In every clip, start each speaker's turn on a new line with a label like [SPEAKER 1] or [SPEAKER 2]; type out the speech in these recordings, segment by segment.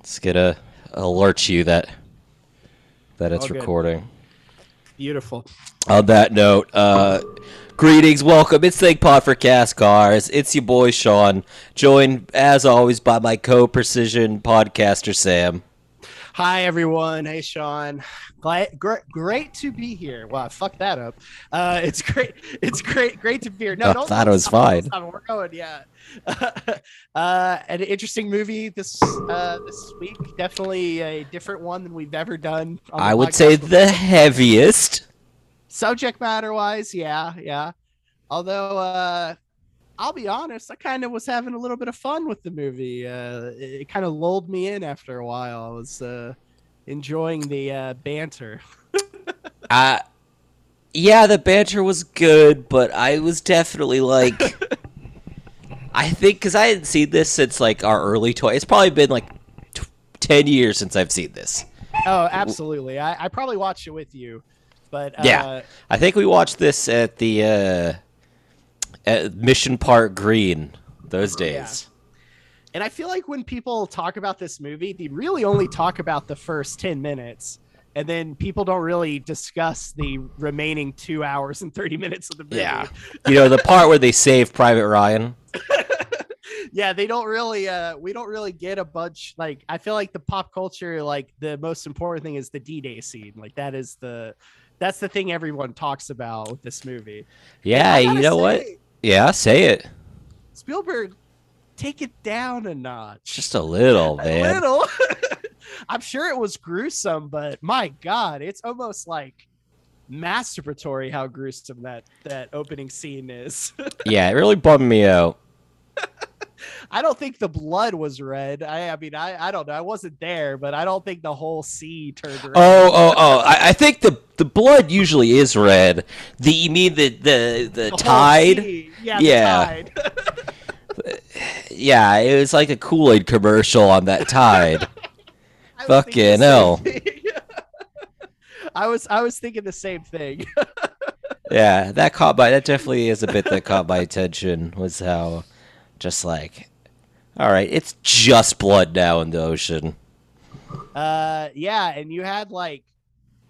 [SPEAKER 1] It's gonna alert you that that it's
[SPEAKER 2] All good.
[SPEAKER 1] recording.
[SPEAKER 2] Beautiful.
[SPEAKER 1] On that note, uh, greetings, welcome. It's Think Pod for Cast Cars. It's your boy Sean, joined as always by my co-precision podcaster Sam.
[SPEAKER 2] Hi, everyone. Hey, Sean. Glad, gr- great to be here. Wow, I fucked that up. Uh, it's great. It's great. Great to be here. No,
[SPEAKER 1] I
[SPEAKER 2] don't,
[SPEAKER 1] thought
[SPEAKER 2] don't
[SPEAKER 1] it was
[SPEAKER 2] stop, don't
[SPEAKER 1] fine.
[SPEAKER 2] stop. We're going. Yeah. uh, an interesting movie this uh, this week. Definitely a different one than we've ever done. on the
[SPEAKER 1] I would say
[SPEAKER 2] podcast before.
[SPEAKER 1] the heaviest.
[SPEAKER 2] subject matter wise, yeah, yeah. Although uh I'll be honest, I kind of was having a little bit of fun with the movie. Uh it, it kind of lulled me in after a while. I was uh enjoying the uh banter.
[SPEAKER 1] I, yeah, the banter was good, but I was definitely like, I think because I hadn't seen this since like our early toy. It's probably been like t- ten years since I've seen this.
[SPEAKER 2] Oh, absolutely. I, I probably watched it with you. But uh
[SPEAKER 1] Yeah. I think we watched this at the uh, at Mission Park Green those days.
[SPEAKER 2] and I feel like when people talk about this movie, they really only talk about the first 10 minutes. And then people don't really discuss the remaining two hours and 30 minutes of the movie.
[SPEAKER 1] Yeah. you know the part where they save Private Ryan.
[SPEAKER 2] yeah they don't really uh we don't really get a bunch like i feel like the pop culture like the most important thing is the d-day scene like that is the that's the thing everyone talks about with this movie
[SPEAKER 1] Yeah,
[SPEAKER 2] I
[SPEAKER 1] you
[SPEAKER 2] gotta
[SPEAKER 1] know what?
[SPEAKER 2] say,
[SPEAKER 1] Yeah, say it
[SPEAKER 2] spielberg take it down a notch
[SPEAKER 1] just a little,
[SPEAKER 2] a
[SPEAKER 1] man.
[SPEAKER 2] little i'm sure it was gruesome but my god it's almost like masturbatory how gruesome that that opening scene is
[SPEAKER 1] Yeah, it really bummed me out.
[SPEAKER 2] I don't think the blood was red. I, I mean, I, I don't know. I wasn't there, but I don't think the whole sea turned red.
[SPEAKER 1] Oh, oh, oh! I, I think the the blood usually is red. The you mean the the the,
[SPEAKER 2] whole
[SPEAKER 1] tide?
[SPEAKER 2] sea. Yeah.
[SPEAKER 1] Yeah.
[SPEAKER 2] The tide.
[SPEAKER 1] Yeah, it was like a Kool Aid commercial on that tide.
[SPEAKER 2] I was thinking
[SPEAKER 1] Fucking
[SPEAKER 2] the
[SPEAKER 1] hell.
[SPEAKER 2] same thing. I was I was thinking the same thing.
[SPEAKER 1] yeah, that caught my. That definitely is a bit that caught my attention. Was how, just like, all right, it's just blood now in the ocean.
[SPEAKER 2] Uh, yeah, and you had like,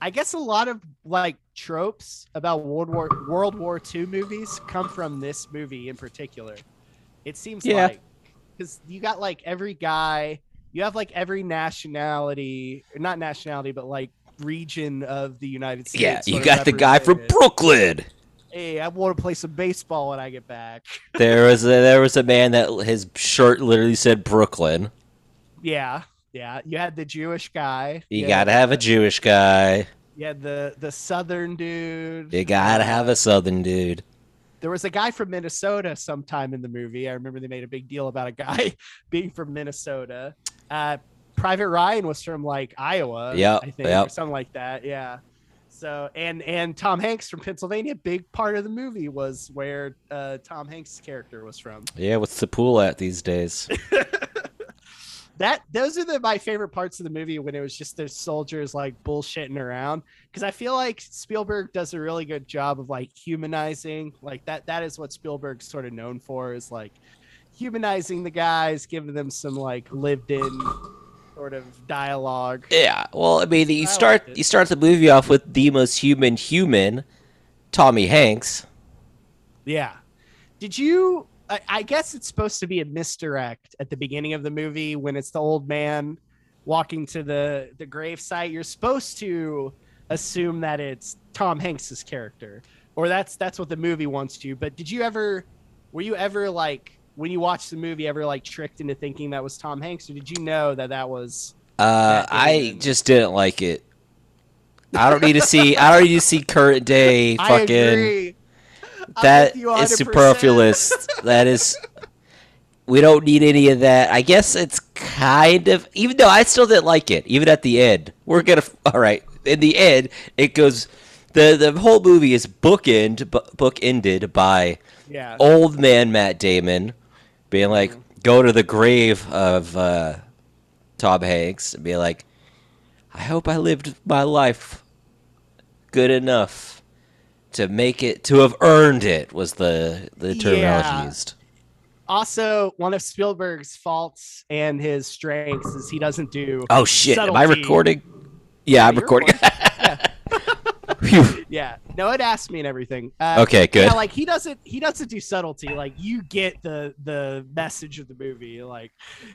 [SPEAKER 2] I guess a lot of like tropes about World War World War II movies come from this movie in particular. It seems
[SPEAKER 1] Yeah.
[SPEAKER 2] like because you got like every guy, you have like every nationality, not nationality, but like region of the United States.
[SPEAKER 1] Yeah, you
[SPEAKER 2] sort of
[SPEAKER 1] got the guy from
[SPEAKER 2] represented.
[SPEAKER 1] Brooklyn.
[SPEAKER 2] Hey, I want to play some baseball when I get back.
[SPEAKER 1] There was a, there was a man that his shirt literally said Brooklyn.
[SPEAKER 2] Yeah, yeah. You had the Jewish guy.
[SPEAKER 1] You
[SPEAKER 2] yeah,
[SPEAKER 1] gotta have a Jewish guy.
[SPEAKER 2] Yeah, the the Southern dude.
[SPEAKER 1] You gotta
[SPEAKER 2] Uh,
[SPEAKER 1] have a Southern dude.
[SPEAKER 2] there was a guy from Minnesota sometime in the movie. I remember they made a big deal about a guy being from Minnesota. Uh, Private Ryan was from like Iowa,
[SPEAKER 1] Yep,
[SPEAKER 2] I think, or
[SPEAKER 1] yep.
[SPEAKER 2] something like that. Yeah. So and and Tom Hanks from Pennsylvania. Big part of the movie was where uh, Tom Hanks' character was from.
[SPEAKER 1] Yeah, what's the pool at these days?
[SPEAKER 2] That those are the my favorite parts of the movie when it was just the soldiers like bullshitting around because I feel like Spielberg does a really good job of like humanizing like that. That is what Spielberg's sort of known for is like humanizing the guys, giving them some like lived in sort of dialogue.
[SPEAKER 1] Yeah, well, I mean, you
[SPEAKER 2] I
[SPEAKER 1] start
[SPEAKER 2] liked it.
[SPEAKER 1] you start the movie off with the most human human, Tommy Hanks.
[SPEAKER 2] Yeah. Did you? I, I guess it's supposed to be a misdirect at the beginning of the movie when it's the old man walking to the the gravesite. You're supposed to assume that it's Tom Hanks's character, or that's that's what the movie wants you. But did you ever? Were you ever like when you watched the movie ever like tricked into thinking that was Tom Hanks, or did you know that that was?
[SPEAKER 1] Uh,
[SPEAKER 2] Yeah,
[SPEAKER 1] I
[SPEAKER 2] Damon.
[SPEAKER 1] just didn't like it. I don't need to see. I don't need to see current day
[SPEAKER 2] I
[SPEAKER 1] fucking.
[SPEAKER 2] agree. I'm
[SPEAKER 1] That
[SPEAKER 2] with you
[SPEAKER 1] is
[SPEAKER 2] 100%.
[SPEAKER 1] superfluous. that is. We don't need any of that. I guess it's kind of even though I still didn't like it. Even at the end, we're gonna all right. In the end, it goes. the The whole movie is bookend book ended by
[SPEAKER 2] Yeah.
[SPEAKER 1] old man Matt Damon being like, go to the grave of uh, Tom Hanks and be like, I hope I lived my life good enough to make it to have earned it was the the terminology
[SPEAKER 2] Yeah.
[SPEAKER 1] used.
[SPEAKER 2] Also, one of Spielberg's faults and his strengths is he doesn't do.
[SPEAKER 1] Oh shit! Am I
[SPEAKER 2] Subtlety.
[SPEAKER 1] recording? Yeah, I'm
[SPEAKER 2] you're
[SPEAKER 1] recording. Phew.
[SPEAKER 2] Yeah, no, it asked me and everything. Uh,
[SPEAKER 1] okay, good.
[SPEAKER 2] Yeah, like he doesn't he doesn't do subtlety. Like you get the the message of the movie. Like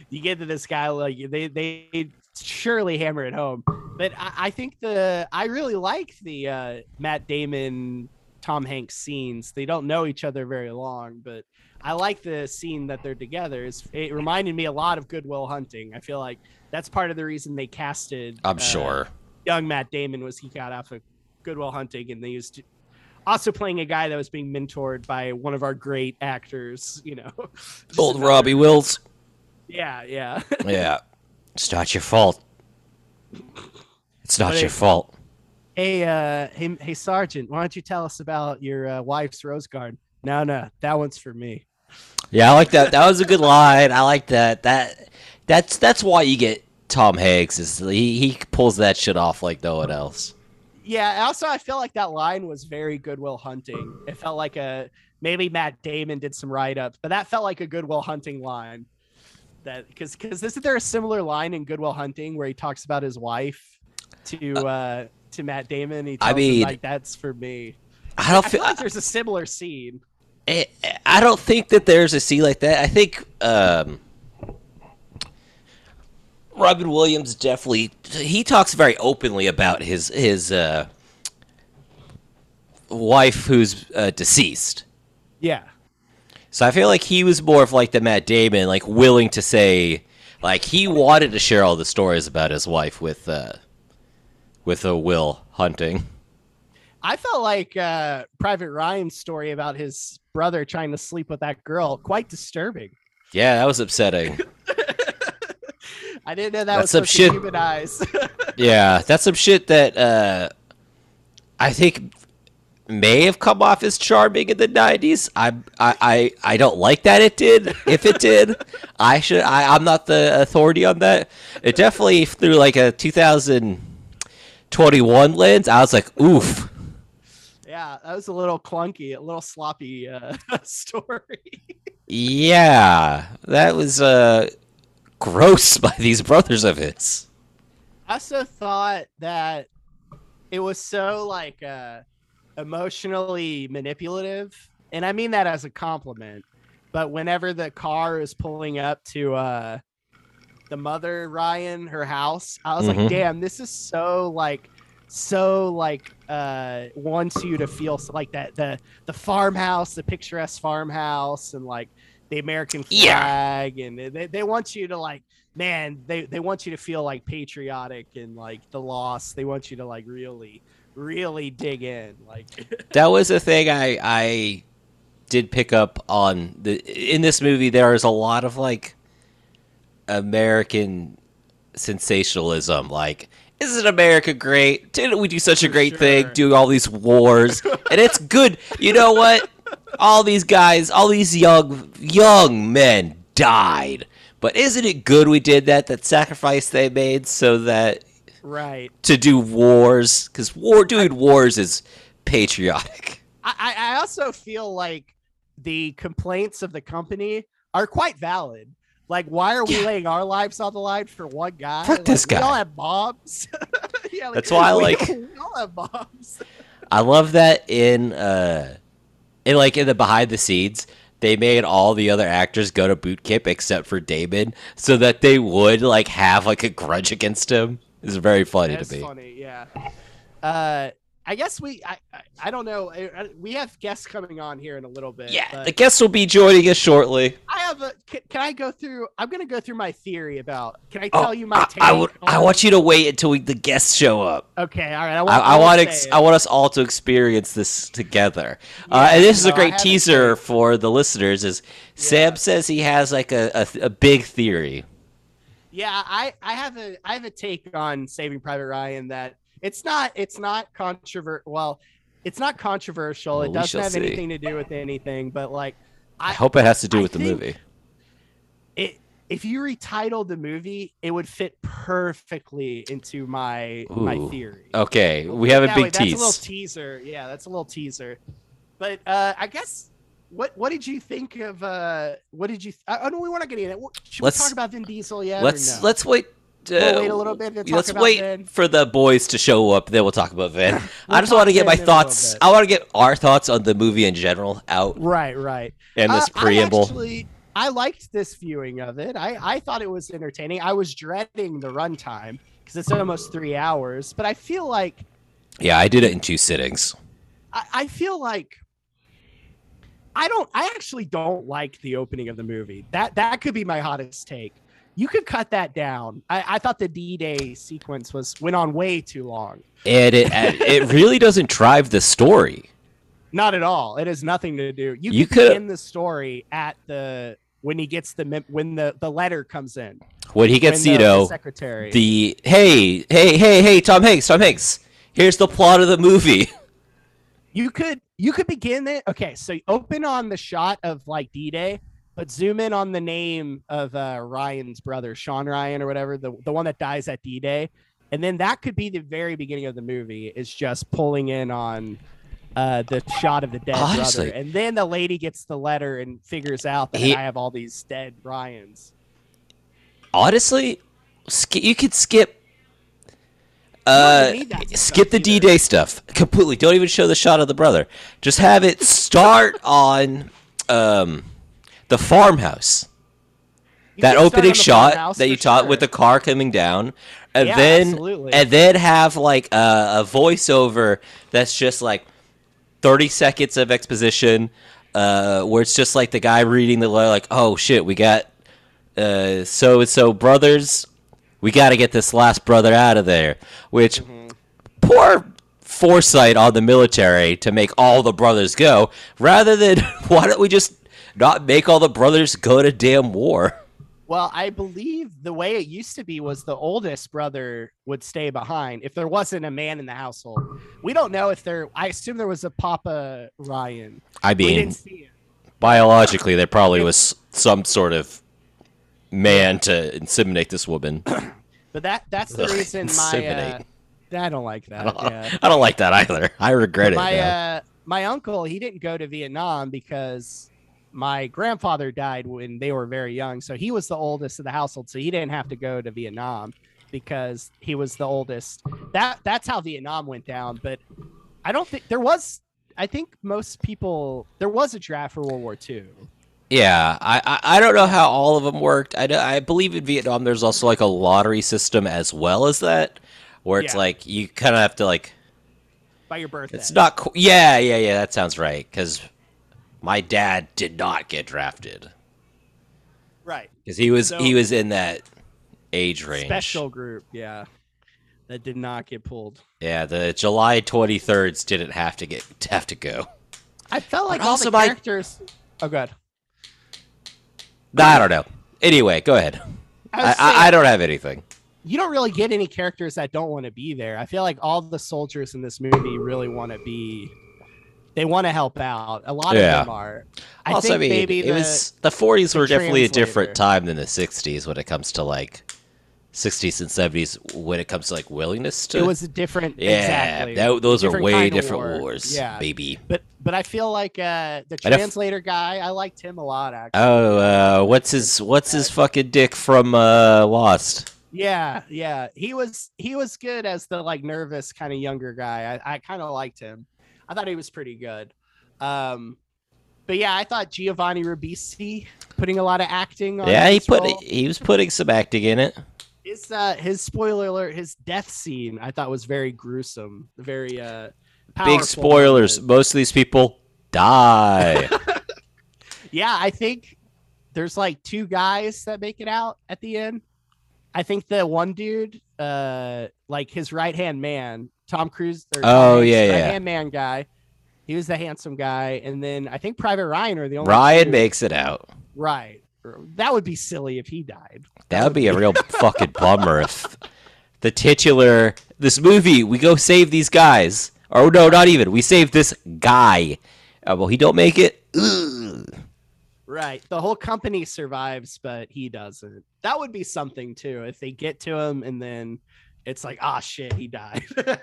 [SPEAKER 2] you get that this guy like they they surely hammer it home. But I, I think the I really like the uh, Matt Damon Tom Hanks scenes. They don't know each other very long, but I like the scene that they're together. It's, it reminded me a lot of Goodwill Hunting. I feel like that's part of the reason they casted.
[SPEAKER 1] I'm
[SPEAKER 2] uh,
[SPEAKER 1] sure.
[SPEAKER 2] young Matt Damon was he got off of Goodwill Hunting, and they used also playing a guy that was being mentored by one of our great actors. You know, Just
[SPEAKER 1] Old
[SPEAKER 2] another-
[SPEAKER 1] Robbie Wills.
[SPEAKER 2] Yeah, yeah.
[SPEAKER 1] Yeah, it's not your fault. It's not
[SPEAKER 2] But
[SPEAKER 1] your
[SPEAKER 2] it-
[SPEAKER 1] fault.
[SPEAKER 2] hey, uh, hey, hey, Sergeant, why don't you tell us about your uh, wife's rose garden? No, no, that one's for me.
[SPEAKER 1] Yeah, I like that. That was a good line. I like that. That that's that's why you get Tom Hanks. Is he he pulls that shit off like no one else.
[SPEAKER 2] Yeah. and Also, I feel like that line was very Goodwill Hunting. It felt like a maybe Matt Damon did some write up, but that felt like a Goodwill Hunting line. That because because isn't there a similar line in Goodwill Hunting where he talks about his wife to uh, to Matt Damon? He
[SPEAKER 1] I
[SPEAKER 2] tells him,
[SPEAKER 1] mean-
[SPEAKER 2] like that's for me.
[SPEAKER 1] I don't
[SPEAKER 2] I
[SPEAKER 1] feel.
[SPEAKER 2] feel like there's a similar scene.
[SPEAKER 1] I, I don't think that there's a scene like that. I think um, Robin Williams definitely he talks very openly about his his uh, wife who's uh, deceased.
[SPEAKER 2] Yeah.
[SPEAKER 1] So I feel like he was more of like the Matt Damon, like willing to say, like he wanted to share all the stories about his wife with, uh, with a Will Hunting.
[SPEAKER 2] I felt like uh, Private Ryan's story about his brother trying to sleep with that girl quite disturbing.
[SPEAKER 1] Yeah, that was upsetting.
[SPEAKER 2] I didn't know that
[SPEAKER 1] That's
[SPEAKER 2] was
[SPEAKER 1] some
[SPEAKER 2] supposed
[SPEAKER 1] shit.
[SPEAKER 2] to humanize.
[SPEAKER 1] yeah, that's some shit that uh, I think may have come off as charming in the '90s. I I I, I don't like that it did. If it did, I should. I, I'm not the authority on that. It definitely through like a 2021 lens. I was like, oof.
[SPEAKER 2] Yeah, that was a little clunky, a little sloppy uh, story.
[SPEAKER 1] Yeah, that was uh, gross by these brothers of his.
[SPEAKER 2] I also thought that it was so like uh, emotionally manipulative, and I mean that as a compliment. But whenever the car is pulling up to uh, the mother Ryan, her house, I was
[SPEAKER 1] Mhm.
[SPEAKER 2] like, "Damn, this is so like." so like uh wants you to feel so, like that the the farmhouse the picturesque farmhouse and like the american
[SPEAKER 1] Yeah.
[SPEAKER 2] flag and they, they want you to like man they they want you to feel like patriotic and like the loss they want you to like really really dig in like
[SPEAKER 1] That was a thing I I did pick up on the in this movie. There is a lot of like American sensationalism, like. Isn't America great? Didn't we do such a
[SPEAKER 2] For
[SPEAKER 1] great thing?
[SPEAKER 2] sure.
[SPEAKER 1] Do all these wars, and it's good. You know what? All these guys, all these young young men died, but isn't it good we did that? That sacrifice they made so that
[SPEAKER 2] right
[SPEAKER 1] to do wars because war doing wars is patriotic.
[SPEAKER 2] I, I I also feel like the complaints of the company are quite valid. Like, why are we
[SPEAKER 1] Yeah.
[SPEAKER 2] laying our lives on the line for one guy?
[SPEAKER 1] Fuck
[SPEAKER 2] like,
[SPEAKER 1] this
[SPEAKER 2] We all
[SPEAKER 1] guy.
[SPEAKER 2] have moms. yeah, like,
[SPEAKER 1] That's why I
[SPEAKER 2] we
[SPEAKER 1] like-
[SPEAKER 2] all- we all have moms.
[SPEAKER 1] I love that in uh, in like in the behind the scenes. They made all the other actors go to boot camp except for Damon, so that they would like have like a grudge against him. It's very funny
[SPEAKER 2] That's
[SPEAKER 1] to me.
[SPEAKER 2] funny. Yeah. Uh, I guess we. I. I, I don't know. I, I- we have guests coming on here in a little bit.
[SPEAKER 1] Yeah,
[SPEAKER 2] but
[SPEAKER 1] the guests will be joining us shortly.
[SPEAKER 2] I have a. Can, can I go through? I'm gonna go through my theory about. Can I
[SPEAKER 1] Oh,
[SPEAKER 2] tell you my
[SPEAKER 1] I,
[SPEAKER 2] take?
[SPEAKER 1] I would. I
[SPEAKER 2] on-
[SPEAKER 1] want you to wait until we, the guests show up.
[SPEAKER 2] Okay. All right. I want.
[SPEAKER 1] I, I
[SPEAKER 2] will
[SPEAKER 1] want
[SPEAKER 2] say
[SPEAKER 1] ex-
[SPEAKER 2] it.
[SPEAKER 1] I want us all to experience this together. uh,
[SPEAKER 2] Yeah,
[SPEAKER 1] and this is
[SPEAKER 2] no,
[SPEAKER 1] a
[SPEAKER 2] I
[SPEAKER 1] great
[SPEAKER 2] haven't
[SPEAKER 1] teaser for the listeners. Is Sam
[SPEAKER 2] Yeah.
[SPEAKER 1] says he has like a, a, th- a big theory.
[SPEAKER 2] Yeah, I I have a I have a take on Saving Private Ryan that it's not it's not controvert well, it's not controversial.
[SPEAKER 1] Well,
[SPEAKER 2] it
[SPEAKER 1] we
[SPEAKER 2] doesn't
[SPEAKER 1] shall
[SPEAKER 2] have
[SPEAKER 1] see.
[SPEAKER 2] anything to do with anything, but like
[SPEAKER 1] I,
[SPEAKER 2] I-
[SPEAKER 1] hope it has to do
[SPEAKER 2] I
[SPEAKER 1] with the
[SPEAKER 2] think-
[SPEAKER 1] movie.
[SPEAKER 2] it if you retitled the movie, it would fit perfectly into my my
[SPEAKER 1] Ooh.
[SPEAKER 2] theory.
[SPEAKER 1] Okay, we have a
[SPEAKER 2] That
[SPEAKER 1] big
[SPEAKER 2] way- That's a
[SPEAKER 1] tease.
[SPEAKER 2] little teaser. Yeah, that's a little teaser. But uh, I guess What What did you think of? uh What did you? Th- I, I know we weren't getting it. What- Should
[SPEAKER 1] Let's-
[SPEAKER 2] we talk about Vin Diesel yet? or
[SPEAKER 1] let's
[SPEAKER 2] no?
[SPEAKER 1] let's wait. Uh,
[SPEAKER 2] We'll wait a little bit to talk
[SPEAKER 1] let's
[SPEAKER 2] about
[SPEAKER 1] wait
[SPEAKER 2] Vin.
[SPEAKER 1] for the boys to show up. Then we'll talk about Vin. I just
[SPEAKER 2] talk
[SPEAKER 1] want to get my
[SPEAKER 2] Vin in a little
[SPEAKER 1] thoughts.
[SPEAKER 2] bit.
[SPEAKER 1] I want to get our thoughts on the movie in general out
[SPEAKER 2] Right, right.
[SPEAKER 1] in this
[SPEAKER 2] Uh, I
[SPEAKER 1] preamble.
[SPEAKER 2] actually- I liked this viewing of it. I, I thought it was entertaining. I was dreading the runtime because it's almost three hours, but I feel like
[SPEAKER 1] yeah, I did it in two sittings.
[SPEAKER 2] I, I feel like I don't I actually don't like the opening of the movie. That that could be my hottest take. You could cut that down. I, I thought the D Day sequence was went on way too long.
[SPEAKER 1] And it and it really doesn't drive the story.
[SPEAKER 2] Not at all. It has nothing to do. You,
[SPEAKER 1] You
[SPEAKER 2] could
[SPEAKER 1] could-
[SPEAKER 2] begin the story at the when he gets the mem- when the, the letter comes in.
[SPEAKER 1] When he
[SPEAKER 2] when
[SPEAKER 1] gets
[SPEAKER 2] the- the
[SPEAKER 1] Zito,
[SPEAKER 2] secretary.
[SPEAKER 1] the hey, hey, hey, hey, Tom Hanks, Tom Hanks. Here's the plot of the movie.
[SPEAKER 2] you could you could begin it. Okay, so you open on the shot of like D Day, but zoom in on the name of uh, Ryan's brother, Sean Ryan or whatever, the the one that dies at D Day, and then that could be the very beginning of the movie. Is just pulling in on. Uh, the shot of the dead
[SPEAKER 1] Honestly.
[SPEAKER 2] brother, and then the lady gets the letter and figures out that
[SPEAKER 1] He-
[SPEAKER 2] I have all these dead Ryans.
[SPEAKER 1] Honestly, sk- you could skip.
[SPEAKER 2] don't
[SPEAKER 1] Uh,
[SPEAKER 2] need that
[SPEAKER 1] skip
[SPEAKER 2] stuff
[SPEAKER 1] the
[SPEAKER 2] either.
[SPEAKER 1] D Day stuff completely. Don't even show the shot of the brother. Just have it start on um, the farmhouse.
[SPEAKER 2] You
[SPEAKER 1] that
[SPEAKER 2] could start
[SPEAKER 1] opening
[SPEAKER 2] on the
[SPEAKER 1] shot
[SPEAKER 2] farmhouse
[SPEAKER 1] that
[SPEAKER 2] for
[SPEAKER 1] you taught
[SPEAKER 2] sure.
[SPEAKER 1] with the car coming down, and
[SPEAKER 2] Yeah,
[SPEAKER 1] then
[SPEAKER 2] absolutely.
[SPEAKER 1] and then have like a, a voiceover that's just like thirty seconds of exposition, uh, where it's just like the guy reading the letter, like, "Oh shit, we got uh, so and so brothers, we got to get this last brother out of there." Which
[SPEAKER 2] Mm-hmm.
[SPEAKER 1] poor foresight on the military to make all the brothers go, rather than why don't we just not make all the brothers go to damn war?
[SPEAKER 2] Well, I believe the way it used to be was the oldest brother would stay behind if there wasn't a man in the household. We don't know if there. I assume there was a Papa Ryan.
[SPEAKER 1] I
[SPEAKER 2] We
[SPEAKER 1] mean,
[SPEAKER 2] didn't see it.
[SPEAKER 1] biologically, there probably was some sort of man to inseminate this woman.
[SPEAKER 2] But that that's the
[SPEAKER 1] Ugh,
[SPEAKER 2] reason my. Uh,
[SPEAKER 1] inseminate.
[SPEAKER 2] I don't like that.
[SPEAKER 1] I, don't,
[SPEAKER 2] yeah.
[SPEAKER 1] I don't like that either. I regret it.
[SPEAKER 2] my
[SPEAKER 1] now.
[SPEAKER 2] uh, my uncle he didn't go to Vietnam because my grandfather died when they were very young, so he was the oldest of the household, so he didn't have to go to Vietnam because he was the oldest. That that's how Vietnam went down. But I don't think there was. I think most people there was a draft for World War II.
[SPEAKER 1] Yeah, I, I I don't know how all of them worked. I, know- I believe in Vietnam there's also like a lottery system as well as that, where it's
[SPEAKER 2] Yeah.
[SPEAKER 1] like you kind of have to like
[SPEAKER 2] By your birthday,
[SPEAKER 1] it's not qu- yeah yeah yeah that sounds right because my dad did not get drafted
[SPEAKER 2] right.
[SPEAKER 1] because he was
[SPEAKER 2] So-
[SPEAKER 1] he was in that age range
[SPEAKER 2] Special group, yeah, that did not get pulled.
[SPEAKER 1] yeah the July twenty thirds didn't have to get have to go
[SPEAKER 2] I felt like
[SPEAKER 1] But
[SPEAKER 2] all
[SPEAKER 1] also
[SPEAKER 2] the
[SPEAKER 1] by-
[SPEAKER 2] characters. Oh, god.
[SPEAKER 1] I don't know anyway go ahead I, I, I don't have anything
[SPEAKER 2] you don't really get any characters that don't want to be there. I feel like all the soldiers in this movie really want to be. They want to help out. A lot
[SPEAKER 1] Yeah.
[SPEAKER 2] of them are. I
[SPEAKER 1] also,
[SPEAKER 2] think
[SPEAKER 1] I mean,
[SPEAKER 2] maybe
[SPEAKER 1] it
[SPEAKER 2] the,
[SPEAKER 1] was the forties were definitely a different
[SPEAKER 2] translator.
[SPEAKER 1] time than the sixties when it comes to like sixties and seventies when it comes to like willingness to.
[SPEAKER 2] it was a different.
[SPEAKER 1] yeah,
[SPEAKER 2] exactly.
[SPEAKER 1] that- those
[SPEAKER 2] Different
[SPEAKER 1] are way
[SPEAKER 2] kind of
[SPEAKER 1] different
[SPEAKER 2] war.
[SPEAKER 1] wars,
[SPEAKER 2] Yeah.
[SPEAKER 1] baby.
[SPEAKER 2] But but I feel like uh, the
[SPEAKER 1] I def-
[SPEAKER 2] translator guy. I liked him a lot actually.
[SPEAKER 1] Oh, uh, what's his what's his fucking dick from uh, Lost?
[SPEAKER 2] yeah yeah. He was he was good as the like nervous kind of younger guy. I, I kind of liked him. I thought he was pretty good. Um, but yeah, I thought Giovanni Ribisi putting a lot of acting. on
[SPEAKER 1] yeah, he
[SPEAKER 2] his
[SPEAKER 1] put
[SPEAKER 2] role.
[SPEAKER 1] he was putting some acting in it.
[SPEAKER 2] his uh his spoiler alert his death scene i thought was very gruesome very uh
[SPEAKER 1] Big
[SPEAKER 2] powerful.
[SPEAKER 1] spoilers. Most of these people die.
[SPEAKER 2] yeah i think there's like two guys that make it out at the end i think the one dude uh like his right hand man tom cruise or Tom
[SPEAKER 1] Oh,
[SPEAKER 2] Hanks'
[SPEAKER 1] yeah, yeah.
[SPEAKER 2] right hand man guy he was the handsome guy and then i think private ryan are the only
[SPEAKER 1] Ryan
[SPEAKER 2] two-
[SPEAKER 1] makes it out.
[SPEAKER 2] right that would be silly if he died
[SPEAKER 1] That would be a real fucking bummer if the titular this movie we go save these guys. Or no, not even. We save this guy. Uh, well, he don't make it. Ugh.
[SPEAKER 2] Right. The whole company survives, but he doesn't. That would be something too if they get to him and then it's like, ah, shit, he died.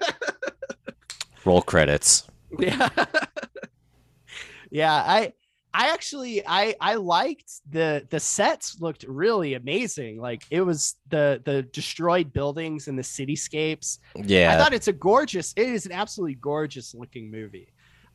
[SPEAKER 1] Roll credits.
[SPEAKER 2] yeah. yeah. I I actually I I liked the the sets looked really amazing. Like it was the the destroyed buildings and the cityscapes. I
[SPEAKER 1] Yeah.
[SPEAKER 2] thought it's a gorgeous it is an absolutely gorgeous looking movie.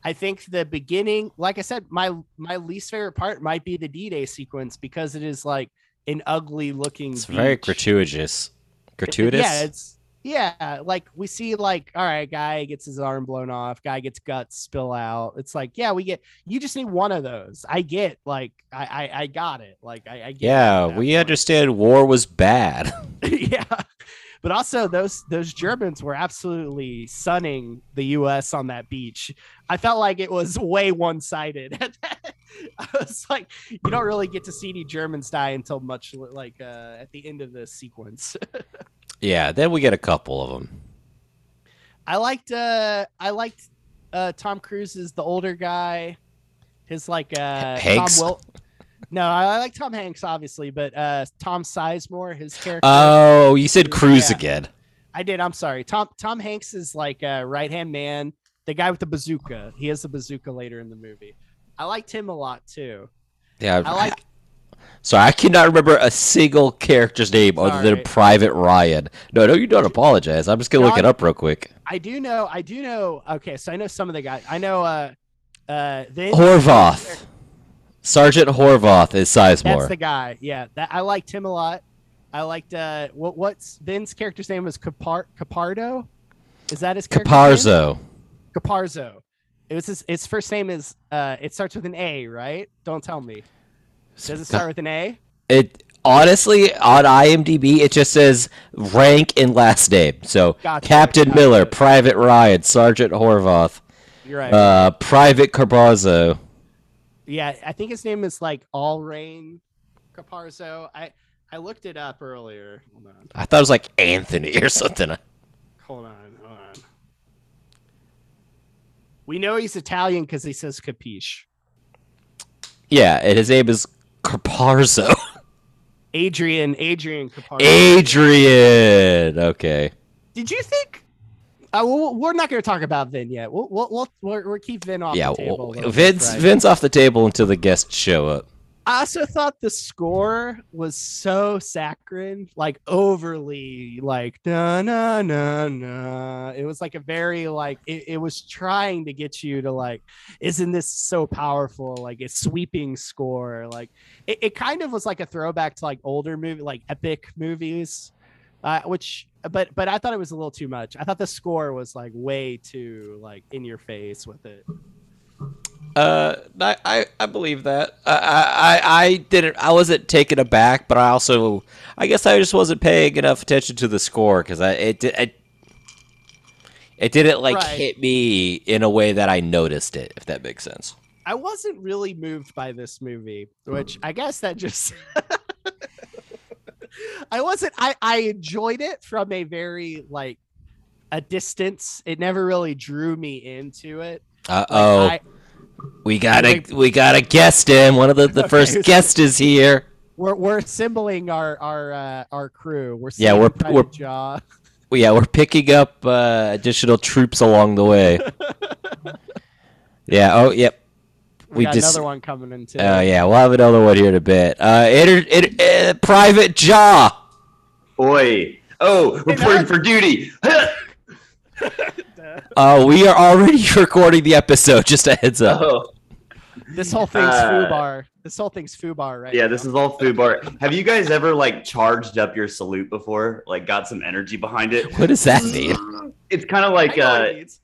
[SPEAKER 2] I think the beginning, like I said, my my least favorite part might be the D-Day sequence because it is like an ugly looking
[SPEAKER 1] It's very
[SPEAKER 2] beach.
[SPEAKER 1] gratuitous. Gratuitous?
[SPEAKER 2] Yeah, it's yeah, like we see like all right, guy gets his arm blown off, guy gets guts spill out. It's like, yeah, we get you just need one of those. I get like I I, I got it. Like I, I get
[SPEAKER 1] yeah,
[SPEAKER 2] that
[SPEAKER 1] we
[SPEAKER 2] part.
[SPEAKER 1] understand war was bad.
[SPEAKER 2] yeah. But also those those Germans were absolutely sunning the US on that beach. I felt like it was way one-sided. I was like you don't really get to see any Germans die until much like uh, at the end of the sequence.
[SPEAKER 1] yeah, then we get a couple of them.
[SPEAKER 2] I liked uh I liked uh Tom Cruise's the older guy. His like uh
[SPEAKER 1] Hanks?
[SPEAKER 2] Tom Wil- No, I I like Tom Hanks obviously, but uh Tom Sizemore, his character.
[SPEAKER 1] Oh, you said Cruise
[SPEAKER 2] Yeah.
[SPEAKER 1] again.
[SPEAKER 2] I did, I'm sorry. Tom Tom Hanks is like a right hand man, the guy with the bazooka. He has the bazooka later in the movie. I liked him a lot too.
[SPEAKER 1] Yeah,
[SPEAKER 2] I like
[SPEAKER 1] So I cannot remember a single character's name other than
[SPEAKER 2] Sorry.
[SPEAKER 1] Private Ryan. No, no, you don't apologize. I'm just gonna look
[SPEAKER 2] John-
[SPEAKER 1] it up real quick.
[SPEAKER 2] I do know I do know okay, so I know some of the guys. I know uh uh then
[SPEAKER 1] Horvath, Sergeant Horvath is
[SPEAKER 2] That's
[SPEAKER 1] Sizemore.
[SPEAKER 2] the guy. Yeah, that I liked him a lot. I liked uh, what what's Vin's character's name was Capar Capardo. Is that his character's name?
[SPEAKER 1] Caparzo.
[SPEAKER 2] Caparzo. It was his, his first name is uh, it starts with an A, right? Don't tell me. Does it start with an A?
[SPEAKER 1] It honestly on IMDb it just says rank and last name. So
[SPEAKER 2] Gotcha,
[SPEAKER 1] Captain
[SPEAKER 2] gotcha.
[SPEAKER 1] Miller, Private Ryan, Sergeant Horvath,
[SPEAKER 2] You're right.
[SPEAKER 1] uh, Private Caparzo.
[SPEAKER 2] yeah, I think his name is like All Rain Caparzo. I I looked it up earlier. Hold on.
[SPEAKER 1] I thought it was like Anthony or something.
[SPEAKER 2] Hold on. Hold on. We know he's Italian because he says capiche.
[SPEAKER 1] Yeah, and his name is Caparzo.
[SPEAKER 2] Adrian, Adrian Capardo.
[SPEAKER 1] Adrian. Okay.
[SPEAKER 2] Did you think? Uh, well, we're not going to talk about Vin yet. We'll we'll we'll, we'll, we'll keep Vin off
[SPEAKER 1] yeah,
[SPEAKER 2] the table. a
[SPEAKER 1] well,
[SPEAKER 2] little bit,
[SPEAKER 1] Vince
[SPEAKER 2] right?
[SPEAKER 1] Vince off the table until the guests show up.
[SPEAKER 2] I also thought the score was so saccharine, like overly, like na na na na. It was like a very like it, it was trying to get you to like, isn't this so powerful? Like it's sweeping score. Like it, it kind of was like a throwback to like older movie, like epic movies, uh, which. But but I thought it was a little too much. I thought the score was like way too like in your face with it.
[SPEAKER 1] Uh, I, I, I believe that. I, I, I- I didn't. I wasn't taken aback, but I also, I guess, I just wasn't paying enough attention to the score because I it did. I, it didn't like
[SPEAKER 2] Right.
[SPEAKER 1] hit me in a way that I noticed it, if that makes sense.
[SPEAKER 2] I wasn't really moved by this movie, which
[SPEAKER 1] Hmm.
[SPEAKER 2] I guess that just I wasn't I I enjoyed it from a very like a distance. It never really drew me into it.
[SPEAKER 1] Uh
[SPEAKER 2] Like,
[SPEAKER 1] oh,
[SPEAKER 2] I-
[SPEAKER 1] we got a
[SPEAKER 2] like-
[SPEAKER 1] we got a guest in. One of the, the
[SPEAKER 2] Okay,
[SPEAKER 1] first
[SPEAKER 2] who's-
[SPEAKER 1] guest is here.
[SPEAKER 2] we're we're assembling our our uh, our crew. We're
[SPEAKER 1] Yeah, we're-
[SPEAKER 2] Private
[SPEAKER 1] we're-
[SPEAKER 2] Jaw.
[SPEAKER 1] Well, yeah, we're picking up uh, additional troops along the way. yeah. Oh, yep.
[SPEAKER 2] We,
[SPEAKER 1] we
[SPEAKER 2] got
[SPEAKER 1] just-
[SPEAKER 2] another one coming in too.
[SPEAKER 1] Oh yeah, we'll have another one here in a bit. Uh, inter- inter- uh private jaw.
[SPEAKER 3] Oi. Oh, reporting
[SPEAKER 2] that-
[SPEAKER 3] for duty.
[SPEAKER 1] Uh, we are already recording the episode. Just a heads up.
[SPEAKER 3] oh,
[SPEAKER 2] This whole thing's
[SPEAKER 3] Uh,
[SPEAKER 2] foobar. This whole thing's foobar, right?
[SPEAKER 3] yeah,
[SPEAKER 2] now.
[SPEAKER 3] this is all food bar. Have you guys ever like charged up your salute before? Like got some energy behind it?
[SPEAKER 1] What does that mean?
[SPEAKER 3] It's kind of like
[SPEAKER 2] I know what it
[SPEAKER 3] uh
[SPEAKER 2] means.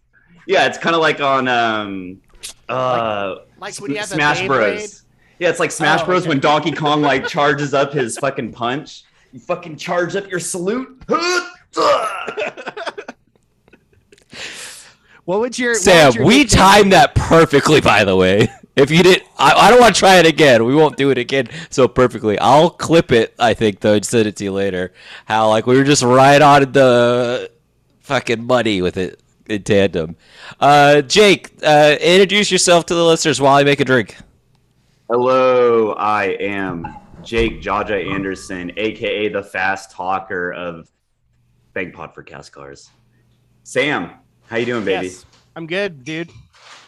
[SPEAKER 3] yeah, it's kind of like on um uh
[SPEAKER 2] like when you have the
[SPEAKER 3] Smash
[SPEAKER 2] Beyblade.
[SPEAKER 3] Bros. Yeah, it's like Smash
[SPEAKER 2] Oh,
[SPEAKER 3] Bros
[SPEAKER 2] okay.
[SPEAKER 3] when Donkey Kong like charges up his fucking punch. You fucking charge up your salute.
[SPEAKER 2] What would your what would
[SPEAKER 1] Sam,
[SPEAKER 2] your
[SPEAKER 1] we
[SPEAKER 2] nickname
[SPEAKER 1] timed that perfectly. By the way, if you didn't, I, I don't want to try it again. We won't do it again so perfectly. I'll clip it. I think though, and send it to you later. How like we were just right on the fucking money with it in tandem. Uh, Jake, uh, introduce yourself to the listeners while I make a drink.
[SPEAKER 3] Hello, I am Jake Jaja Anderson, aka the fast talker of Bang Pod for Cast Cars. Sam, how you doing, baby?
[SPEAKER 2] Yes, I'm good, dude.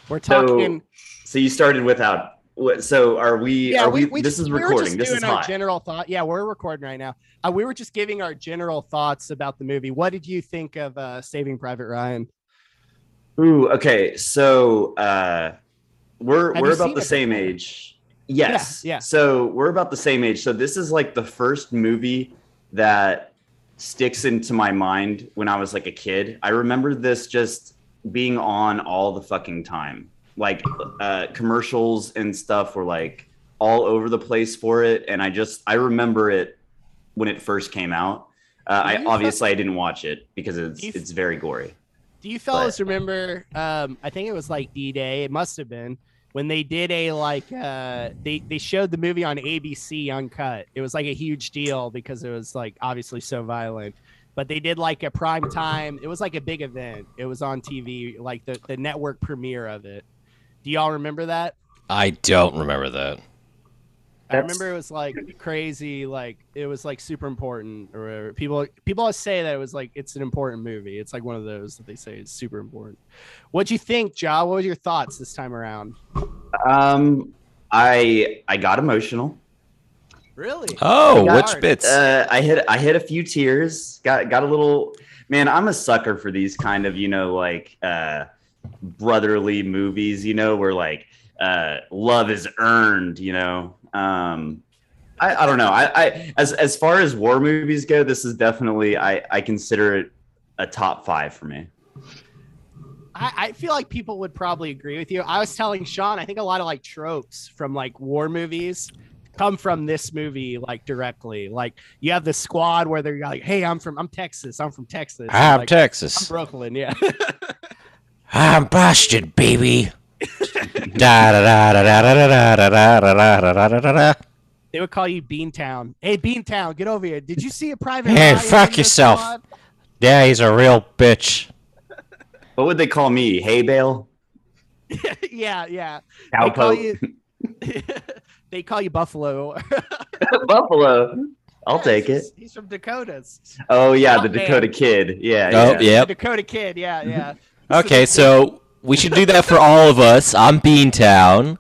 [SPEAKER 2] We're
[SPEAKER 3] So-
[SPEAKER 2] talking.
[SPEAKER 3] So you started without What, so are we? are we? this
[SPEAKER 2] just-
[SPEAKER 3] is
[SPEAKER 2] we were
[SPEAKER 3] recording.
[SPEAKER 2] just
[SPEAKER 3] this is
[SPEAKER 2] doing our
[SPEAKER 3] hot.
[SPEAKER 2] general thought. Yeah, we're recording right now. Uh, we were just giving our general thoughts about the movie. What did you think of uh, Saving Private Ryan?
[SPEAKER 3] Ooh, okay. So uh we're
[SPEAKER 2] Have
[SPEAKER 3] we're
[SPEAKER 2] you
[SPEAKER 3] about
[SPEAKER 2] seen
[SPEAKER 3] the
[SPEAKER 2] it
[SPEAKER 3] same
[SPEAKER 2] before?
[SPEAKER 3] age. Yes.
[SPEAKER 2] yeah.
[SPEAKER 3] So we're about the same age. So this is like the first movie that sticks into my mind when I was like a kid. I remember this just being on all the fucking time. Like uh commercials and stuff were like all over the place for it and I just I remember it when it first came out. Uh,
[SPEAKER 2] Do
[SPEAKER 3] I
[SPEAKER 2] you
[SPEAKER 3] obviously I didn't watch it because it's
[SPEAKER 2] Do you-
[SPEAKER 3] it's very gory.
[SPEAKER 2] Do you fellas remember? Um, I think it was like D Day. It must have been when they did a like uh, they they showed the movie on ABC uncut. It was like a huge deal because it was like obviously so violent. But they did like a prime time. It was like a big event. It was on TV, like the the network premiere of it. Do y'all remember that?
[SPEAKER 1] I don't remember that.
[SPEAKER 2] I
[SPEAKER 4] That's-
[SPEAKER 2] remember it was like crazy, like it was like super important or whatever. People people always say that it was like it's an important movie. It's like one of those that they say is super important. What'd you think, Ja? What were your thoughts this time around?
[SPEAKER 3] Um, I I got emotional.
[SPEAKER 2] Really?
[SPEAKER 1] Oh,
[SPEAKER 2] Yeah.
[SPEAKER 1] which bits?
[SPEAKER 3] Uh, I hit I hit a few tears. Got got a little. Man, I'm a sucker for these kind of you know like uh, brotherly movies. You know where like uh, love is earned. You know. Um, I, I don't know. I, I as as far as war movies go, this is definitely I I consider it a top five for me.
[SPEAKER 2] I, I feel like people would probably agree with you. I was telling Sean, I think a lot of like tropes from like war movies come from this movie like directly. Like you have the squad where they're like, Hey, I'm from I'm Texas, I'm from Texas.
[SPEAKER 1] I'm
[SPEAKER 2] like, I'm
[SPEAKER 1] Texas.
[SPEAKER 2] Brooklyn, yeah.
[SPEAKER 1] I'm Boston, baby. da da da da da da da da da da da da da da da.
[SPEAKER 2] They would call you Beantown. Hey, Beantown, get over here. Did you see a private?
[SPEAKER 1] Hey,
[SPEAKER 2] Ryan
[SPEAKER 1] fuck
[SPEAKER 2] in the
[SPEAKER 1] yourself.
[SPEAKER 2] squad?
[SPEAKER 1] Yeah, he's a real bitch.
[SPEAKER 3] What would they call me? Hay bale,
[SPEAKER 2] yeah, yeah. They call
[SPEAKER 3] cowpoke,
[SPEAKER 2] you. they call you Buffalo.
[SPEAKER 3] buffalo. I'll
[SPEAKER 2] Yes,
[SPEAKER 3] take it.
[SPEAKER 2] he's- He's from Dakotas.
[SPEAKER 3] Oh yeah, the
[SPEAKER 2] Hot man.
[SPEAKER 3] Dakota Kid. Yeah.
[SPEAKER 1] Oh,
[SPEAKER 3] yeah.
[SPEAKER 1] yep.
[SPEAKER 2] Dakota kid. Yeah, yeah.
[SPEAKER 1] Okay, so we should do that for all of us. I'm Beantown.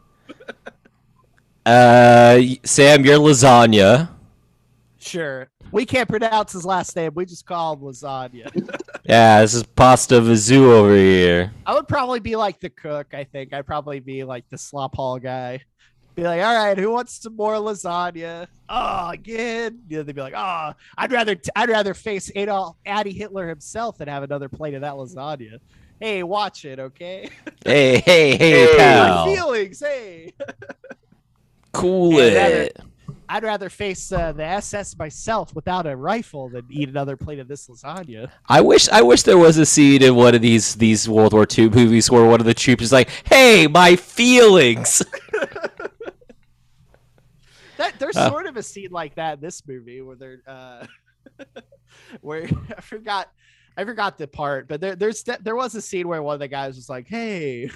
[SPEAKER 1] Uh, y- Sam, you're lasagna.
[SPEAKER 2] Sure. We can't pronounce his last name. We just call him lasagna.
[SPEAKER 1] Yeah, this is pasta Vizu over here.
[SPEAKER 2] I would probably be like the cook. I think I'd probably be like the slop hall guy. Be like, all right, who wants some more lasagna? Oh, again. You know, they'd be like, oh, I'd rather t- I'd rather face Adolf Addy Hitler himself than have another plate of that lasagna. Hey, watch it, okay?
[SPEAKER 1] Hey, hey, hey,
[SPEAKER 3] Hey.
[SPEAKER 2] My
[SPEAKER 1] pal.
[SPEAKER 2] feelings. Hey,
[SPEAKER 1] Cool
[SPEAKER 2] Hey, that-
[SPEAKER 1] it.
[SPEAKER 2] I'd rather face uh, the SS myself without a rifle than eat another plate of this lasagna.
[SPEAKER 1] I wish I wish there was a scene in one of these these World War II movies where one of the troops is like, "Hey, my feelings."
[SPEAKER 2] That there's
[SPEAKER 1] Uh.
[SPEAKER 2] sort of a scene like that in this movie where they're uh, where I forgot I forgot the part, but there there's de- there was a scene where one of the guys was like, "Hey,"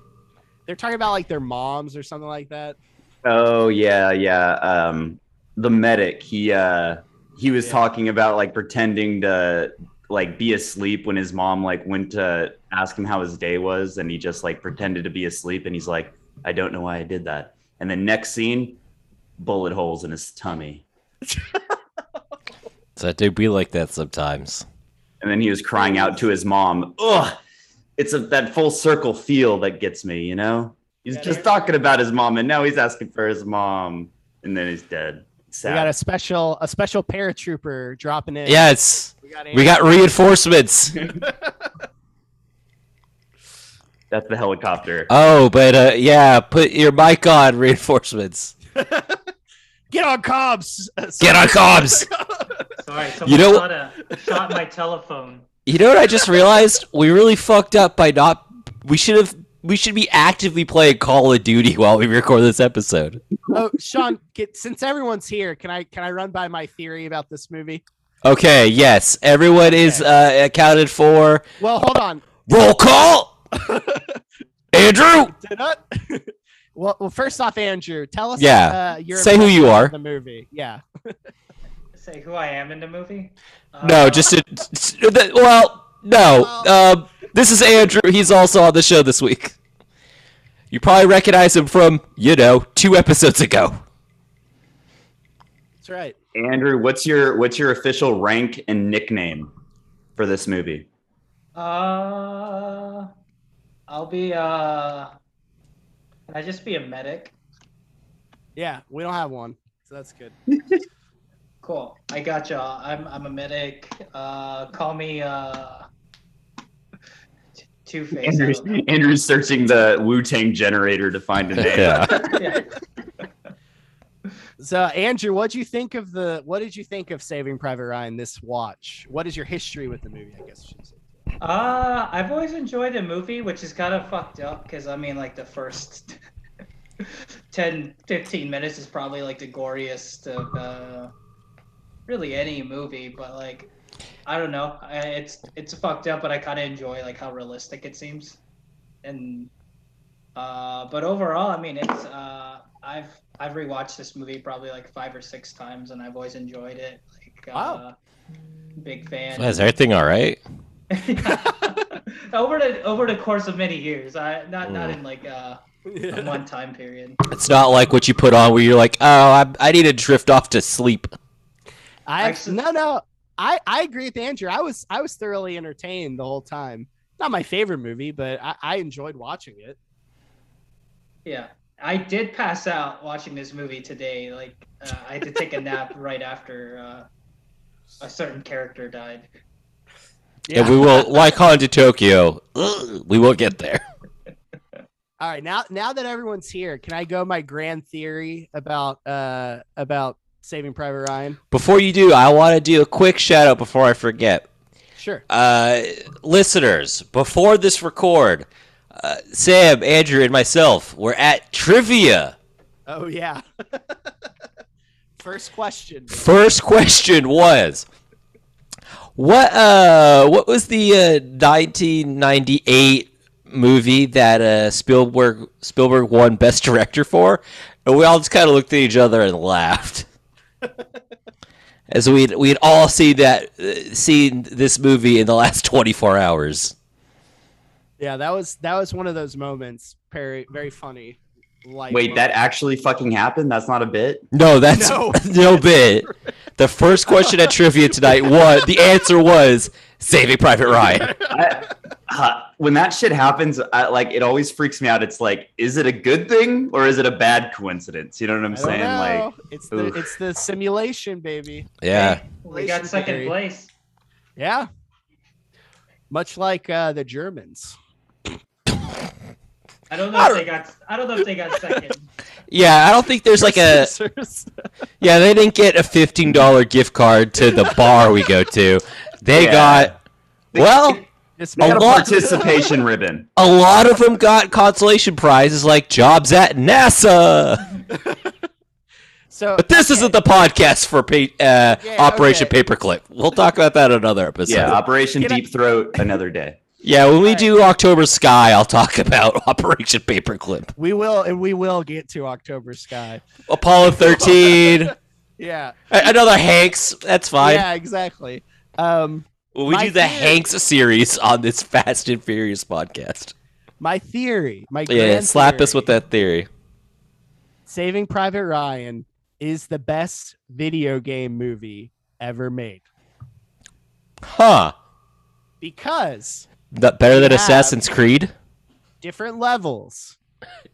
[SPEAKER 2] they're talking about like their moms or something like that.
[SPEAKER 3] Oh yeah, yeah. Um, the medic. He uh, he was
[SPEAKER 2] Yeah.
[SPEAKER 3] talking about like pretending to like be asleep when his mom like went to ask him how his day was, and he just like pretended to be asleep, and he's like, I don't know why I did that. And the next scene, bullet holes in his tummy,
[SPEAKER 1] So do be like that sometimes.
[SPEAKER 3] and then he was crying out to his mom. Ugh, it's a, that full circle feel that gets me. You know, he's
[SPEAKER 2] Yeah,
[SPEAKER 3] just
[SPEAKER 2] there-
[SPEAKER 3] talking about his mom, and now he's asking for his mom, and then he's dead. Sad.
[SPEAKER 2] We got a special a special paratrooper dropping in.
[SPEAKER 1] Yes,
[SPEAKER 2] we got,
[SPEAKER 1] we got reinforcements.
[SPEAKER 3] That's the helicopter.
[SPEAKER 1] Oh, but uh, yeah, put your mic on. Reinforcements.
[SPEAKER 2] get on comms.
[SPEAKER 1] Get on comms.
[SPEAKER 4] Sorry, someone
[SPEAKER 1] You know-
[SPEAKER 4] shot, a, shot my telephone.
[SPEAKER 1] You know what I just realized? We really fucked up by not. We should have. We should be actively playing Call of Duty while we record this episode.
[SPEAKER 2] oh, Sean, get, since everyone's here, can I can I run by my theory about this movie?
[SPEAKER 1] Okay. Yes, everyone is uh, accounted for.
[SPEAKER 2] Well, hold on.
[SPEAKER 1] Roll call. Andrew.
[SPEAKER 2] Did it? well, well, first off, Andrew, tell us.
[SPEAKER 1] Yeah.
[SPEAKER 2] Uh, your
[SPEAKER 1] Say who you
[SPEAKER 2] impression
[SPEAKER 1] are.
[SPEAKER 2] of The movie. Yeah.
[SPEAKER 4] Say who I am in the movie?
[SPEAKER 1] No,
[SPEAKER 4] Uh,
[SPEAKER 1] just to, s- the- well, no. Um, this is Andrew. He's also on the show this week. You probably recognize him from, you know, two episodes ago.
[SPEAKER 2] That's right.
[SPEAKER 3] Andrew, what's your what's your official rank and nickname for this movie?
[SPEAKER 4] Uh, I'll be. Uh, can I just be a medic?
[SPEAKER 2] Yeah, we don't have one, so that's good.
[SPEAKER 4] Cool. I got y'all. I'm I'm a medic. Uh, call me uh, Two Face.
[SPEAKER 3] Andrew's, Andrew's searching the Wu Tang generator to find a name.
[SPEAKER 2] So, Andrew, what do you think of the? What did you think of Saving Private Ryan this watch? What is your history with the movie? I guess. I should say.
[SPEAKER 4] Uh, I've always enjoyed a movie, which is kind of fucked up because I mean, like, the first 10, 15 minutes is probably like the goriest of uh, really any movie, but like, I don't know. I, it's it's fucked up, but I kind of enjoy like how realistic it seems, and uh, but overall, I mean, it's uh, I've I've rewatched this movie probably like five or six times, and I've always enjoyed it. Like,
[SPEAKER 2] Wow.
[SPEAKER 4] uh, big fan.
[SPEAKER 1] Is everything all right?
[SPEAKER 4] over the over the course of many years. I not not in like uh, a
[SPEAKER 2] Um,
[SPEAKER 4] one time period.
[SPEAKER 1] It's not like what you put on where you're like, oh, I, I need to drift off to sleep.
[SPEAKER 2] I
[SPEAKER 4] Actually-
[SPEAKER 2] no no. I I agree with Andrew. I was I was thoroughly entertained the whole time. Not my favorite movie, but I, I enjoyed watching it.
[SPEAKER 4] Yeah, I did pass out watching this movie today. Like uh, I had to take a nap right after uh, a certain character died.
[SPEAKER 1] And we will, like on to Tokyo, ugh, we will get there.
[SPEAKER 2] All right, now now that everyone's here, can I go my grand theory about uh about Saving Private Ryan?
[SPEAKER 1] Before you do, I want to do a quick shout out before I forget.
[SPEAKER 2] Sure.
[SPEAKER 1] Uh, listeners, before this record, uh, Sam, Andrew, and myself were at trivia.
[SPEAKER 2] Oh yeah. First question.
[SPEAKER 1] First question was what uh what was the uh, 1998 movie that uh, Spielberg Spielberg won best director for? And we all just kind of looked at each other and laughed. As we we had all seen that uh, seen this movie in the last 24 hours.
[SPEAKER 2] Yeah, that was that was one of those moments. Very very funny. Like
[SPEAKER 3] Wait, that actually fucking happened? That's not a bit.
[SPEAKER 1] No, that's
[SPEAKER 2] No.
[SPEAKER 1] no, bit. The first question at trivia tonight was the answer was Saving Private Ryan.
[SPEAKER 3] I, uh, when that shit happens, I, like it always freaks me out. It's like, is it a good thing or is it a bad coincidence? You know what I'm
[SPEAKER 2] I don't
[SPEAKER 3] saying?
[SPEAKER 2] know.
[SPEAKER 3] Like,
[SPEAKER 2] it's the
[SPEAKER 3] oof.
[SPEAKER 2] it's the simulation, baby.
[SPEAKER 1] Yeah.
[SPEAKER 4] We got second place.
[SPEAKER 2] Yeah. Much like uh, the Germans.
[SPEAKER 4] I don't know if they got. I don't know if they got second.
[SPEAKER 1] Yeah, I don't think there's like a
[SPEAKER 2] Scissors.
[SPEAKER 1] Yeah, they didn't get a fifteen dollar gift card to the bar we go to. They
[SPEAKER 3] Yeah.
[SPEAKER 1] got well,
[SPEAKER 2] Just
[SPEAKER 3] they got a
[SPEAKER 1] lot-
[SPEAKER 3] participation ribbon.
[SPEAKER 1] a lot of them got consolation prizes like jobs at NASA.
[SPEAKER 2] so
[SPEAKER 1] But this isn't the podcast for pa- uh,
[SPEAKER 2] Yeah,
[SPEAKER 1] Operation
[SPEAKER 2] okay.
[SPEAKER 1] Paperclip. We'll talk about that another episode.
[SPEAKER 3] Yeah,
[SPEAKER 1] Yeah,
[SPEAKER 3] Operation
[SPEAKER 2] Can I-
[SPEAKER 3] Deep Throat, another day.
[SPEAKER 1] when we do October Sky, I'll talk about Operation Paperclip.
[SPEAKER 2] we will and we will get to October Sky.
[SPEAKER 1] Apollo thirteen, a-
[SPEAKER 2] Yeah.
[SPEAKER 1] another Hanks. That's fine.
[SPEAKER 2] Yeah, exactly. Um
[SPEAKER 1] When we
[SPEAKER 2] My
[SPEAKER 1] do the
[SPEAKER 2] theory-
[SPEAKER 1] Hanks series on this Fast and Furious podcast.
[SPEAKER 2] my theory, my
[SPEAKER 1] Yeah,
[SPEAKER 2] grand
[SPEAKER 1] slap us
[SPEAKER 2] theory,
[SPEAKER 1] with that theory.
[SPEAKER 2] Saving Private Ryan is the best video game movie ever made
[SPEAKER 1] Huh.
[SPEAKER 2] because
[SPEAKER 1] That better than
[SPEAKER 2] Yeah.
[SPEAKER 1] Assassin's Creed?
[SPEAKER 2] different levels.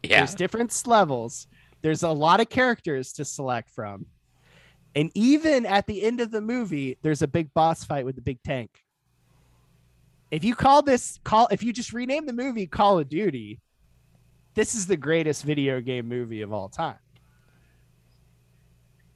[SPEAKER 1] Yeah.
[SPEAKER 2] There's different s- levels. There's a lot of characters to select from. And even at the end of the movie, there's a big boss fight with the big tank. If you call this call if you just rename the movie Call of Duty, this is the greatest video game movie of all time.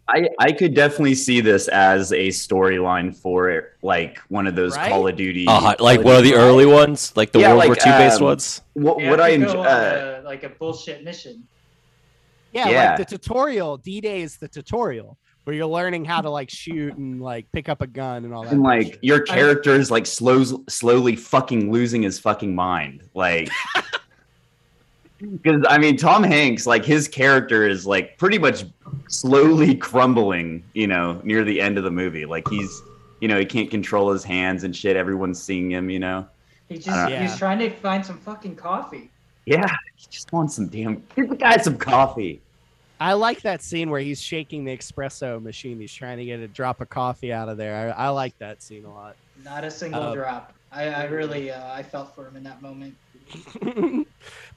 [SPEAKER 3] I, I could definitely see this as a storyline for like one of those
[SPEAKER 2] Right?
[SPEAKER 3] Call of Duty.
[SPEAKER 1] Uh, like
[SPEAKER 3] Call
[SPEAKER 1] one
[SPEAKER 3] of
[SPEAKER 1] of the
[SPEAKER 3] Duty-
[SPEAKER 1] early ones, like the
[SPEAKER 3] Yeah,
[SPEAKER 1] World War
[SPEAKER 3] like,
[SPEAKER 1] II based
[SPEAKER 3] um,
[SPEAKER 1] ones.
[SPEAKER 3] What,
[SPEAKER 4] They
[SPEAKER 3] what I
[SPEAKER 4] have to go
[SPEAKER 3] enjoy.
[SPEAKER 4] on
[SPEAKER 3] Uh,
[SPEAKER 4] a- like a bullshit mission.
[SPEAKER 2] Yeah,
[SPEAKER 3] Yeah.
[SPEAKER 2] like the tutorial. D Day is the tutorial where you're learning how to like shoot and like pick up a gun and all that.
[SPEAKER 3] and like
[SPEAKER 2] bullshit.
[SPEAKER 3] your character is like slows slowly fucking losing his fucking mind like because i mean tom hanks like his character is like pretty much slowly crumbling you know near the end of the movie like he's you know he can't control his hands and shit everyone's seeing him you know
[SPEAKER 4] He just
[SPEAKER 3] I
[SPEAKER 2] don't-
[SPEAKER 4] he's trying to find some fucking coffee.
[SPEAKER 3] yeah He just wants some damn. Give the guy some coffee.
[SPEAKER 2] I like that scene where he's shaking the espresso machine. He's trying to get a drop of coffee out of there. I, I like that scene a lot.
[SPEAKER 4] Not a single
[SPEAKER 2] Uh,
[SPEAKER 4] drop. I, I really uh, I felt for him in that moment.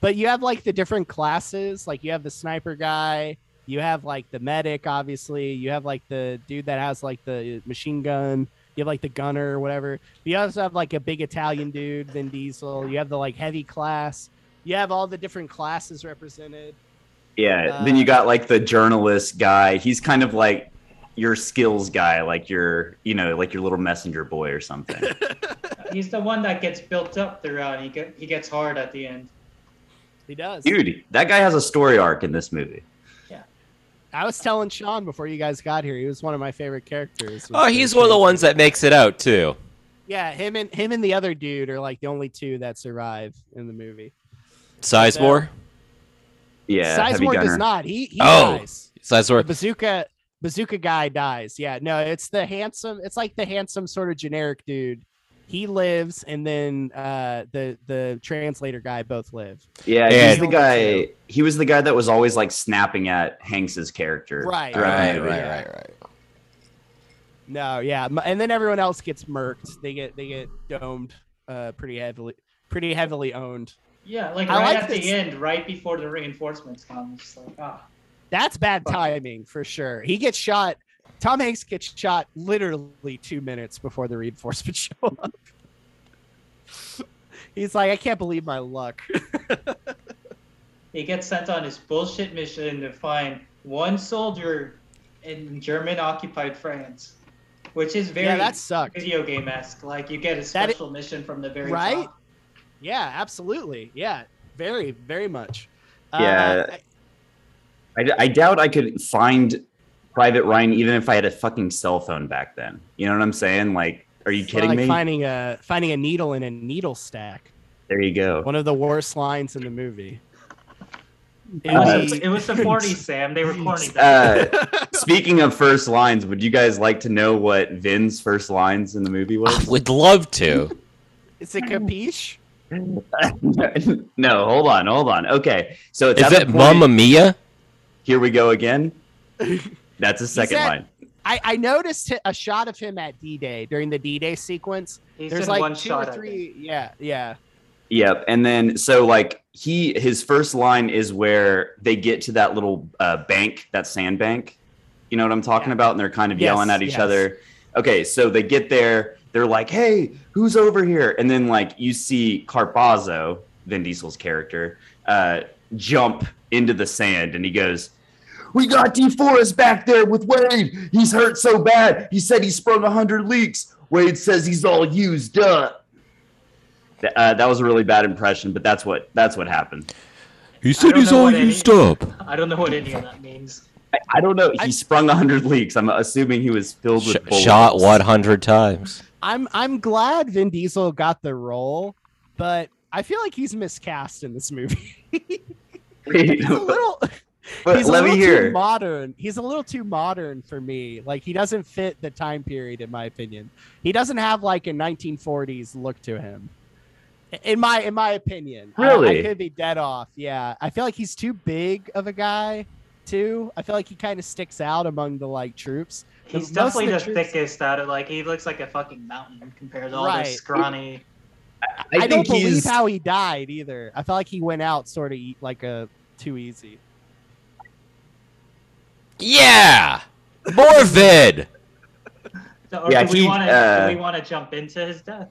[SPEAKER 2] but you have like the different classes. Like you have the sniper guy. You have like the medic, obviously. You have like the dude that has like the machine gun. You have like the gunner or whatever. But you also have like a big Italian dude, Vin Diesel. You have the like heavy class. You have all the different classes represented.
[SPEAKER 3] Yeah.
[SPEAKER 2] Uh,
[SPEAKER 3] then you got like the journalist guy. He's kind of like your skills guy, like your you know, like your little messenger boy or something.
[SPEAKER 4] He's the one that gets built up throughout. He get, he gets hard at the end.
[SPEAKER 2] He does.
[SPEAKER 3] Dude, that guy has a story arc in this movie.
[SPEAKER 2] I was telling Sean before you guys got here. He was one of my favorite characters.
[SPEAKER 1] Oh, he's one of the ones that makes it out too.
[SPEAKER 2] Yeah, him and him and the other dude are like the only two that survive in the movie.
[SPEAKER 1] Sizemore.
[SPEAKER 3] Yeah. heavy
[SPEAKER 2] Sizemore does
[SPEAKER 3] gunner.
[SPEAKER 2] not. He he
[SPEAKER 1] Oh.
[SPEAKER 2] dies. The
[SPEAKER 1] Sizemore.
[SPEAKER 2] bazooka bazooka guy dies. Yeah, no, it's the handsome. It's like the handsome sort of generic dude. He lives, and then uh, the the translator guy both live.
[SPEAKER 3] Yeah, he's
[SPEAKER 1] And-
[SPEAKER 3] the guy. He was the guy that was always like snapping at Hanks's character. Um,
[SPEAKER 2] Right.
[SPEAKER 3] throughout
[SPEAKER 2] Right,
[SPEAKER 3] the movie.
[SPEAKER 2] right, right, No, yeah, m- and then everyone else gets murked. They get they get domed uh, pretty heavily, pretty heavily owned.
[SPEAKER 4] Yeah, like
[SPEAKER 2] I
[SPEAKER 4] right
[SPEAKER 2] like
[SPEAKER 4] at
[SPEAKER 2] this-
[SPEAKER 4] the end, right before the reinforcements come. It's like ah,
[SPEAKER 2] That's bad timing for sure. He gets shot. Tom Hanks gets shot literally two minutes before the reinforcements show up. He's like, I can't believe my luck.
[SPEAKER 4] he gets sent on his bullshit mission to find one soldier in German occupied France, which is very
[SPEAKER 2] yeah, that sucked.
[SPEAKER 4] video game esque. Like you get a
[SPEAKER 2] That i-
[SPEAKER 4] special mission from the very
[SPEAKER 2] Right?
[SPEAKER 4] top.
[SPEAKER 2] Yeah, absolutely. Yeah, very, very much.
[SPEAKER 3] Yeah.
[SPEAKER 2] Uh, I-
[SPEAKER 3] I, I doubt I could find Private Ryan even if I had a fucking cell phone back then. You know what I'm saying? Like, are you
[SPEAKER 2] it's
[SPEAKER 3] kidding
[SPEAKER 2] like
[SPEAKER 3] me?
[SPEAKER 2] Finding a finding a needle in a needle stack.
[SPEAKER 3] There you go.
[SPEAKER 2] One of the worst lines in the movie. It
[SPEAKER 4] It was,
[SPEAKER 2] was-
[SPEAKER 4] the, it was the 40s, Sam. They were corny.
[SPEAKER 3] Uh, speaking of first lines, would you guys like to know what Vin's first lines in the movie
[SPEAKER 1] I
[SPEAKER 3] was?
[SPEAKER 1] would love to.
[SPEAKER 2] It's a capiche.
[SPEAKER 3] no, hold on, hold on. Okay, so it's
[SPEAKER 1] Is
[SPEAKER 3] at the
[SPEAKER 1] it
[SPEAKER 3] point-
[SPEAKER 1] Mamma Mia?
[SPEAKER 3] Here we go again. That's a second
[SPEAKER 2] said-
[SPEAKER 3] line.
[SPEAKER 2] I, I noticed a shot of him at D Day during the D Day sequence.
[SPEAKER 4] He's
[SPEAKER 2] There's
[SPEAKER 4] in
[SPEAKER 2] like
[SPEAKER 4] one
[SPEAKER 2] two
[SPEAKER 4] shot.
[SPEAKER 2] or
[SPEAKER 4] I think.
[SPEAKER 2] three. Yeah, yeah.
[SPEAKER 3] Yep. And then so like he his first line is where they get to that little uh, bank, that sandbank. You know what I'm talking
[SPEAKER 2] Yeah.
[SPEAKER 3] about? And they're kind of yelling
[SPEAKER 2] Yes,
[SPEAKER 3] at each
[SPEAKER 2] yes.
[SPEAKER 3] other. Okay, so they get there, they're like, Hey, who's over here? And then like you see Carpazzo, Vin Diesel's character, uh, jump into the sand and he goes, we got D Forest back there with Wade. He's hurt so bad. He said he sprung 100 leaks. Wade says he's all used up. Th- Uh, that was a really bad impression, but that's what that's what happened.
[SPEAKER 1] He
[SPEAKER 4] said don't he's know all what any- used
[SPEAKER 1] up.
[SPEAKER 4] I don't know what any of that means.
[SPEAKER 3] I, I don't know. He
[SPEAKER 2] I-
[SPEAKER 3] sprung 100 leaks. I'm assuming he was filled with bullets.
[SPEAKER 1] shot 100 times.
[SPEAKER 2] I'm I'm glad Vin Diesel got the role, but I feel like he's miscast in this movie. he's a little
[SPEAKER 3] but
[SPEAKER 2] he's a
[SPEAKER 3] let me
[SPEAKER 2] little too
[SPEAKER 3] hear.
[SPEAKER 2] modern. He's a little too modern for me. Like he doesn't fit the time period in my opinion. He doesn't have like a 1940s look to him. In my in my opinion. I- I,
[SPEAKER 3] Really?
[SPEAKER 2] could be dead off. Yeah. I feel like he's too big of a guy too. I feel like he kind of sticks out among the like troops. The- most
[SPEAKER 4] He's
[SPEAKER 2] of
[SPEAKER 4] definitely
[SPEAKER 2] the
[SPEAKER 4] the,
[SPEAKER 2] troops-
[SPEAKER 4] thickest out of like he looks like a fucking mountain compared to all
[SPEAKER 2] Right.
[SPEAKER 4] this scrawny.
[SPEAKER 3] I,
[SPEAKER 2] I,
[SPEAKER 3] think
[SPEAKER 2] don't believe
[SPEAKER 3] he's.
[SPEAKER 2] how he died either. I felt like he went out sort of eat like a too easy.
[SPEAKER 1] Yeah. More vid.
[SPEAKER 4] So- Or
[SPEAKER 3] Yeah,
[SPEAKER 4] do we
[SPEAKER 3] he,
[SPEAKER 4] want to
[SPEAKER 3] uh,
[SPEAKER 4] do we want to jump into his death?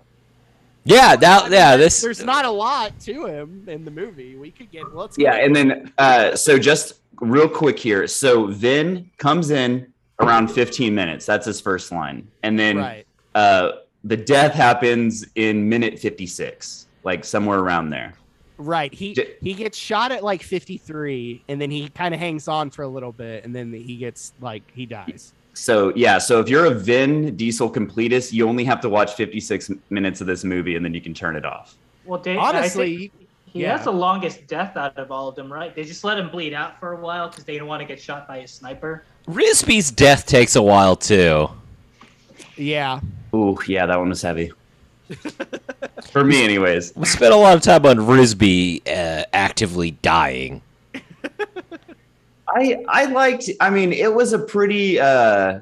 [SPEAKER 1] Yeah, that yeah, this
[SPEAKER 2] There's not a lot to him in the movie. We could get let's
[SPEAKER 3] Yeah,
[SPEAKER 2] get-
[SPEAKER 3] and then uh, so just real quick here. So Vin comes in around 15 minutes. That's his first line, and then
[SPEAKER 2] right.
[SPEAKER 3] uh, the death happens in minute 56, like somewhere around there.
[SPEAKER 2] Right. He
[SPEAKER 3] J-
[SPEAKER 2] he gets shot at like 53 and then he kind of hangs on for a little bit and then he gets like he dies.
[SPEAKER 3] So yeah, so if you're a Vin Diesel completist, you only have to watch 56 minutes of this movie, and then you can turn it off.
[SPEAKER 4] Well, Dave, I
[SPEAKER 2] Honestly,
[SPEAKER 4] think he
[SPEAKER 2] yeah.
[SPEAKER 4] has the longest death out of all of them, right? They just let him bleed out for a while because they didn't want to get shot by a sniper.
[SPEAKER 1] Risby's death takes a while too.
[SPEAKER 2] yeah.
[SPEAKER 3] Ooh, yeah, that one was heavy. for me, anyways.
[SPEAKER 1] We spent a lot of time on Risby uh, actively dying.
[SPEAKER 3] I I liked. I mean, it was a pretty uh,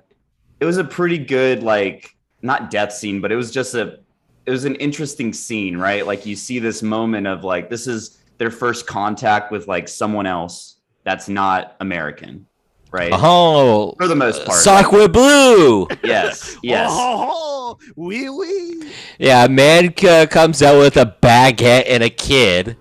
[SPEAKER 3] it was a pretty good like not death scene, but it was just a it was an interesting scene, right? Like you see this moment of like this is their first contact with like someone else that's not American, right?
[SPEAKER 1] Oh,
[SPEAKER 3] For the most part,
[SPEAKER 1] sock with blue.
[SPEAKER 3] yes, yes.
[SPEAKER 2] Oh, wee wee.
[SPEAKER 1] Yeah, a man c- comes out with a baguette and a kid.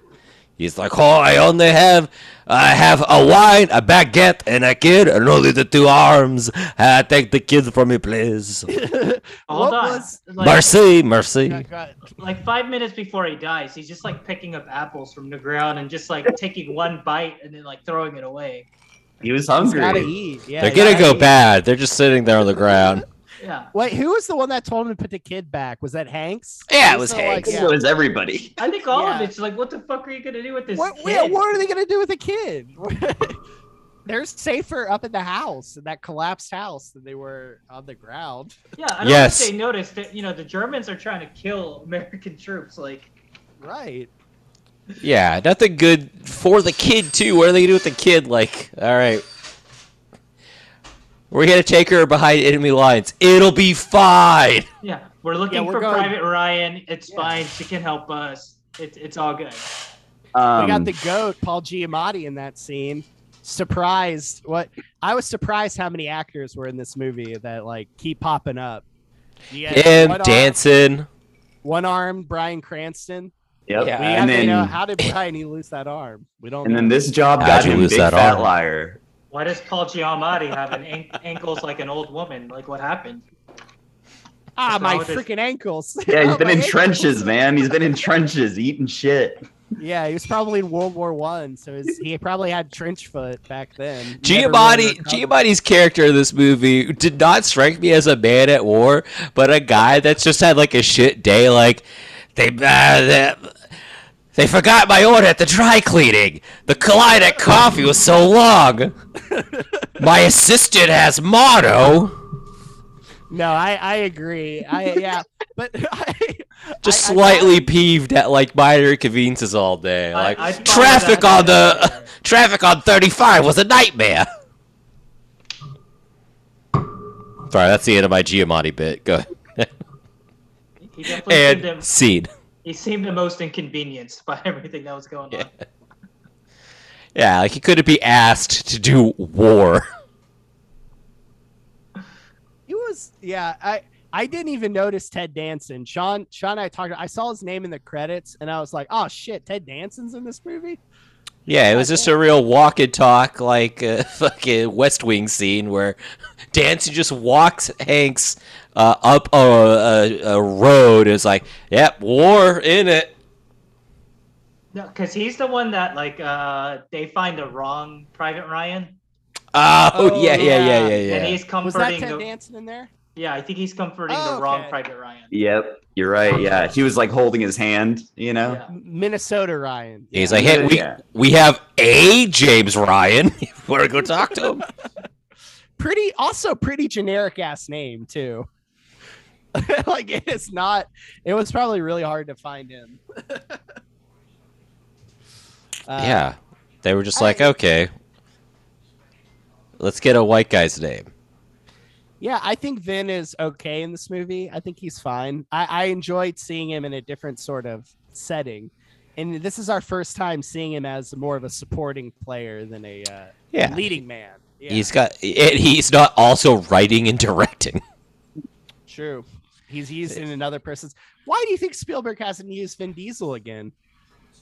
[SPEAKER 1] He's like, "Oh, I only have, I have a wine, a baguette, and a kid, and only the two arms. Uh, take the kid from me, please.
[SPEAKER 4] Hold
[SPEAKER 2] What
[SPEAKER 4] on.
[SPEAKER 2] was-
[SPEAKER 4] like,
[SPEAKER 1] mercy, mercy."
[SPEAKER 4] like five minutes before he dies, he's just like picking up apples from the ground and just like taking one bite and then like throwing it away.
[SPEAKER 3] He was
[SPEAKER 2] He's gotta
[SPEAKER 3] hungry.
[SPEAKER 2] eat. Yeah,
[SPEAKER 1] They're
[SPEAKER 2] he's
[SPEAKER 1] gonna
[SPEAKER 2] gotta
[SPEAKER 1] go
[SPEAKER 2] eat.
[SPEAKER 1] bad. They're just sitting there on the ground.
[SPEAKER 4] Yeah.
[SPEAKER 2] Wait, who was the one that told him to put the kid back? Was that Hanks?
[SPEAKER 1] Yeah, it
[SPEAKER 2] He's
[SPEAKER 1] was
[SPEAKER 2] the, like,
[SPEAKER 1] Hanks.
[SPEAKER 3] It was everybody.
[SPEAKER 4] I think all of
[SPEAKER 2] Yeah.
[SPEAKER 4] it's like, what the fuck are you gonna do with this?
[SPEAKER 2] What, yeah,
[SPEAKER 4] kid?
[SPEAKER 2] what are they gonna do with a kid? They're safer up in the house, in that collapsed house, than they were on the ground.
[SPEAKER 4] Yeah, I don't
[SPEAKER 1] Yes.
[SPEAKER 4] think they noticed that you know the Germans are trying to kill American troops. Like,
[SPEAKER 2] Right.
[SPEAKER 1] Yeah, nothing good for the kid too. What are they gonna do with the kid? Like, all right, we're gonna take her behind enemy lines. It'll be fine.
[SPEAKER 4] yeah, we're looking
[SPEAKER 2] we're
[SPEAKER 4] for
[SPEAKER 2] going-
[SPEAKER 4] Private Ryan. It's
[SPEAKER 2] Yeah.
[SPEAKER 4] fine. She can help us. It's it's all good.
[SPEAKER 3] Um,
[SPEAKER 2] we got the goat, Paul Giamatti, in that scene. Surprised. What I was surprised how many actors were in this movie that like keep popping up. Yeah,
[SPEAKER 1] Him dancing.
[SPEAKER 2] One arm, Brian Cranston.
[SPEAKER 1] Yeah.
[SPEAKER 3] yep.
[SPEAKER 2] We uh,
[SPEAKER 1] And
[SPEAKER 2] have
[SPEAKER 3] and
[SPEAKER 2] to
[SPEAKER 3] then
[SPEAKER 2] know how did Brian he lose that arm? We don't.
[SPEAKER 3] and
[SPEAKER 2] know.
[SPEAKER 3] then this job
[SPEAKER 1] How'd
[SPEAKER 3] got
[SPEAKER 1] you
[SPEAKER 3] him
[SPEAKER 1] lose
[SPEAKER 3] big
[SPEAKER 1] that
[SPEAKER 3] fat
[SPEAKER 1] arm?
[SPEAKER 3] liar.
[SPEAKER 4] Why does Paul Giamatti have an an- ankles like an old woman? Like, what happened?
[SPEAKER 2] ah, my
[SPEAKER 4] Solid is-
[SPEAKER 2] freaking ankles.
[SPEAKER 3] Yeah, he's
[SPEAKER 2] Oh,
[SPEAKER 3] been
[SPEAKER 2] my
[SPEAKER 3] in
[SPEAKER 2] ankles.
[SPEAKER 3] trenches, man. He's been in trenches eating shit.
[SPEAKER 2] Yeah, he was probably in World War One, so his, he probably had trench foot back then. Never really
[SPEAKER 1] Giamatti
[SPEAKER 2] recovered.
[SPEAKER 1] Giamatti's character in this movie did not strike me as a man at war, but a guy that's just had like a shit day. Like they uh, they, they forgot my order at the dry cleaning. The line at coffee was so long. my assistant has mono.
[SPEAKER 2] No, I I agree. I yeah, but I,
[SPEAKER 1] Just
[SPEAKER 2] I- I-
[SPEAKER 1] slightly peeved at like minor inconveniences all day. Like
[SPEAKER 4] I- I'd follow
[SPEAKER 1] traffic
[SPEAKER 4] that.
[SPEAKER 1] on the traffic on thirty five was a nightmare. Sorry, that's the end of my Giamatti bit. Go ahead.
[SPEAKER 4] He definitely seemed
[SPEAKER 1] and
[SPEAKER 4] to-
[SPEAKER 1] scene.
[SPEAKER 4] he seemed the most inconvenienced by everything that was going on.
[SPEAKER 1] Yeah, like he couldn't be asked to do war.
[SPEAKER 2] He was yeah. I I didn't even notice Ted Danson. Sean Sean, and I talked. I saw his name in the credits, and I was like, oh shit, Ted Danson's in this movie.
[SPEAKER 1] Yeah, it was just a real walk and talk, like uh, fucking West Wing scene where Dancy just walks Hanks uh, up a, a, a road. It's like, yep, war in it.
[SPEAKER 4] No, because he's the one that like uh they find the wrong Private Ryan,
[SPEAKER 1] Oh,
[SPEAKER 2] Oh,
[SPEAKER 1] yeah, yeah, yeah,
[SPEAKER 2] yeah.
[SPEAKER 1] yeah,
[SPEAKER 4] and
[SPEAKER 1] yeah.
[SPEAKER 4] he's
[SPEAKER 2] Was that
[SPEAKER 4] comforting.
[SPEAKER 2] Ted
[SPEAKER 4] The,
[SPEAKER 2] Danson in there?
[SPEAKER 4] yeah, I think he's comforting
[SPEAKER 2] Oh,
[SPEAKER 4] the wrong
[SPEAKER 2] okay.
[SPEAKER 4] Private Ryan.
[SPEAKER 3] Yep, you're right. Yeah, he was like holding his hand. You know.
[SPEAKER 4] Yeah.
[SPEAKER 2] Minnesota Ryan.
[SPEAKER 1] He's like, hey, we,
[SPEAKER 3] Yeah.
[SPEAKER 1] we have a James Ryan. We're going to go talk to him.
[SPEAKER 2] pretty also pretty generic ass name too. like it is not it was probably really hard to find him. Uh,
[SPEAKER 1] yeah. They were just
[SPEAKER 2] I-
[SPEAKER 1] like, okay, let's get a white guy's name.
[SPEAKER 2] Yeah, I think Vin is okay in this movie. I think he's fine. I, I enjoyed seeing him in a different sort of setting. And this is our first time seeing him as more of a supporting player than a uh,
[SPEAKER 1] Yeah.
[SPEAKER 2] leading man. Yeah,
[SPEAKER 1] He's got, and he's not also writing and directing.
[SPEAKER 2] true. He's used in another person's. Why do you think Spielberg hasn't used Vin Diesel again?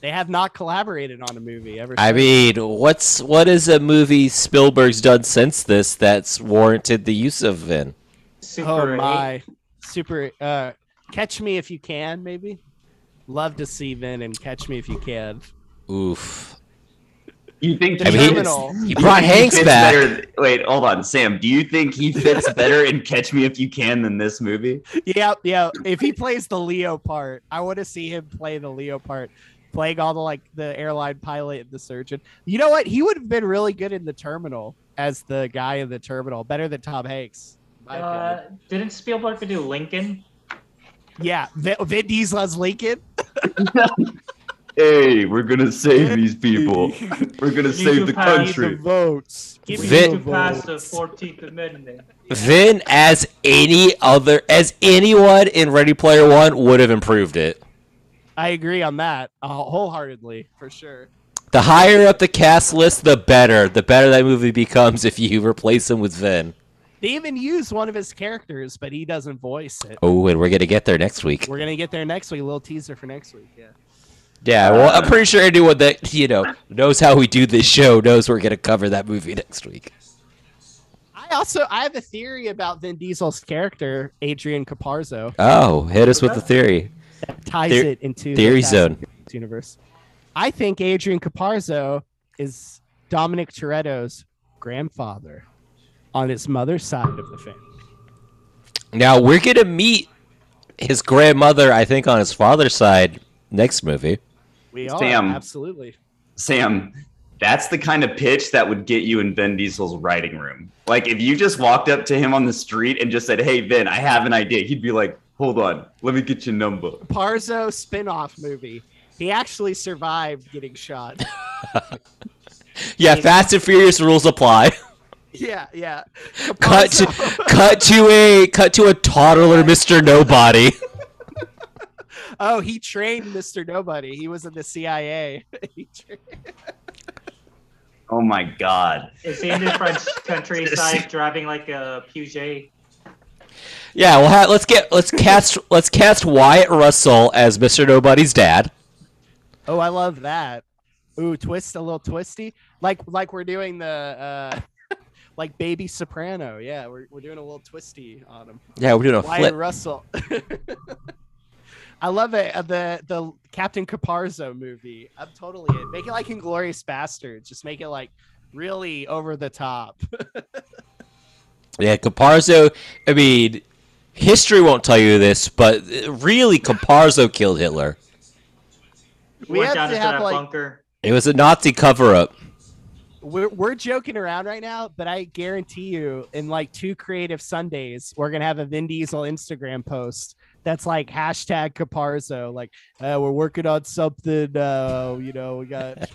[SPEAKER 2] They have not collaborated on a movie ever.
[SPEAKER 1] I
[SPEAKER 2] since.
[SPEAKER 1] mean, what's what is a movie Spielberg's done since this that's warranted the use of Vin?
[SPEAKER 4] Super
[SPEAKER 2] oh
[SPEAKER 4] eight.
[SPEAKER 2] my, super. Uh, catch me if you can, maybe. Love to see Vin and Catch Me If You Can.
[SPEAKER 1] Oof.
[SPEAKER 3] You think
[SPEAKER 2] The
[SPEAKER 1] I mean, he-
[SPEAKER 2] terminal.
[SPEAKER 1] He brought Hanks
[SPEAKER 3] fits
[SPEAKER 1] back.
[SPEAKER 3] Better, wait, hold on, Sam. Do you think he fits better in Catch Me If You Can than this movie?
[SPEAKER 2] Yeah, yeah. If he plays the Leo part, I want to see him play the Leo part, playing all the like the airline pilot and the surgeon. You know what? He would have been really good in the terminal as the guy in the terminal, better than Tom Hanks. in my opinion.
[SPEAKER 4] Uh, didn't Spielberg do Lincoln?
[SPEAKER 2] yeah, Vin, Vin Diesel as Lincoln.
[SPEAKER 3] hey, we're gonna save these people. We're gonna
[SPEAKER 4] You
[SPEAKER 3] save the
[SPEAKER 4] pass the
[SPEAKER 3] country.
[SPEAKER 2] votes.
[SPEAKER 4] Give
[SPEAKER 1] me
[SPEAKER 4] me
[SPEAKER 1] Vin-
[SPEAKER 4] to
[SPEAKER 1] the
[SPEAKER 4] pass the 14th Amendment.
[SPEAKER 1] Vin, as any other, as anyone in Ready Player One would have improved it.
[SPEAKER 2] I agree on that uh, wholeheartedly for sure.
[SPEAKER 1] The higher up the cast list, the better. The better that movie becomes if you replace him with Vin.
[SPEAKER 2] They even use one of his characters, but he doesn't voice it.
[SPEAKER 1] Oh, and we're gonna get there next week.
[SPEAKER 2] We're gonna get there next week. A little teaser for next week. Yeah.
[SPEAKER 1] Yeah, well, I'm pretty sure anyone that you know knows how we do this show knows we're gonna cover that movie next week.
[SPEAKER 2] I also I have a theory about Vin Diesel's character Adrian Caparzo
[SPEAKER 1] Oh, hit us with the theory.
[SPEAKER 2] that ties
[SPEAKER 1] Theor-
[SPEAKER 2] it into the
[SPEAKER 1] Theory
[SPEAKER 2] Fast
[SPEAKER 1] zone.
[SPEAKER 2] and Furious universe. I think Adrian Caparzo is Dominic Toretto's grandfather on his mother's side of the family.
[SPEAKER 1] Now we're gonna meet his grandmother, I think, on his father's side next movie.
[SPEAKER 2] We are
[SPEAKER 3] Sam.
[SPEAKER 2] absolutely.
[SPEAKER 3] Sam, that's the kind of pitch that would get you in Ben Diesel's writing room. Like if you just walked up to him on the street and just said, "Hey, Ben, I have an idea," he'd be like, "Hold on, let me get your number."
[SPEAKER 2] Parzo spin-off movie. He actually survived getting shot.
[SPEAKER 1] Yeah, Fast and Furious rules apply.
[SPEAKER 2] yeah, yeah.
[SPEAKER 1] cut to
[SPEAKER 2] Caparzo-
[SPEAKER 1] cut to a cut to a toddler, Mister Nobody.
[SPEAKER 2] oh, he trained Mr. Nobody. He was in the CIA. He trained-
[SPEAKER 3] Oh my god.
[SPEAKER 4] Is he in the French countryside driving like a Peugeot?
[SPEAKER 1] Yeah, well, ha- let's get let's cast let's cast Wyatt Russell as Mister Nobody's dad.
[SPEAKER 2] oh, I love that. Ooh, twist a little twisty, like like we're doing the uh, like Baby Soprano. Yeah, we're we're doing a little twisty on him.
[SPEAKER 1] Yeah, we're doing a
[SPEAKER 2] Wyatt
[SPEAKER 1] flip.
[SPEAKER 2] Russell. I love it. Uh, the the Captain Caparzo movie. I'm totally in. Make it like Inglorious Bastards. Just make it like really over the top.
[SPEAKER 1] Yeah, Caparzo. I mean, history won't tell you this, but uh, really, Caparzo killed Hitler.
[SPEAKER 2] We
[SPEAKER 4] Went
[SPEAKER 2] have
[SPEAKER 4] down
[SPEAKER 2] to
[SPEAKER 4] into
[SPEAKER 2] have,
[SPEAKER 4] that
[SPEAKER 2] like-
[SPEAKER 4] bunker.
[SPEAKER 1] It was a Nazi cover-up.
[SPEAKER 2] We're we're joking around right now, but I guarantee you, in like two creative Sundays, we're gonna have a Vin Diesel Instagram post that's like hashtag Caparzo. Like uh, we're working on something. Uh, you know, we got.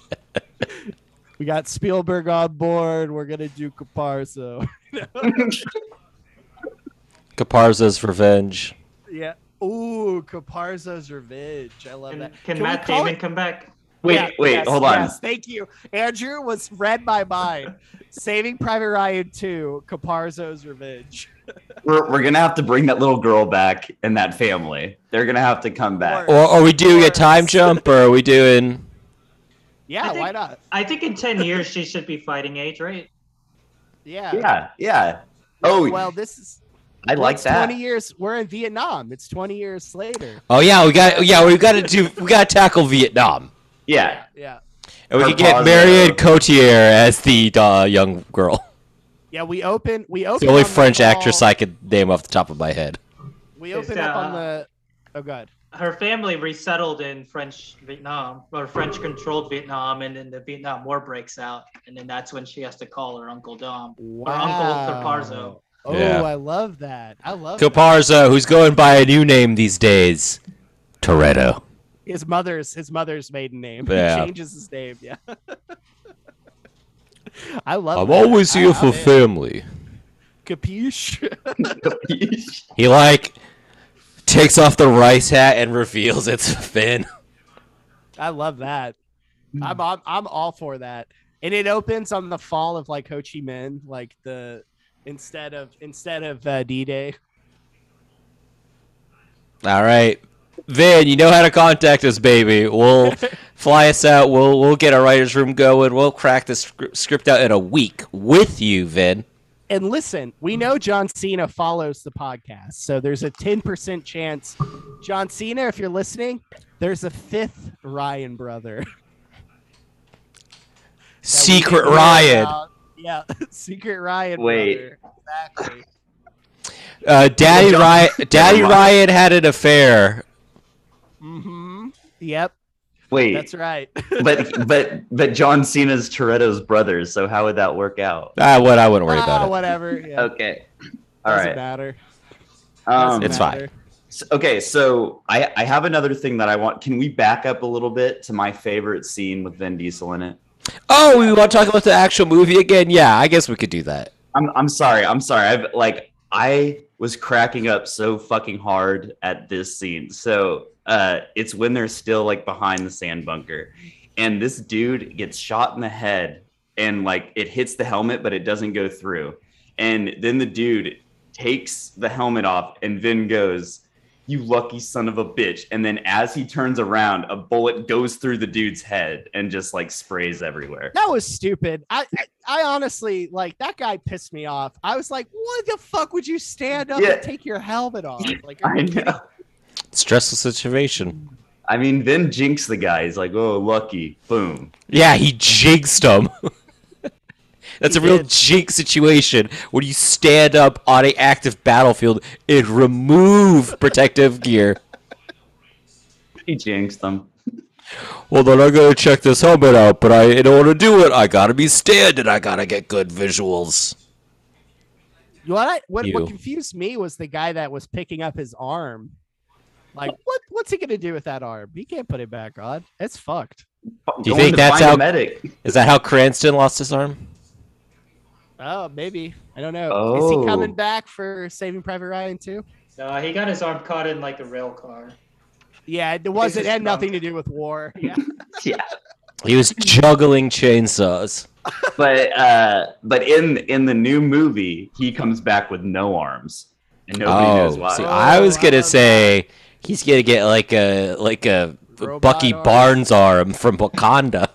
[SPEAKER 2] We got Spielberg on board. We're gonna do Caparzo.
[SPEAKER 1] Caparzo's revenge.
[SPEAKER 2] Yeah. Ooh, Caparzo's Revenge. I love
[SPEAKER 4] Can,
[SPEAKER 2] that.
[SPEAKER 4] can
[SPEAKER 2] we
[SPEAKER 4] Matt
[SPEAKER 2] call
[SPEAKER 4] Damon
[SPEAKER 2] it-
[SPEAKER 4] come back?
[SPEAKER 3] Wait,
[SPEAKER 2] Yeah,
[SPEAKER 3] wait,
[SPEAKER 2] yes,
[SPEAKER 3] hold on.
[SPEAKER 2] Yes, thank you. Andrew was read my mind. Saving Private Ryan 2, Caparzo's Revenge.
[SPEAKER 3] We're, we're gonna have to bring that little girl back and that family. They're gonna have to come back.
[SPEAKER 1] Or are we doing a time jump, or are we doing?
[SPEAKER 2] Yeah,
[SPEAKER 4] I think-
[SPEAKER 2] why not?
[SPEAKER 4] I think in 10 years she should be fighting age, right?
[SPEAKER 2] Yeah.
[SPEAKER 3] Yeah, yeah. Oh,
[SPEAKER 2] Well, this is
[SPEAKER 3] I like
[SPEAKER 2] it's
[SPEAKER 3] that.
[SPEAKER 2] 20 years. We're in Vietnam. It's 20 years later.
[SPEAKER 1] Oh yeah, we got yeah we got to do we got to tackle Vietnam,
[SPEAKER 3] Yeah,
[SPEAKER 2] Yeah.
[SPEAKER 1] and we
[SPEAKER 3] Or
[SPEAKER 1] can get
[SPEAKER 3] Caparzo.
[SPEAKER 1] Marion Cotillard as the uh, young girl.
[SPEAKER 2] Yeah, we open we open
[SPEAKER 1] It's the only
[SPEAKER 2] on the
[SPEAKER 1] French
[SPEAKER 2] call-
[SPEAKER 1] actress I could name off the top of my head.
[SPEAKER 2] we
[SPEAKER 4] Is,
[SPEAKER 2] open up on
[SPEAKER 4] uh,
[SPEAKER 2] the Oh god.
[SPEAKER 4] Her family resettled in French Vietnam or French controlled Vietnam, and then the Vietnam War breaks out. And then that's when she has to call her Uncle Dom.
[SPEAKER 2] Wow.
[SPEAKER 4] Caparzo.
[SPEAKER 2] Oh,
[SPEAKER 1] Yeah.
[SPEAKER 2] I love that. I love that.
[SPEAKER 1] Caparzo, who's going by a new name these days, Toretto.
[SPEAKER 2] his mother's his mother's maiden name.
[SPEAKER 1] Yeah.
[SPEAKER 2] He changes his name. Yeah. I love.
[SPEAKER 1] I'm
[SPEAKER 2] that.
[SPEAKER 1] always
[SPEAKER 2] I
[SPEAKER 1] here
[SPEAKER 2] love
[SPEAKER 1] for
[SPEAKER 2] it.
[SPEAKER 1] family.
[SPEAKER 2] Capiche.
[SPEAKER 1] He like takes off the rice hat and reveals it's Finn.
[SPEAKER 2] I love that. I'm, I'm I'm all for that. And it opens on the fall of like Ho Chi Minh, like the instead of instead of uh, D Day.
[SPEAKER 1] All right, Vin, you know how to contact us, baby. We'll fly us out. We'll we'll get our writers' room going. We'll crack this scr- script out in a week with you, Vin.
[SPEAKER 2] And listen, we know John Cena follows the podcast, so there's a ten percent chance. John Cena, if you're listening, there's a fifth Ryan brother. that we
[SPEAKER 1] Secret
[SPEAKER 2] didn't know
[SPEAKER 1] Ryan.
[SPEAKER 2] about. Yeah, Secret Ryan.
[SPEAKER 3] Wait.
[SPEAKER 2] brother. Exactly.
[SPEAKER 1] Uh, Daddy
[SPEAKER 3] Never
[SPEAKER 1] Ryan. Daddy
[SPEAKER 3] mind.
[SPEAKER 1] Ryan had an affair.
[SPEAKER 2] hmm Yep,
[SPEAKER 3] Wait,
[SPEAKER 2] that's right.
[SPEAKER 3] but but but John Cena's Toretto's brothers. So how would that work out?
[SPEAKER 1] Ah, what I wouldn't worry
[SPEAKER 2] Ah,
[SPEAKER 1] about it. Oh,
[SPEAKER 2] Whatever. Yeah.
[SPEAKER 3] Okay, all
[SPEAKER 2] Doesn't
[SPEAKER 3] right.
[SPEAKER 2] matter.
[SPEAKER 3] Um,
[SPEAKER 2] Doesn't
[SPEAKER 1] It's fine.
[SPEAKER 2] matter.
[SPEAKER 3] S- okay, so I I have another thing that I want. Can we back up a little bit to my favorite scene with Vin Diesel in it?
[SPEAKER 1] Oh, we want to talk about the actual movie again? Yeah, I guess we could do that.
[SPEAKER 3] I'm I'm sorry. I'm sorry. I've like I was cracking up so fucking hard at this scene. So uh it's when they're still like behind the sand bunker and this dude gets shot in the head and like it hits the helmet but it doesn't go through. And then the dude takes the helmet off and Vin goes, "You lucky son of a bitch." And then as he turns around, a bullet goes through the dude's head and just like sprays everywhere.
[SPEAKER 2] That was stupid. I, I I honestly like that guy pissed me off. I was like, what the fuck would you stand up
[SPEAKER 3] Yeah.
[SPEAKER 2] and take your helmet off? Like, are
[SPEAKER 3] I
[SPEAKER 2] you
[SPEAKER 3] know.
[SPEAKER 2] kidding?
[SPEAKER 1] Stressful situation.
[SPEAKER 3] I mean, then jinx the guy. He's like, oh, lucky. Boom.
[SPEAKER 1] Yeah, he jinxed him. That's
[SPEAKER 2] He
[SPEAKER 1] a real
[SPEAKER 2] did.
[SPEAKER 1] jinx situation when you stand up on an active battlefield and remove protective gear.
[SPEAKER 3] He jinxed them.
[SPEAKER 1] Well, then I gotta check this helmet out, but I, in order to do it, I gotta be standing. I gotta get good visuals.
[SPEAKER 2] What I, what,
[SPEAKER 1] You.
[SPEAKER 2] what confused me was the guy that was picking up his arm. Like, what what's he gonna do with that arm? He can't put it back on. It's fucked.
[SPEAKER 1] Do you think that's
[SPEAKER 3] find
[SPEAKER 1] how-
[SPEAKER 3] a medic?
[SPEAKER 1] Is that how Cranston lost his arm?
[SPEAKER 2] Oh, maybe. I don't know. Is he coming
[SPEAKER 3] Oh.
[SPEAKER 2] back for Saving Private Ryan too?
[SPEAKER 4] No, uh, he got his arm caught in like a rail car.
[SPEAKER 2] Yeah, it wasn't.
[SPEAKER 4] just
[SPEAKER 2] It had
[SPEAKER 4] drunk.
[SPEAKER 2] nothing to do with war. Yeah.
[SPEAKER 1] He was juggling chainsaws.
[SPEAKER 3] But uh, but in in the new movie, he comes back with no arms, and nobody knows why.
[SPEAKER 1] see, I was
[SPEAKER 2] Oh,
[SPEAKER 1] gonna
[SPEAKER 2] wow.
[SPEAKER 1] say he's gonna get like a like a
[SPEAKER 2] Robot
[SPEAKER 1] Bucky
[SPEAKER 2] arm.
[SPEAKER 1] Barnes arm from Wakanda.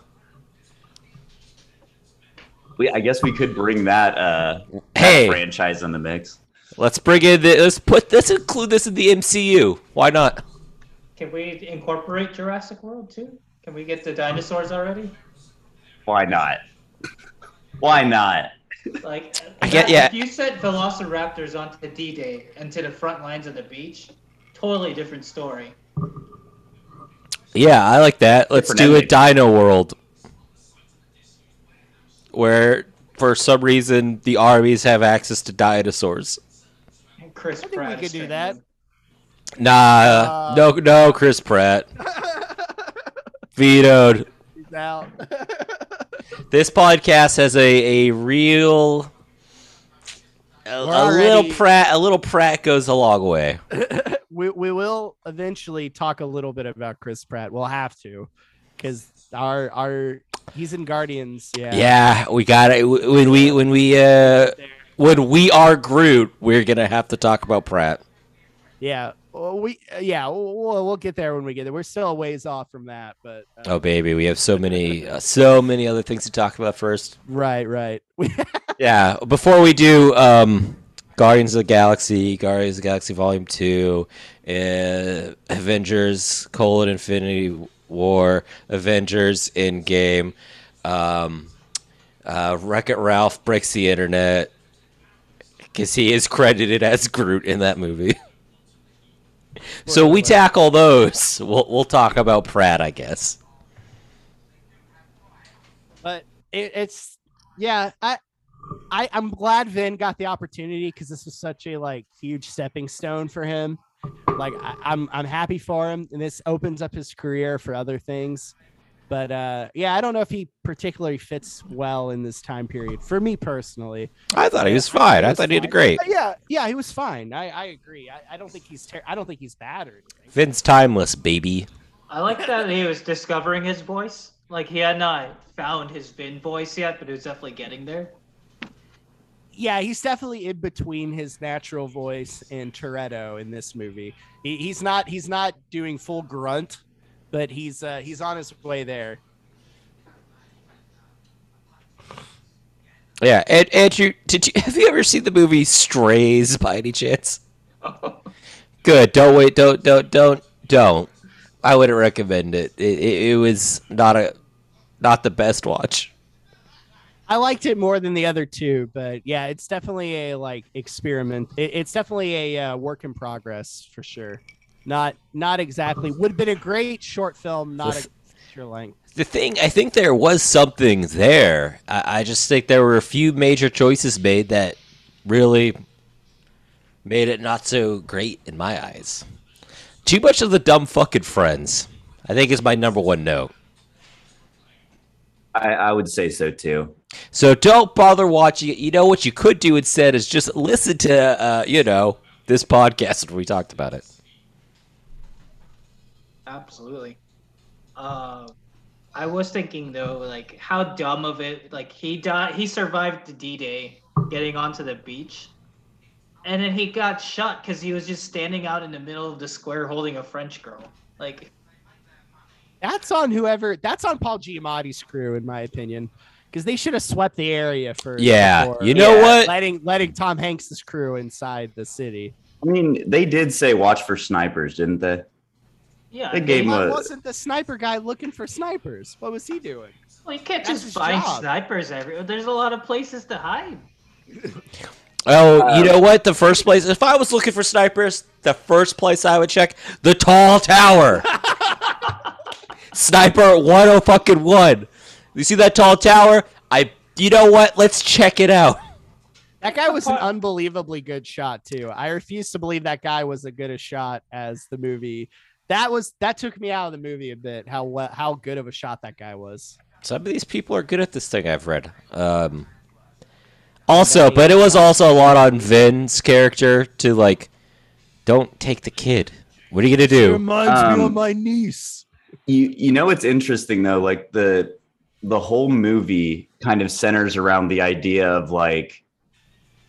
[SPEAKER 3] we, I guess we could bring that uh, that
[SPEAKER 1] Hey.
[SPEAKER 3] franchise in the mix.
[SPEAKER 1] Let's bring in. The, let's put. Let's include this in the MCU. Why not?
[SPEAKER 4] Can we incorporate Jurassic World too? Can we get the dinosaurs already?
[SPEAKER 3] Why not? Why not?
[SPEAKER 4] Like,
[SPEAKER 1] I get- yeah.
[SPEAKER 4] If you set Velociraptors onto D-Day and to the front lines of the beach, totally different story.
[SPEAKER 1] Yeah, I like that. Let's
[SPEAKER 3] Different
[SPEAKER 1] do a
[SPEAKER 3] ending.
[SPEAKER 1] Dino World, where for some reason the armies have access to dinosaurs.
[SPEAKER 4] And Chris
[SPEAKER 2] think we
[SPEAKER 4] Pratt.
[SPEAKER 2] could
[SPEAKER 4] is
[SPEAKER 2] do
[SPEAKER 4] training
[SPEAKER 2] that.
[SPEAKER 4] them.
[SPEAKER 1] Nah,
[SPEAKER 2] Uh.
[SPEAKER 1] no, no, Chris Pratt vetoed.
[SPEAKER 2] He's out.
[SPEAKER 1] This podcast has a a real. A,
[SPEAKER 2] We're
[SPEAKER 1] a little
[SPEAKER 2] already-
[SPEAKER 1] Pratt, a little Pratt goes a long way.
[SPEAKER 2] we we will eventually talk a little bit about Chris Pratt. We'll have to, because our our he's in Guardians. Yeah.
[SPEAKER 1] Yeah, we got it. When we when we uh when we are Groot, we're gonna have to talk about Pratt.
[SPEAKER 2] Yeah. Well, we uh, yeah we'll, we'll get there when we get there. We're still a ways off from that, but uh,
[SPEAKER 1] Oh baby, we have so many uh, so many other things to talk about first.
[SPEAKER 2] right right.
[SPEAKER 1] Yeah, before we do, um, Guardians of the Galaxy, Guardians of the Galaxy Volume Two, uh, Avengers: Colon Infinity War, Avengers: Endgame, um, uh, Wreck It Ralph breaks the internet because he is credited as Groot in that movie. so we tackle those. We'll we'll talk about Pratt, I guess.
[SPEAKER 2] but it, it's yeah I, I i'm glad vin got the opportunity because this was such a like huge stepping stone for him like I, i'm i'm happy for him and this opens up his career for other things but uh yeah i don't know if he particularly fits well in this time period for me personally
[SPEAKER 1] I thought he was fine. I thought he did great.
[SPEAKER 2] But yeah yeah he was fine i i agree i, I don't think he's ter- i don't think he's bad or anything
[SPEAKER 1] Vin's timeless, baby.
[SPEAKER 4] I like that he was discovering his voice. Like he had not found his Vin voice yet, but he was definitely getting there.
[SPEAKER 2] yeah he's definitely in between his natural voice and toretto in this movie he, he's not he's not doing full grunt but he's uh he's on his way there
[SPEAKER 1] Yeah, and Andrew, did you have you ever seen the movie Strays by any chance? Good. Don't wait. Don't don't don't don't. I wouldn't recommend it. It, it, it was not a not the best watch.
[SPEAKER 2] i liked it more than the other two but yeah it's definitely a like experiment it, it's definitely a uh, work in progress for sure not not exactly would have been a great short film not a feature length
[SPEAKER 1] The thing I think there was something there. I, I just think there were a few major choices made that really made it not so great in my eyes. Too much of the dumb fucking friends. I think is my number one note.
[SPEAKER 3] I, I would say so too.
[SPEAKER 1] So don't bother watching it. You know what you could do instead is just listen to uh, you know this podcast where we talked about it.
[SPEAKER 4] Absolutely. Uh, I was thinking though, like how dumb of it. Like he died. He survived the D-Day, getting onto the beach, and then he got shot because he was just standing out in the middle of the square holding a French girl. Like
[SPEAKER 2] That's on whoever. That's on Paul Giamatti's crew, in my opinion, because they should have swept the area for.
[SPEAKER 1] Yeah,
[SPEAKER 2] before
[SPEAKER 1] you know
[SPEAKER 3] Yeah,
[SPEAKER 1] what?
[SPEAKER 2] letting letting Tom Hanks' crew inside the city.
[SPEAKER 3] I mean, they did say watch for snipers, didn't they?
[SPEAKER 4] yeah,
[SPEAKER 3] That game
[SPEAKER 2] Why
[SPEAKER 3] was-
[SPEAKER 2] wasn't the sniper guy looking for snipers? What was he doing?
[SPEAKER 4] Well, you can't
[SPEAKER 2] That's
[SPEAKER 4] just
[SPEAKER 2] his
[SPEAKER 4] find
[SPEAKER 2] job.
[SPEAKER 4] snipers everywhere. There's a lot of places to hide.
[SPEAKER 1] Oh, you
[SPEAKER 3] Um,
[SPEAKER 1] know what? The first place, if I was looking for snipers, the first place I would check the tall tower. Sniper one oh fucking one. You see that tall tower? I. You know what? Let's check it out.
[SPEAKER 2] That guy was an unbelievably good shot too. I refuse to believe that guy was as good a shot as the movie. That was that took me out of the movie a bit. How we- how good of a shot that guy was.
[SPEAKER 1] Some of these people are good at this thing I've read. Um, also, but it was also a lot on Vin's character to like, don't take the kid. What are you gonna do?
[SPEAKER 2] reminds
[SPEAKER 3] me of
[SPEAKER 2] my niece.
[SPEAKER 3] You you know it's interesting though, like the the whole movie kind of centers around the idea of like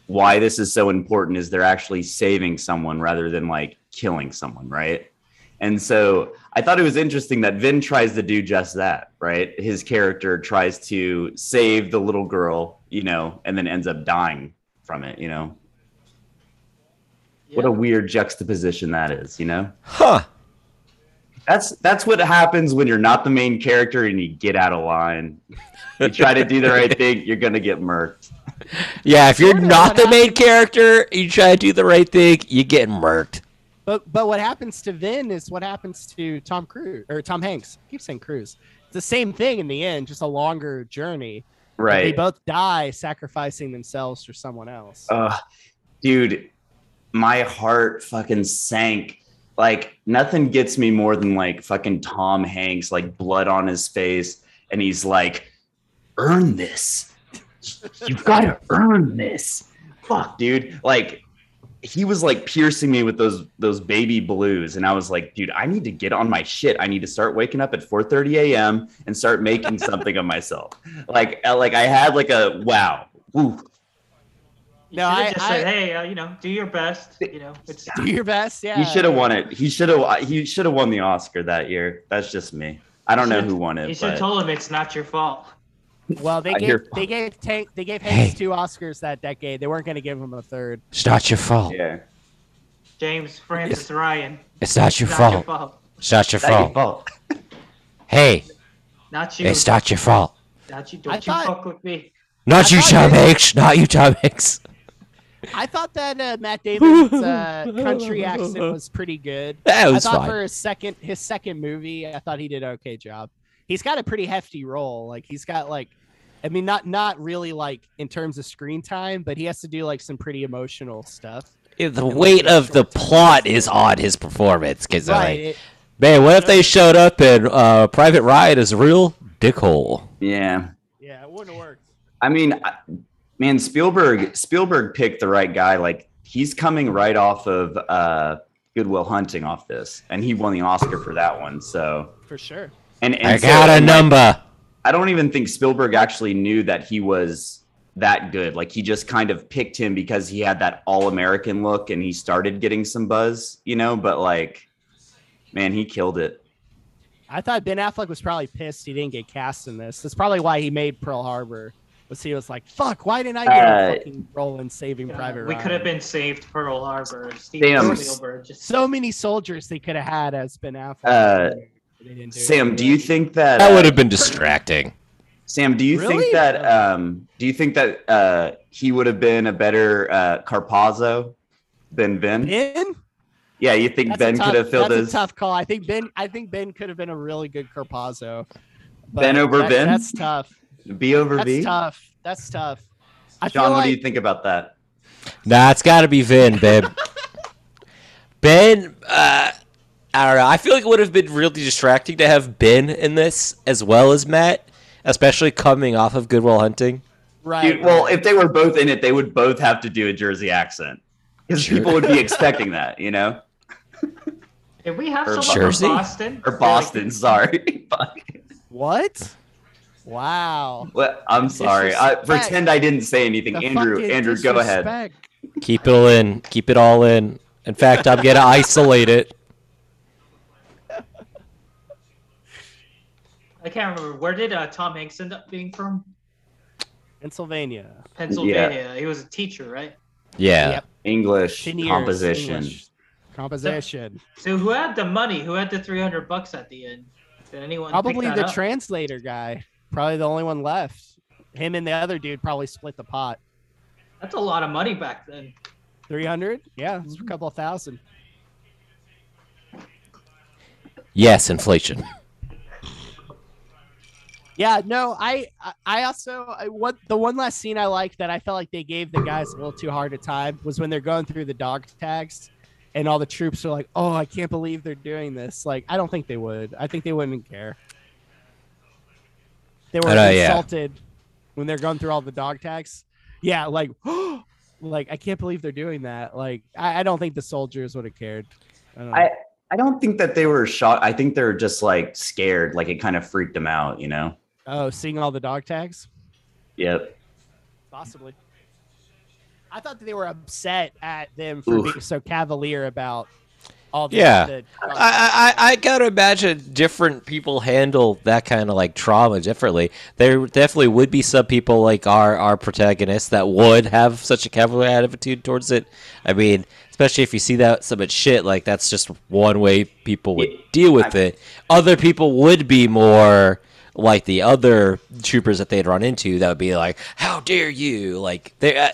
[SPEAKER 3] why this is so important is they're actually saving someone rather than like killing someone, right? And so I thought it was interesting that Vin tries to do just that, right? His character tries to save the little girl, you know, and then ends up dying from it, you know. What a weird juxtaposition that is, you know?
[SPEAKER 1] Huh?
[SPEAKER 3] That's that's what happens when you're not the main character and you get out of line. You try to do the right thing, you're gonna get murked.
[SPEAKER 1] Yeah. If you're
[SPEAKER 2] Sort of
[SPEAKER 1] not
[SPEAKER 2] what
[SPEAKER 1] the main character, you try to do the right thing, you get murked.
[SPEAKER 2] But but what happens to Vin is what happens to Tom Cruise or Tom Hanks. I keep saying Cruise. It's the same thing in the end, just a longer journey. But They
[SPEAKER 3] Right. Uh,
[SPEAKER 2] both die sacrificing themselves for someone else.
[SPEAKER 3] Ugh. dude, my heart fucking sank. Like nothing gets me more than like fucking Tom Hanks, like blood on his face, and he's like, "Earn this. You've got to earn this." Fuck, dude. Like he was like piercing me with those those baby blues, and I was like, "Dude, I need to get on my shit. I need to start waking up at 4:30 a.m. and start making something of myself." Like, I- like I had like a wow. Ooh,
[SPEAKER 4] You
[SPEAKER 2] No,
[SPEAKER 4] should've
[SPEAKER 2] I-
[SPEAKER 4] just
[SPEAKER 2] I-
[SPEAKER 4] said, hey, uh, you know, do your best. You know, it's
[SPEAKER 2] Do your best. Yeah.
[SPEAKER 3] He should have won it. He should have. He should have won the Oscar that year. That's just me. I don't know
[SPEAKER 4] should've-
[SPEAKER 3] who won
[SPEAKER 4] you
[SPEAKER 3] it,
[SPEAKER 4] should have
[SPEAKER 3] but
[SPEAKER 4] told him it's not your fault.
[SPEAKER 2] Well, they
[SPEAKER 3] I
[SPEAKER 2] gave
[SPEAKER 3] hear-
[SPEAKER 2] they gave Tank they gave Hanks
[SPEAKER 1] Hey.
[SPEAKER 2] two Oscars that decade. They weren't going to give him a third.
[SPEAKER 1] It's not your fault.
[SPEAKER 3] yeah,
[SPEAKER 4] James Francis Ryan.
[SPEAKER 1] It's not your
[SPEAKER 4] Not your
[SPEAKER 1] fault.
[SPEAKER 4] fault.
[SPEAKER 1] It's not your
[SPEAKER 3] Not your
[SPEAKER 1] fault.
[SPEAKER 3] fault.
[SPEAKER 1] Hey,
[SPEAKER 4] Not you.
[SPEAKER 1] it's not your fault.
[SPEAKER 4] Not you.
[SPEAKER 2] I
[SPEAKER 4] Don't you
[SPEAKER 2] thought-
[SPEAKER 4] fuck with me.
[SPEAKER 1] Not
[SPEAKER 2] I
[SPEAKER 1] you,
[SPEAKER 2] thought
[SPEAKER 1] Tom
[SPEAKER 2] you-
[SPEAKER 1] Hanks. Not you, Tom Hanks.
[SPEAKER 2] I thought that uh, Matt Damon's uh, country accent was pretty good.
[SPEAKER 1] That was
[SPEAKER 2] I thought
[SPEAKER 1] fine.
[SPEAKER 2] for his second his second movie, I thought he did an okay job. He's got a pretty hefty role. Like he's got like, I mean, not not really like in terms of screen time, but he has to do like some pretty emotional stuff.
[SPEAKER 1] Yeah, the weight of the plot is on his performance. Because
[SPEAKER 2] Right.
[SPEAKER 1] like,
[SPEAKER 2] it-
[SPEAKER 1] man, what if they showed up and uh, Private Ryan is a real dickhole?
[SPEAKER 3] yeah.
[SPEAKER 2] yeah, it wouldn't have worked.
[SPEAKER 3] I mean, I- man, Spielberg. Spielberg picked the right guy. Like he's coming right off of uh, Goodwill Hunting off this, and he won the Oscar for that one. So
[SPEAKER 2] For sure.
[SPEAKER 3] and, and
[SPEAKER 1] I
[SPEAKER 3] so,
[SPEAKER 1] got a
[SPEAKER 3] and, like,
[SPEAKER 1] number.
[SPEAKER 3] I don't even think Spielberg actually knew that he was that good. Like he just kind of picked him because he had that all American look and he started getting some buzz, you know, but like man, he killed it.
[SPEAKER 2] I thought Ben Affleck was probably pissed he didn't get cast in this. That's probably why he made Pearl Harbor. Was he was like, fuck, why didn't I get
[SPEAKER 3] Uh,
[SPEAKER 2] a fucking role in Saving
[SPEAKER 4] Yeah,
[SPEAKER 2] Private
[SPEAKER 4] we
[SPEAKER 2] Ryan?
[SPEAKER 4] could have been saved Pearl Harbor. Steven
[SPEAKER 3] Damn.
[SPEAKER 4] Spielberg. Just
[SPEAKER 2] so many soldiers they could have had as Ben Affleck.
[SPEAKER 3] Uh,
[SPEAKER 2] They didn't do it.
[SPEAKER 3] Sam, do you think that
[SPEAKER 1] That
[SPEAKER 3] uh,
[SPEAKER 1] would have been distracting.
[SPEAKER 3] Sam, do you
[SPEAKER 2] Really?
[SPEAKER 3] think that um do you think that uh he would have been a better uh Carpazzo than Ben?
[SPEAKER 2] Ben?
[SPEAKER 3] Yeah, you think
[SPEAKER 2] That's a
[SPEAKER 3] Ben
[SPEAKER 2] tough-
[SPEAKER 3] could have filled
[SPEAKER 2] that's
[SPEAKER 3] his
[SPEAKER 2] a tough call. I think Ben. I think Ben could have been a really good Carpazzo. But
[SPEAKER 3] Ben over
[SPEAKER 2] that-
[SPEAKER 3] Ben?
[SPEAKER 2] That's tough.
[SPEAKER 3] B over
[SPEAKER 2] That's
[SPEAKER 3] B?
[SPEAKER 2] tough. That's tough. I
[SPEAKER 3] John,
[SPEAKER 2] feel
[SPEAKER 3] what
[SPEAKER 2] like
[SPEAKER 3] do you think about that?
[SPEAKER 1] Nah, it's got to be Vin, babe. ben, uh, I don't know. I feel like it would have been really distracting to have Ben in this as well as Matt, especially coming off of Goodwill Hunting.
[SPEAKER 2] Right.
[SPEAKER 3] Dude, well, if they were both in it, they would both have to do a Jersey accent because
[SPEAKER 1] Sure.
[SPEAKER 3] people would be expecting that, you know,
[SPEAKER 4] Did we have
[SPEAKER 3] Or
[SPEAKER 4] someone
[SPEAKER 1] Jersey?
[SPEAKER 4] from Boston?
[SPEAKER 3] or Boston. Sorry, Fuck.
[SPEAKER 2] what? Wow.
[SPEAKER 3] Well, I'm sorry. I
[SPEAKER 2] Disrespect.
[SPEAKER 3] pretend I didn't say anything.
[SPEAKER 2] The
[SPEAKER 3] Andrew,
[SPEAKER 2] fucking
[SPEAKER 3] Andrew, go ahead.
[SPEAKER 2] disrespect.
[SPEAKER 1] Keep it all in. Keep it all in. In fact, I'm gonna isolate it.
[SPEAKER 4] I can't remember. Where did uh, Tom Hanks end up being from?
[SPEAKER 2] Pennsylvania.
[SPEAKER 4] Pennsylvania. He was a teacher, right?
[SPEAKER 1] Yeah.
[SPEAKER 2] Yep.
[SPEAKER 3] English
[SPEAKER 2] Ten years,
[SPEAKER 3] composition.
[SPEAKER 2] English. Composition.
[SPEAKER 4] So who had the money? Who had the 300 bucks at the end? Did anyone pick
[SPEAKER 2] Probably
[SPEAKER 4] that
[SPEAKER 2] the
[SPEAKER 4] up?
[SPEAKER 2] translator guy. Probably the only one left. Him and the other dude probably split the pot.
[SPEAKER 4] That's a lot of money back then.
[SPEAKER 2] 300? Yeah, it's a couple of thousand.
[SPEAKER 1] Yes, inflation.
[SPEAKER 2] Yeah, no, I I- I also I, what the one last scene I liked that I felt like they gave the guys a little too hard a time was when they're going through the dog tags and all the troops are like, "Oh, I can't believe they're doing this." Like, I don't think they would. I think they wouldn't care. They were
[SPEAKER 1] I know, yeah.
[SPEAKER 2] insulted when they're going through all the dog tags. Yeah, like like I can't believe they're doing that. Like, I, I don't think the soldiers would have cared. I don't know.
[SPEAKER 3] I don't think that they were shocked. I think they were just like scared. Like it kind of freaked them out, you know?
[SPEAKER 2] oh, seeing all the dog tags?
[SPEAKER 3] Yep.
[SPEAKER 2] Possibly. I thought that they were upset at them for
[SPEAKER 3] Oof.
[SPEAKER 2] being so cavalier about all the.
[SPEAKER 1] Yeah.
[SPEAKER 2] the- uh,
[SPEAKER 1] I, I, I gotta imagine different people handle that kind of like trauma differently. There definitely would be some people like our our protagonist that would have such a cavalier attitude towards it. I mean, especially if you see that so much shit, like that's just one way people would
[SPEAKER 3] Yeah.
[SPEAKER 1] deal with it. Other people would be more like the other troopers that they'd run into that would be like, "How dare you!" Like they, uh,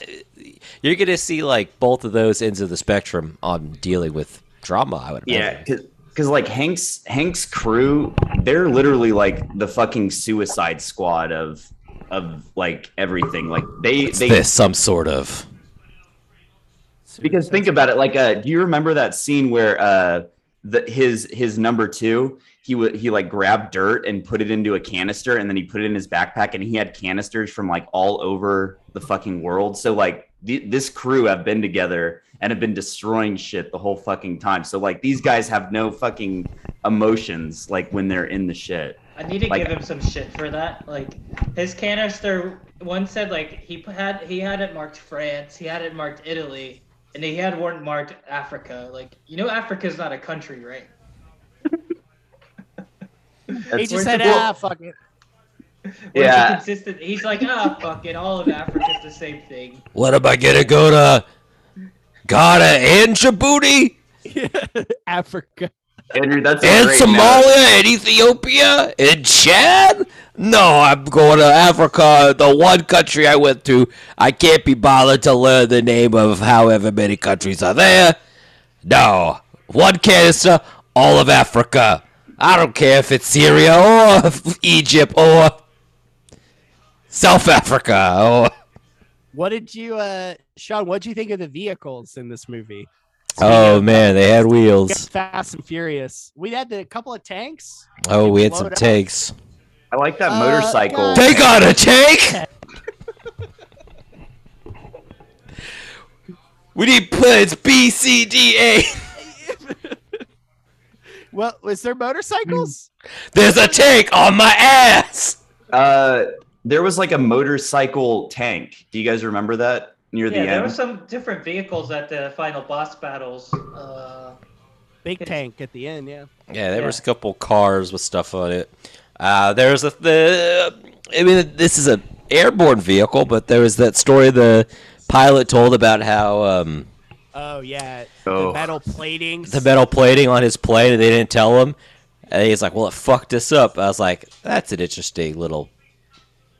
[SPEAKER 1] you're gonna see like both of those ends of the spectrum on dealing with drama. I would imagine.
[SPEAKER 3] Yeah. Because like Hank's Hank's crew, they're literally like the fucking suicide squad of of like everything. Like they
[SPEAKER 1] It's
[SPEAKER 3] they
[SPEAKER 1] this some sort of
[SPEAKER 3] because think about it like uh do you remember that scene where uh the, his his number two he would he like grabbed dirt and put it into a canister and then he put it in his backpack and he had canisters from like all over the fucking world so like th- this crew have been together and have been destroying shit the whole fucking time so like these guys have no fucking emotions like when they're in the shit
[SPEAKER 4] I need to
[SPEAKER 3] Like-
[SPEAKER 4] give him some shit for that. Like his canister, one said like he p- had he had it marked France, he had it marked Italy, and he had one marked Africa. Like you know, Africa's not a country, right?
[SPEAKER 2] he
[SPEAKER 3] That's-
[SPEAKER 2] just said,
[SPEAKER 4] Well-
[SPEAKER 2] "Ah, fuck it."
[SPEAKER 4] We're
[SPEAKER 3] Yeah.
[SPEAKER 4] Consistent. He's like, ah, fuck it, all of Africa's the same thing.
[SPEAKER 1] what am I gonna go to Ghana and Djibouti
[SPEAKER 2] Africa.
[SPEAKER 3] andrew that's a
[SPEAKER 1] and
[SPEAKER 3] great
[SPEAKER 1] Somalia
[SPEAKER 3] note.
[SPEAKER 1] and Ethiopia and Chad? No, I'm going to Africa, the one country I went to. I can't be bothered to learn the name of however many countries are there. No, one canister, all of Africa. I don't care if it's Syria or Egypt or South Africa or.
[SPEAKER 2] What did you, uh, Sean? What did you think of the vehicles in this movie?
[SPEAKER 1] Oh man, they had
[SPEAKER 2] We got
[SPEAKER 1] wheels.
[SPEAKER 2] Fast and Furious. We had a couple of tanks.
[SPEAKER 1] Oh, we had
[SPEAKER 2] Blow
[SPEAKER 1] some
[SPEAKER 2] it up.
[SPEAKER 1] takes.
[SPEAKER 3] i like that
[SPEAKER 2] Uh,
[SPEAKER 3] motorcycle
[SPEAKER 2] God.
[SPEAKER 1] They got a take. we need plans B, C, D, A.
[SPEAKER 2] Well, was there motorcycles?
[SPEAKER 1] There's a tank on my ass.
[SPEAKER 3] uh there was like a motorcycle tank do you guys remember that near
[SPEAKER 4] yeah,
[SPEAKER 3] the
[SPEAKER 4] there
[SPEAKER 3] end
[SPEAKER 4] were some different vehicles at the final boss battles. Uh,
[SPEAKER 1] Hmm.
[SPEAKER 2] Big tank at the end. Yeah.
[SPEAKER 1] Yeah, there
[SPEAKER 4] Yeah.
[SPEAKER 1] was a couple cars with stuff on it. Uh, there was a the. I mean, this is an airborne vehicle, but there was that story the pilot told about how um,
[SPEAKER 2] Oh yeah. The
[SPEAKER 3] Oh.
[SPEAKER 2] metal plating.
[SPEAKER 1] the metal plating on his plane and they didn't tell him. And he's like, "Well, it fucked us up." I was like, "That's an interesting little."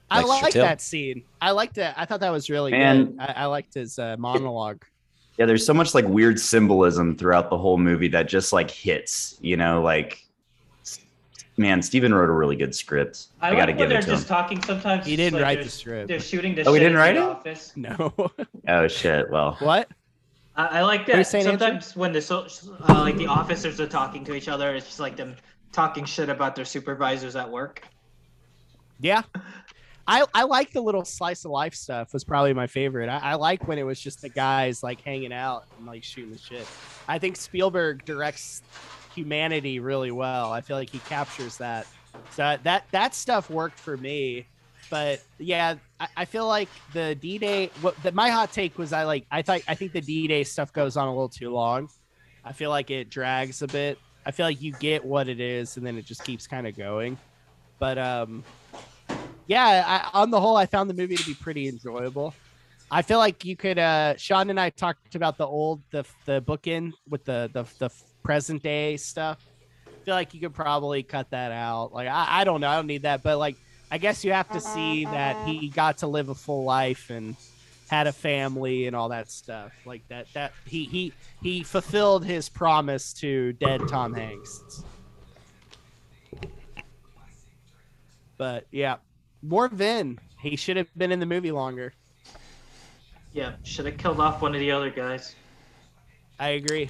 [SPEAKER 2] I
[SPEAKER 1] extra
[SPEAKER 2] like
[SPEAKER 1] tip.
[SPEAKER 2] that scene. I liked it. I thought that was really
[SPEAKER 3] Man.
[SPEAKER 2] good. I, I liked his uh, monologue.
[SPEAKER 3] Yeah, there's so much like weird symbolism throughout the whole movie that just like hits, you know, like man, Steven wrote a really good script. I,
[SPEAKER 4] I,
[SPEAKER 3] gotta give
[SPEAKER 4] like when
[SPEAKER 3] it
[SPEAKER 4] they're
[SPEAKER 3] to
[SPEAKER 4] just
[SPEAKER 3] him.
[SPEAKER 4] talking sometimes.
[SPEAKER 2] He
[SPEAKER 4] it's
[SPEAKER 2] didn't
[SPEAKER 4] like
[SPEAKER 2] write
[SPEAKER 4] they're-
[SPEAKER 2] the
[SPEAKER 4] They're
[SPEAKER 2] script.
[SPEAKER 4] shooting the
[SPEAKER 3] Oh, he
[SPEAKER 4] shit
[SPEAKER 3] didn't
[SPEAKER 4] in
[SPEAKER 3] write
[SPEAKER 4] the
[SPEAKER 3] it?
[SPEAKER 4] office.
[SPEAKER 2] No.
[SPEAKER 3] Oh shit. Well,
[SPEAKER 2] what?
[SPEAKER 4] I, I like
[SPEAKER 2] you
[SPEAKER 4] that.
[SPEAKER 2] saying,
[SPEAKER 4] Sometimes when the so, uh, like the officers are talking to each other, it's just like them talking shit about their supervisors at work.
[SPEAKER 2] Yeah. I, I like the little slice of life stuff was probably my favorite. I, I like when it was just the guys like hanging out and like shooting the shit. I think Spielberg directs humanity really well. I feel like he captures that. So that that stuff worked for me. But yeah, I, I feel like the D Day. What the, my hot take was I like I thought I think the D Day stuff goes on a little too long. I feel like it drags a bit. I feel like you get what it is, and then it just keeps kind of going. But um, yeah, I, on the whole, I found the movie to be pretty enjoyable. I feel like you could. Uh, Sean and I talked about the old the the bookend with the the, the present day stuff. I feel like you could probably cut that out. Like I, I don't know, I don't need that, but like I guess you have to see that he got to live a full life and had a family and all that stuff. Like that that he he he fulfilled his promise to dead Tom Hanks. But yeah, more Vin. He should have been in the movie longer.
[SPEAKER 4] Yeah, should have killed off one of the other guys.
[SPEAKER 2] I agree.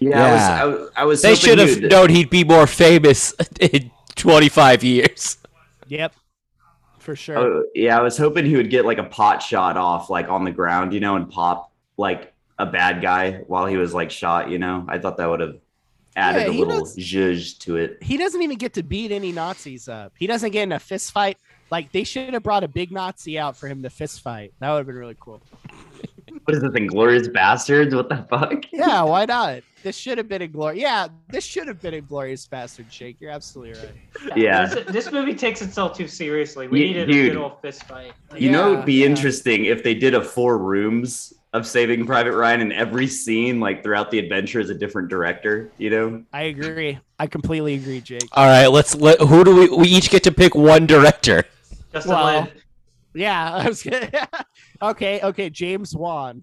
[SPEAKER 1] Yeah.
[SPEAKER 3] I was, I was, I was
[SPEAKER 1] They
[SPEAKER 3] hoping
[SPEAKER 1] should have
[SPEAKER 3] you'd-
[SPEAKER 1] known he'd be more famous in 25 years.
[SPEAKER 2] Yep. For sure.
[SPEAKER 3] Oh, yeah, I was hoping he would get like a pot shot off, like on the ground, you know, and pop like a bad guy while he was like shot, you know. I thought that would have added
[SPEAKER 2] Yeah,
[SPEAKER 3] a
[SPEAKER 2] he
[SPEAKER 3] little
[SPEAKER 2] does-
[SPEAKER 3] zhuzh to it.
[SPEAKER 2] he doesn't even get to beat any Nazis up. He doesn't get in a fist fight. Like they should have brought a big Nazi out for him to fist fight. That would have been really cool.
[SPEAKER 3] What is this, Inglorious Bastards? What the fuck?
[SPEAKER 2] Yeah, why not? This should have been a glory. Yeah, this should have been a glorious bastard shake. You're absolutely right.
[SPEAKER 3] Yeah.
[SPEAKER 4] This, this movie takes itself too seriously. We
[SPEAKER 3] Ye-
[SPEAKER 4] needed
[SPEAKER 3] dude.
[SPEAKER 4] a good old fist fight.
[SPEAKER 3] You know, it
[SPEAKER 2] Yeah,
[SPEAKER 3] would be
[SPEAKER 2] yeah.
[SPEAKER 3] interesting if they did a four rooms of Saving Private Ryan, and every scene, like throughout the adventure, is a different director. You know,
[SPEAKER 2] I agree. I completely agree, Jake.
[SPEAKER 1] All right, let's let who do we we each get to pick one director.
[SPEAKER 4] Justin
[SPEAKER 2] Well,
[SPEAKER 4] Lin.
[SPEAKER 2] Yeah, I was gonna, okay, okay, James Wan.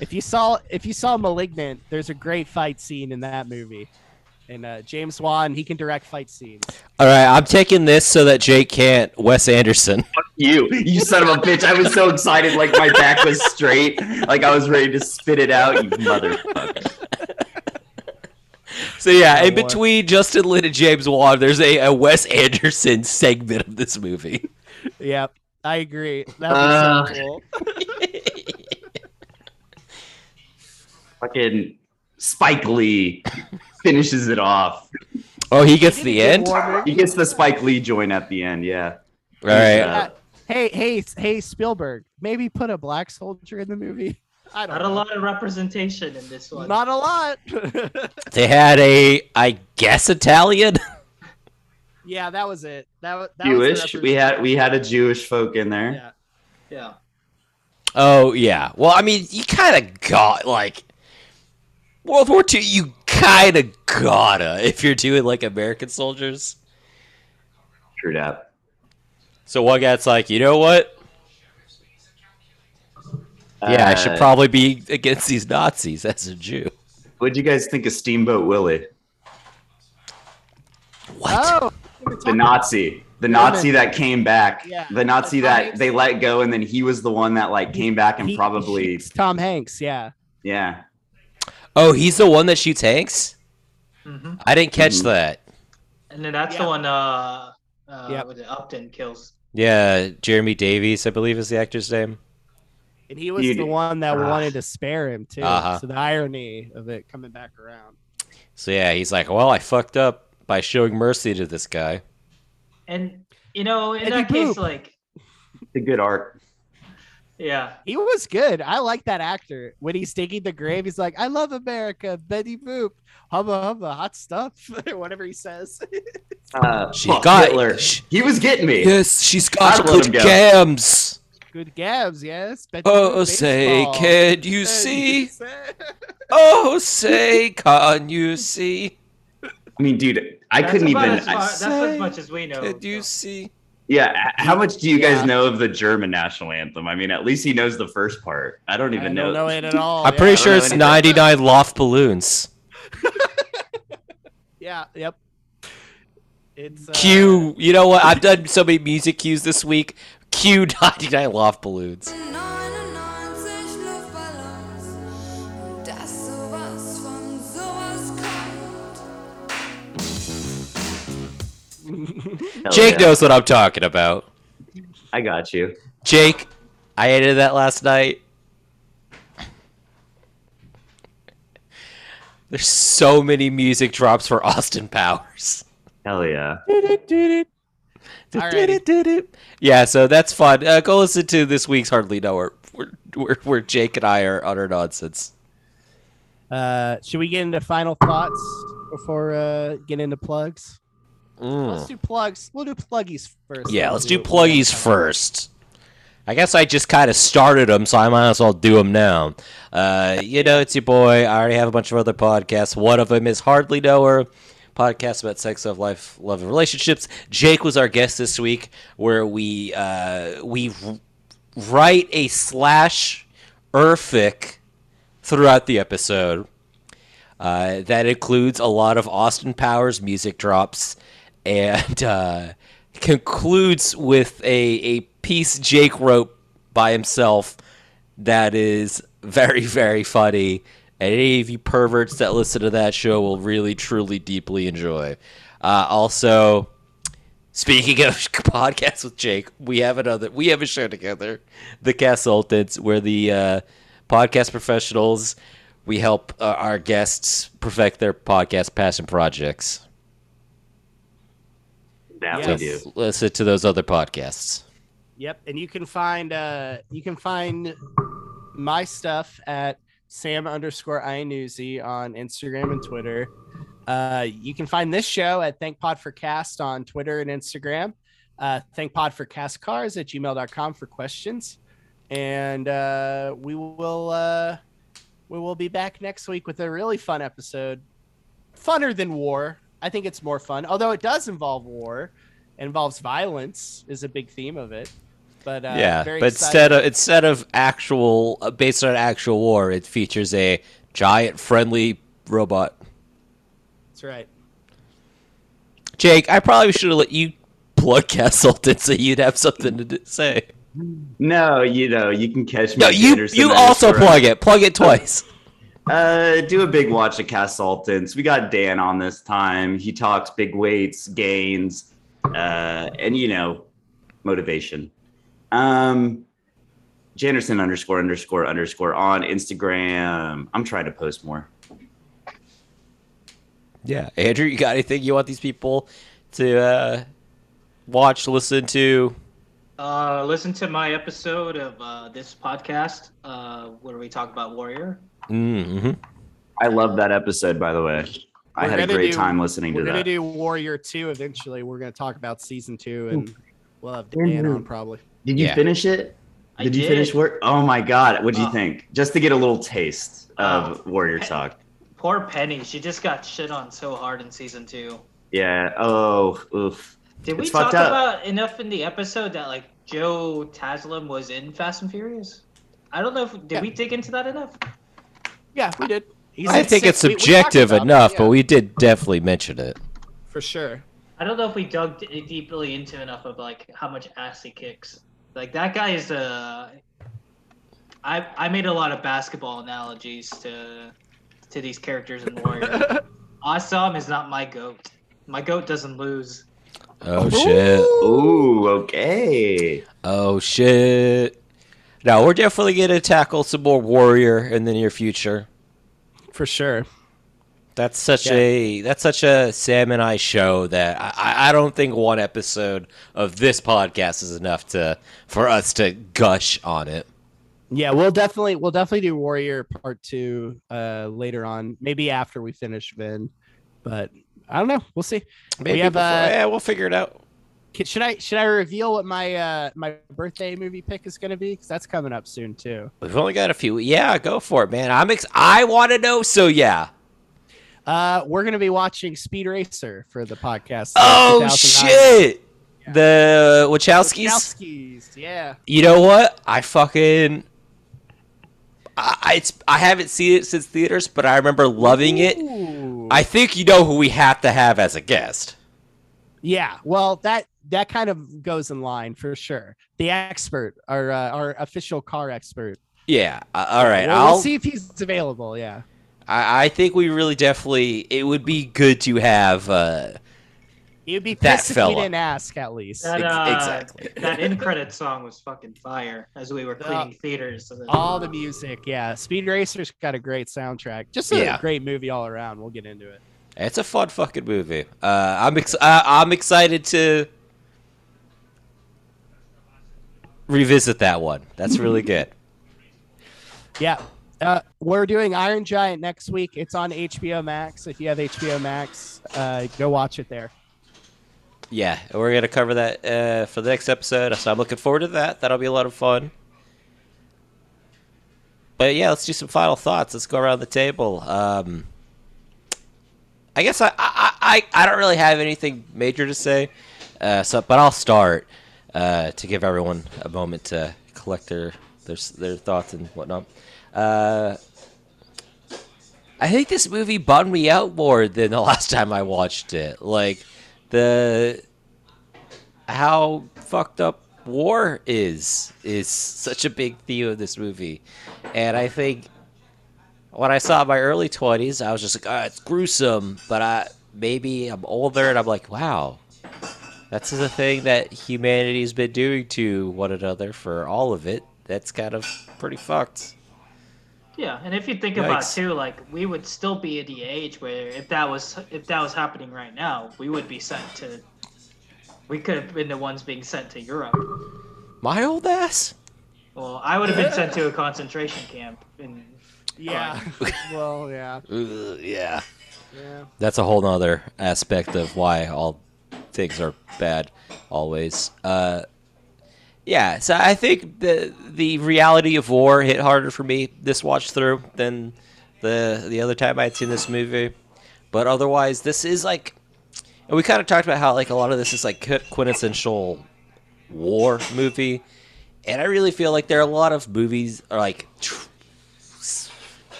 [SPEAKER 2] if you saw if you saw Malignant, there's a great fight scene in that movie. And uh, James Wan, he can direct fight scenes.
[SPEAKER 1] All right, I'm taking this so that Jake can't. Wes Anderson.
[SPEAKER 3] you, you son of a bitch! I was so excited, like my back was straight, like I was ready to spit it out. You motherfucker!
[SPEAKER 1] So yeah,
[SPEAKER 2] Oh,
[SPEAKER 1] in
[SPEAKER 2] boy.
[SPEAKER 1] between Justin Lin and James Wan, there's a, a Wes Anderson segment of this movie.
[SPEAKER 2] Yep, I agree. That
[SPEAKER 3] Uh.
[SPEAKER 2] was so cool.
[SPEAKER 3] Fucking Spike Lee finishes it off.
[SPEAKER 1] Oh, he gets the
[SPEAKER 2] Get
[SPEAKER 1] end. All
[SPEAKER 2] Warner.
[SPEAKER 3] He gets the Spike Lee joint at the end. Yeah,
[SPEAKER 1] right,
[SPEAKER 3] Uh,
[SPEAKER 2] Hey, hey, s- hey, Spielberg, maybe put a black soldier in the movie. I don't
[SPEAKER 4] Not
[SPEAKER 2] know.
[SPEAKER 4] a lot of representation in this one.
[SPEAKER 2] Not a lot.
[SPEAKER 1] they had a I guess Italian.
[SPEAKER 2] yeah, that was it. That, wa- that was
[SPEAKER 3] Jewish.
[SPEAKER 2] the
[SPEAKER 3] We had we had a Jewish folk in there.
[SPEAKER 2] representation.
[SPEAKER 4] yeah.
[SPEAKER 1] Oh yeah. Well, I mean, you kind of got like World War II. You kind of gotta if you're doing like American soldiers.
[SPEAKER 3] True that.
[SPEAKER 1] So one guy's like, you know what? Yeah, I should
[SPEAKER 3] Uh,
[SPEAKER 1] probably be against these Nazis as a Jew.
[SPEAKER 3] What'd you guys think of Steamboat Willie?
[SPEAKER 1] What?
[SPEAKER 2] Oh,
[SPEAKER 3] The Nazi. The Nazi that came back.
[SPEAKER 2] Yeah.
[SPEAKER 3] The Nazi that they let go and then he was the one that like came back
[SPEAKER 2] he-
[SPEAKER 3] and
[SPEAKER 2] he
[SPEAKER 3] probably
[SPEAKER 2] shoots Tom Hanks. Yeah.
[SPEAKER 3] yeah.
[SPEAKER 1] Oh, he's the one that shoots Hanks.
[SPEAKER 4] hmm
[SPEAKER 1] I didn't catch
[SPEAKER 3] Mhm.
[SPEAKER 1] that.
[SPEAKER 4] And then that's
[SPEAKER 2] Yeah.
[SPEAKER 4] the one. Uh, uh,
[SPEAKER 2] Yep.
[SPEAKER 4] with the Upton kills.
[SPEAKER 1] Yeah, Jeremy Davies, I believe, is the actor's name.
[SPEAKER 2] And he was
[SPEAKER 3] You-
[SPEAKER 2] the one that
[SPEAKER 3] Ah.
[SPEAKER 2] wanted to spare him too.
[SPEAKER 1] Uh-huh.
[SPEAKER 2] So the irony of it coming back around.
[SPEAKER 1] So yeah, he's like, well, I fucked up by showing mercy to this guy.
[SPEAKER 4] And you know, in
[SPEAKER 2] And he
[SPEAKER 4] that case,
[SPEAKER 2] pooped.
[SPEAKER 4] like,
[SPEAKER 3] The good art.
[SPEAKER 4] yeah,
[SPEAKER 2] He was good. I like that actor. When he's digging the grave, he's like, "I love America, Betty Boop, hubba hubba, hot stuff," or whatever he says.
[SPEAKER 3] Uh,
[SPEAKER 1] She
[SPEAKER 3] fuck
[SPEAKER 1] got-
[SPEAKER 3] Hitler.
[SPEAKER 1] sh-
[SPEAKER 3] He was getting me.
[SPEAKER 1] Yes, she's
[SPEAKER 3] got I'd let good him go.
[SPEAKER 1] gams.
[SPEAKER 2] good gabs, yes. Betty
[SPEAKER 1] Oh,
[SPEAKER 2] Boop
[SPEAKER 1] say,
[SPEAKER 2] baseball.
[SPEAKER 1] can you
[SPEAKER 2] Betty
[SPEAKER 1] see?
[SPEAKER 2] said-
[SPEAKER 1] Oh, say, can you see?
[SPEAKER 3] I mean, dude, I
[SPEAKER 4] that's
[SPEAKER 3] couldn't even
[SPEAKER 4] about As far,
[SPEAKER 3] I-
[SPEAKER 4] that's as much as we know.
[SPEAKER 1] Can you
[SPEAKER 4] so.
[SPEAKER 1] see?
[SPEAKER 3] Yeah, h- how much do you
[SPEAKER 2] Yeah.
[SPEAKER 3] guys know of the German national anthem? I mean, at least he knows the first part. I don't
[SPEAKER 2] I
[SPEAKER 3] even
[SPEAKER 2] don't know.
[SPEAKER 3] know.
[SPEAKER 2] it at all.
[SPEAKER 1] I'm
[SPEAKER 2] yeah.
[SPEAKER 1] pretty
[SPEAKER 3] don't
[SPEAKER 1] sure
[SPEAKER 3] know
[SPEAKER 1] it's
[SPEAKER 3] anything.
[SPEAKER 1] 99 Loft balloons.
[SPEAKER 2] Yeah. Yep. It's uh,
[SPEAKER 1] Q. You know what? I've done so many
[SPEAKER 3] Oh,
[SPEAKER 1] music cues this week. Q 99 Loft balloons.
[SPEAKER 5] 99 Luft
[SPEAKER 3] Hell
[SPEAKER 1] Jake
[SPEAKER 3] yeah.
[SPEAKER 1] knows what I'm talking about.
[SPEAKER 3] I got you.
[SPEAKER 1] Jake, I edited that last night. There's so many music drops for Austin Powers.
[SPEAKER 3] Hell yeah.
[SPEAKER 2] Alrighty.
[SPEAKER 1] Yeah, so that's fun. Uh, go listen to this week's Hardly Know Her, where, where, where Jake and I are utter nonsense.
[SPEAKER 2] Uh, should we get into final thoughts before uh get into plugs? Let's
[SPEAKER 1] Mm.
[SPEAKER 2] do plugs. We'll do pluggies first.
[SPEAKER 1] Yeah, let's do
[SPEAKER 2] it.
[SPEAKER 1] pluggies first. I guess I just kind of started them, so I might as well do them now. Uh, you know, it's your boy. I already have a bunch of other podcasts. One of them is Hardly Know Her, podcast about sex, love, life, love, and relationships. Jake was our guest this week, where we uh, we r- write a slash erfic throughout the episode. Uh, that includes a lot of Austin Powers music drops and uh, concludes with a, a piece Jake wrote by himself that is very, very funny. And any of you perverts that listen to that show will really, truly, deeply enjoy. Uh, also, Speaking of podcasts with Jake, we have another. We have a show together, the Consultants, where the uh, podcast professionals we help uh, our guests perfect their podcast passion projects.
[SPEAKER 3] That
[SPEAKER 2] Yes.
[SPEAKER 3] we do.
[SPEAKER 1] Listen to those other podcasts.
[SPEAKER 2] Yep, and you can find uh you can find my stuff at Sam underscore iNewsy on Instagram and Twitter. Uh, you can find this show at Thank Pod for Cast on Twitter and Instagram. Uh, thank Pod for Cast Cars at gmail.com for questions. And uh, we will uh, we will be back next week with a really fun episode. Funner than war. I think it's more fun, although it does involve war. It involves violence is a big theme of it. But uh,
[SPEAKER 1] yeah,
[SPEAKER 2] very
[SPEAKER 1] but
[SPEAKER 2] excited.
[SPEAKER 1] instead of instead of actual uh, based on actual war, it features a giant friendly robot.
[SPEAKER 2] that's right.
[SPEAKER 1] Jake, I probably should have let you plug Consultants so you'd have something to d- say.
[SPEAKER 3] No, you know, you can catch me.
[SPEAKER 1] No,
[SPEAKER 3] at the
[SPEAKER 1] you
[SPEAKER 3] Anderson
[SPEAKER 1] you
[SPEAKER 3] Manor
[SPEAKER 1] also
[SPEAKER 3] Store.
[SPEAKER 1] plug it. Plug it twice.
[SPEAKER 3] Uh, do a big watch of Casaltants. We got Dan on this time. He talks big weights, gains, uh, and you know, motivation. Um, Janderson underscore underscore underscore on Instagram. I'm trying to post more.
[SPEAKER 1] Yeah, Andrew, you got anything you want these people to uh, watch, listen to?
[SPEAKER 4] Uh, listen to my episode of uh, this podcast uh, where we talk about Warrior.
[SPEAKER 1] Mm-hmm.
[SPEAKER 3] I love that episode, by the way. I
[SPEAKER 2] We're
[SPEAKER 3] had a
[SPEAKER 2] gonna
[SPEAKER 3] great
[SPEAKER 2] do-
[SPEAKER 3] time listening to
[SPEAKER 2] We're gonna
[SPEAKER 3] that.
[SPEAKER 2] do Warrior Two eventually. We're gonna talk about season two, and we'll have Dan
[SPEAKER 3] Andrew.
[SPEAKER 2] on probably.
[SPEAKER 3] Did you
[SPEAKER 1] Yeah.
[SPEAKER 3] finish it?
[SPEAKER 4] I
[SPEAKER 3] Did you finish work? Oh my god, what'd you
[SPEAKER 4] Oh.
[SPEAKER 3] think? Just to get a little taste of
[SPEAKER 2] Oh.
[SPEAKER 3] Warrior
[SPEAKER 4] Hey.
[SPEAKER 3] Talk.
[SPEAKER 4] Poor Penny. She just got shit on so hard in season two.
[SPEAKER 3] Yeah. Oh, oof.
[SPEAKER 4] Did we
[SPEAKER 3] It's
[SPEAKER 4] talk
[SPEAKER 3] fucked up.
[SPEAKER 4] about enough in the episode that like Joe Taslim was in Fast and Furious? I don't know if did
[SPEAKER 2] Yeah.
[SPEAKER 4] we dig into that enough.
[SPEAKER 2] Yeah, we did. He's
[SPEAKER 1] I
[SPEAKER 2] in
[SPEAKER 1] think it's
[SPEAKER 2] six- we- we talked
[SPEAKER 1] subjective
[SPEAKER 2] about it,
[SPEAKER 1] enough,
[SPEAKER 2] yeah,
[SPEAKER 1] but we did definitely mention it.
[SPEAKER 2] for sure.
[SPEAKER 4] I don't know if we dug d- deeply into enough of like how much ass he kicks. Like that guy is uh I I made a lot of basketball analogies to to these characters in Warrior. Assam is not my goat. My goat doesn't lose.
[SPEAKER 1] Oh shit!
[SPEAKER 3] Ooh, okay.
[SPEAKER 1] Oh shit! No, we're definitely gonna tackle some more warrior in the near future.
[SPEAKER 2] For sure.
[SPEAKER 1] That's such a that's such a Sam and I show that I- I, I don't think one episode of this podcast is enough to for us to gush on it.
[SPEAKER 2] Yeah, we'll definitely we'll definitely do Warrior Part Two uh later on, maybe after we finish Vin. But I don't know. We'll see.
[SPEAKER 1] Maybe
[SPEAKER 2] have,
[SPEAKER 1] before-
[SPEAKER 2] uh,
[SPEAKER 1] yeah, we'll figure it out.
[SPEAKER 2] Ki- Should I should I reveal what my uh my birthday movie pick is gonna be? Because that's coming up soon too.
[SPEAKER 1] We've only got a few. Yeah, go for it, man. I'm ex- I want to know. So yeah.
[SPEAKER 2] Uh, we're gonna be watching Speed Racer for the podcast.
[SPEAKER 1] Oh
[SPEAKER 2] 2009.
[SPEAKER 1] shit. The Wachowskis.
[SPEAKER 2] Wachowskis, yeah.
[SPEAKER 1] You know what? I fucking. I I- it's I haven't seen it since theaters, but I remember loving it.
[SPEAKER 2] Ooh.
[SPEAKER 1] I think you know who we have to have as a guest.
[SPEAKER 2] Yeah, well, that that kind of goes in line for sure. The expert, our uh, our official car expert.
[SPEAKER 1] Yeah. Uh, all right.
[SPEAKER 2] Well,
[SPEAKER 1] I'll.
[SPEAKER 2] we'll see if he's available. Yeah,
[SPEAKER 1] I, I think we really definitely it would be good to have uh
[SPEAKER 2] You'd be
[SPEAKER 1] That
[SPEAKER 2] pissed if you
[SPEAKER 1] fella.
[SPEAKER 2] didn't ask, at least.
[SPEAKER 4] That,
[SPEAKER 1] Ex-
[SPEAKER 4] uh,
[SPEAKER 1] exactly. Uh,
[SPEAKER 4] that end credit song was fucking fire as we were cleaning theaters.
[SPEAKER 2] All the music, yeah. Speed Racer's got a great soundtrack. Just a
[SPEAKER 1] Yeah.
[SPEAKER 2] great movie all around. We'll get into it.
[SPEAKER 1] It's a fun fucking movie. Uh, I'm ex- I- I'm excited to revisit that one. That's really good.
[SPEAKER 2] Yeah. Uh, we're doing Iron Giant next week. It's on HBO Max. If you have HBO Max, uh, go watch it there.
[SPEAKER 1] Yeah, we're gonna cover that uh, for the next episode, so I'm looking forward to that. That'll be a lot of fun. But yeah, let's do some final thoughts. Let's go around the table. Um, I guess I, I I I don't really have anything major to say, uh, so but I'll start uh, to give everyone a moment to collect their their their thoughts and whatnot. Uh, I think this movie bummed me out more than the last time I watched it. Like the how fucked up war is is such a big theme of this movie, and I think when I saw it in my early twenties, I was just like, ah, it's gruesome. But I maybe I'm older and I'm like, wow, that's the thing that humanity's been doing to one another for all of it. That's kind of pretty fucked.
[SPEAKER 4] Yeah, and if you think about it
[SPEAKER 1] Yikes.
[SPEAKER 4] too, like we would still be at the age where if that was if that was happening right now, we would be sent to. We could have been the ones being sent to Europe.
[SPEAKER 1] My old ass.
[SPEAKER 4] Well, I would have been sent to a concentration camp. And
[SPEAKER 2] Yeah. well, yeah.
[SPEAKER 1] Ugh, yeah.
[SPEAKER 2] Yeah.
[SPEAKER 1] that's a whole nother aspect of why all things are bad always uh yeah so i think the the reality of war hit harder for me this watch through than the the other time i had seen this movie but otherwise this is like and we kind of talked about how like a lot of this is like qui- quintessential war movie and i really feel like there are a lot of movies or like tr-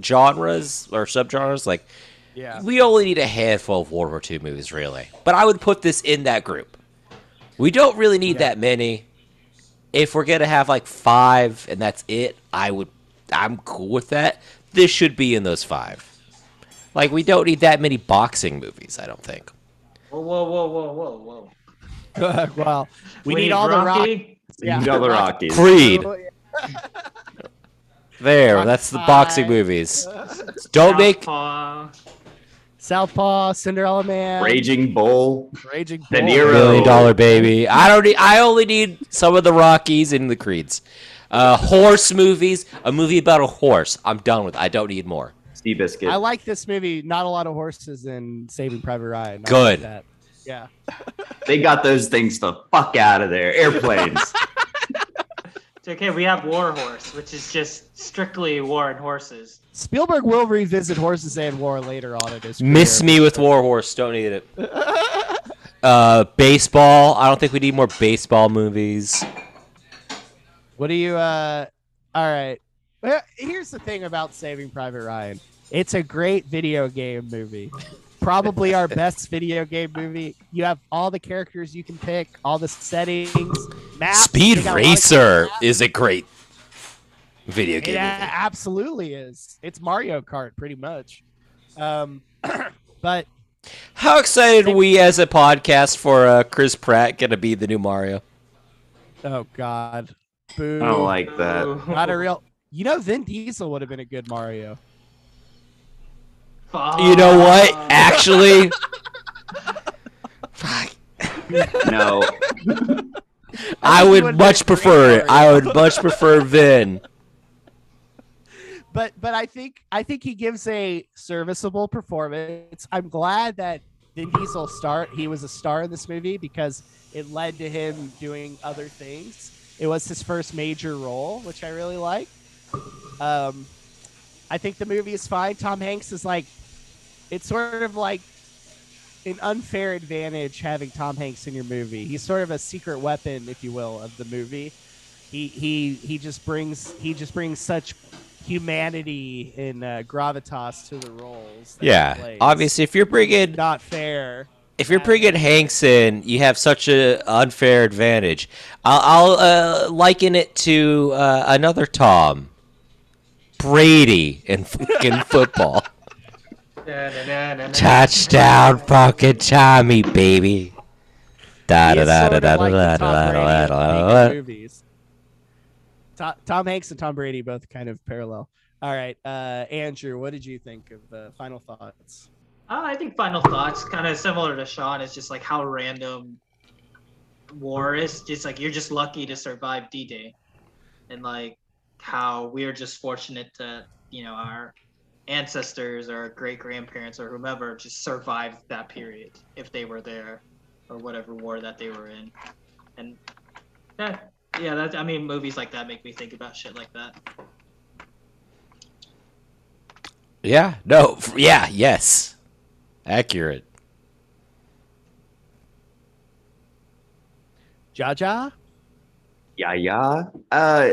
[SPEAKER 1] genres or subgenres like
[SPEAKER 2] Yeah.
[SPEAKER 1] we only need a handful of World War II movies, really. But I would put this in that group. We don't really need that many. If we're gonna have like five and that's it, I would. I'm cool with that. This should be in those five. Like we don't need that many boxing movies. I don't think.
[SPEAKER 4] whoa, whoa, whoa, whoa, whoa, whoa!
[SPEAKER 2] well, we
[SPEAKER 4] Wait,
[SPEAKER 2] need all
[SPEAKER 4] Rocky?
[SPEAKER 2] the rock.
[SPEAKER 3] You know the Rockies.
[SPEAKER 1] Creed.
[SPEAKER 2] Oh, yeah.
[SPEAKER 1] There. That's the boxing
[SPEAKER 2] Five.
[SPEAKER 1] movies. Don't make.
[SPEAKER 4] Southpaw.
[SPEAKER 2] Southpaw, Cinderella Man,
[SPEAKER 3] Raging Bull.
[SPEAKER 2] Raging
[SPEAKER 3] De
[SPEAKER 2] Bull.
[SPEAKER 3] Niro.
[SPEAKER 1] Billion dollar baby. I don't. Need, I only need some of the Rockies and the Creeds. Uh, horse movies. A movie about a horse. I'm done with. I don't need more.
[SPEAKER 3] Seabiscuit.
[SPEAKER 2] I like this movie. Not a lot of horses in Saving Private Ryan. I
[SPEAKER 1] Good.
[SPEAKER 2] Like that. Yeah.
[SPEAKER 3] they got those things the fuck out of there. Airplanes.
[SPEAKER 4] It's okay. We have War Horse, which is just strictly war and horses.
[SPEAKER 2] Spielberg will revisit Horses and War later on in his career.
[SPEAKER 1] Miss me with War Horse. Don't need it. Uh, baseball. I don't think we need more baseball movies.
[SPEAKER 2] What do you? uh All right. Well, here's the thing about Saving Private Ryan. It's a great video game movie. Probably our best video game movie. You have all the characters you can pick, all the settings, maps.
[SPEAKER 1] Speed
[SPEAKER 2] They got a lot of
[SPEAKER 1] Racer
[SPEAKER 2] maps.
[SPEAKER 1] is a great video
[SPEAKER 2] It
[SPEAKER 1] game.
[SPEAKER 2] a-
[SPEAKER 1] movie.
[SPEAKER 2] absolutely is. It's Mario Kart, pretty much. Um, but
[SPEAKER 1] How excited are we as a podcast for uh, Chris Pratt gonna be the new Mario?
[SPEAKER 2] oh god, boo!
[SPEAKER 3] I don't like that.
[SPEAKER 4] Ooh.
[SPEAKER 2] Not a real. You know, Vin Diesel would have been a good Mario.
[SPEAKER 4] Fuck.
[SPEAKER 1] You know what? Actually, Fuck.
[SPEAKER 3] No.
[SPEAKER 1] I
[SPEAKER 2] think he
[SPEAKER 1] would
[SPEAKER 2] would've been
[SPEAKER 1] much
[SPEAKER 2] a great
[SPEAKER 1] prefer it.
[SPEAKER 2] Mario.
[SPEAKER 1] I would much prefer Vin.
[SPEAKER 2] but but I think I think he gives a serviceable performance. I'm glad that Vin Diesel star he was a star in this movie because it led to him doing other things. It was his first major role, which I really like. Um, I think the movie is fine. Tom Hanks is like, it's sort of like an unfair advantage having Tom Hanks in your movie. He's sort of a secret weapon, if you will, of the movie. He he he just brings he just brings such humanity and uh, gravitas to the roles. that he
[SPEAKER 1] Yeah,
[SPEAKER 2] plays.
[SPEAKER 1] obviously, if you're bringing
[SPEAKER 2] not fair.
[SPEAKER 1] if you're bringing Hanks in, you have such an unfair advantage. I'll, I'll uh, liken it to uh, another Tom, Brady in fucking football. Touchdown, fucking Tommy, baby. Da
[SPEAKER 2] He
[SPEAKER 1] da
[SPEAKER 2] is
[SPEAKER 1] da da
[SPEAKER 2] sorta
[SPEAKER 1] da
[SPEAKER 2] like
[SPEAKER 1] da da
[SPEAKER 2] the Tom
[SPEAKER 1] da da
[SPEAKER 2] Brady of
[SPEAKER 1] da da.
[SPEAKER 2] making movies. To- Tom Hanks and Tom Brady both kind of parallel. All right, uh, Andrew, what did you think of uh, final thoughts?
[SPEAKER 4] Uh, I think final thoughts, kind of similar to Sean, is just like how random war is. Just like you're just lucky to survive D-Day, and like how we're just fortunate that you know our ancestors or great grandparents or whomever just survived that period if they were there or whatever war that they were in. And that, yeah, that I mean, movies like that make me think about shit like that.
[SPEAKER 1] Yeah. No. f- Yeah. Yes. Accurate.
[SPEAKER 2] Jaja?
[SPEAKER 3] Yeah, yeah. Uh,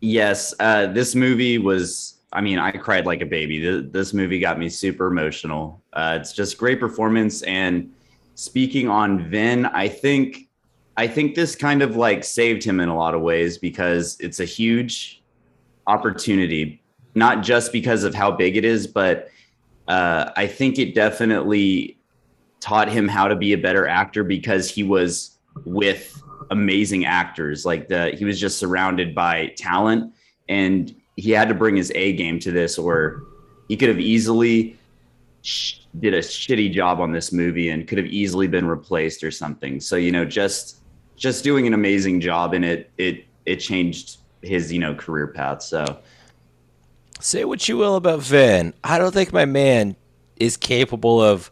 [SPEAKER 3] yes. Uh, this movie was. I mean, I cried like a baby. Th- This movie got me super emotional. Uh, it's just great performance. And speaking on Vin, I think, I think this kind of like saved him in a lot of ways because it's a huge opportunity, not just because of how big it is, but uh, I think it definitely taught him how to be a better actor because he was with amazing actors. Like the he was just surrounded by talent, and he had to bring his A game to this, or he could have easily sh- did a shitty job on this movie and could have easily been replaced or something. So you know, just just doing an amazing job in it, it it changed his you know career path. So
[SPEAKER 1] Say what you will about Vin. I don't think my man is capable of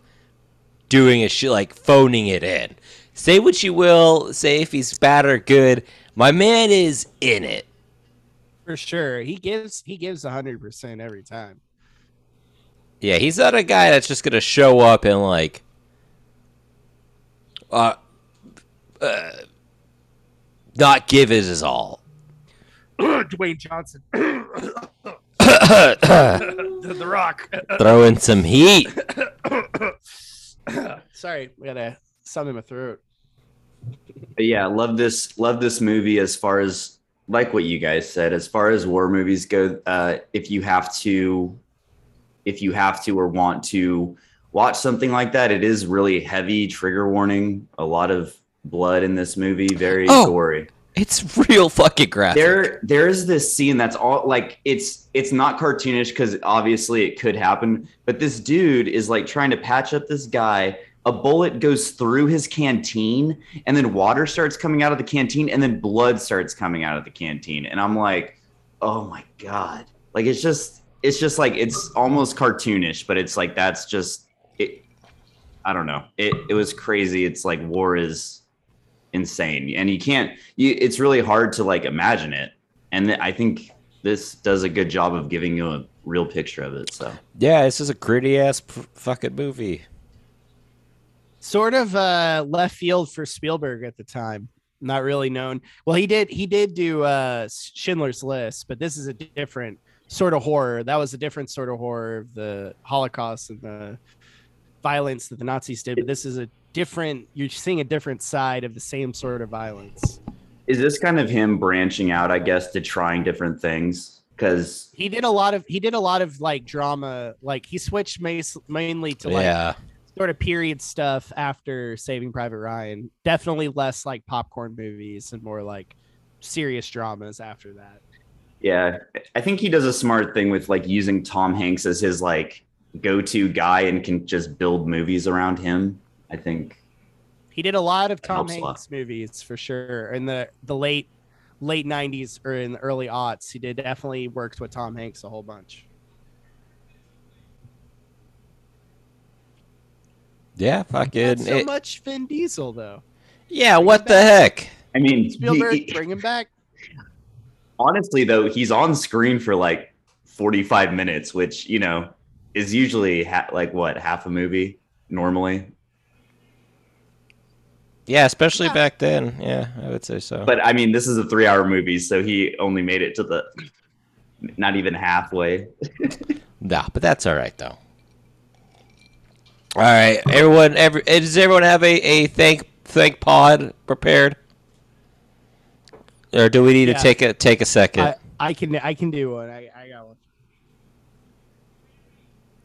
[SPEAKER 1] doing a shit like phoning it in. Say what you will. Say if he's bad or good. My man is in it.
[SPEAKER 2] For sure. He gives he gives 100% every time.
[SPEAKER 1] Yeah, he's not a guy that's just gonna show up and like, uh, uh not give his, his all.
[SPEAKER 2] Dwayne Johnson. the, the Rock.
[SPEAKER 1] Throw in some heat.
[SPEAKER 2] Sorry, we got to something in my throat.
[SPEAKER 3] But yeah, love this love this movie as far as like what you guys said, as far as war movies go, uh, if you have to if you have to or want to watch something like that, it is really heavy trigger warning, a lot of blood in this movie, very
[SPEAKER 1] Oh.
[SPEAKER 3] gory.
[SPEAKER 1] It's real fucking graphic.
[SPEAKER 3] There there is this scene that's all like it's it's not cartoonish because obviously it could happen, but this dude is like trying to patch up this guy. A bullet goes through his canteen, and then water starts coming out of the canteen, and then blood starts coming out of the canteen. And I'm like, oh my god! Like it's just it's just like it's almost cartoonish, but it's like that's just it. I don't know. It it was crazy. It's like war is insane and you can't you it's really hard to like imagine it and th- i think this does a good job of giving you a real picture of it so
[SPEAKER 1] yeah, this is a gritty ass p- fucking movie.
[SPEAKER 2] sort of uh left field for Spielberg at the time. Not really known. Well, he did he did do uh Schindler's List, but this is a different sort of horror. That was a different sort of horror of the Holocaust and the violence that the Nazis did, but this is a different you're seeing a different side of the same sort of violence.
[SPEAKER 3] is this kind of him branching out i guess to trying different things because
[SPEAKER 2] He did a lot of he did a lot of like drama, like he switched mas- mainly to like
[SPEAKER 1] yeah,
[SPEAKER 2] sort of period stuff after Saving Private Ryan. Definitely less like popcorn movies and more like serious dramas after that.
[SPEAKER 3] yeah i think he does a smart thing with like using tom hanks as his like go-to guy and can just build movies around him i think
[SPEAKER 2] He did a lot of
[SPEAKER 3] That
[SPEAKER 2] Tom
[SPEAKER 3] helps a lot.
[SPEAKER 2] Hanks movies for sure in the the late late 90s or in the early aughts. He did definitely worked with Tom Hanks a whole bunch.
[SPEAKER 1] yeah, fucking.
[SPEAKER 2] Not so
[SPEAKER 1] it-
[SPEAKER 2] much Vin Diesel though.
[SPEAKER 1] yeah, what the heck?
[SPEAKER 3] i mean he-
[SPEAKER 2] Spielberg,
[SPEAKER 3] he-
[SPEAKER 2] bring him back.
[SPEAKER 3] honestly though he's on screen for like 45 minutes which you know is usually ha- like what half a movie normally
[SPEAKER 1] Yeah, especially
[SPEAKER 2] Yeah.
[SPEAKER 1] back then. Yeah, I would say so.
[SPEAKER 3] but i mean this is a three hour movie so he only made it to the not even halfway
[SPEAKER 1] Nah, but that's all right though. All right, everyone. Every eh, does everyone have a, a thank thank pod prepared, or do we need
[SPEAKER 2] Yeah.
[SPEAKER 1] to take a take a second?
[SPEAKER 2] I, I can I can do one. I, I got one.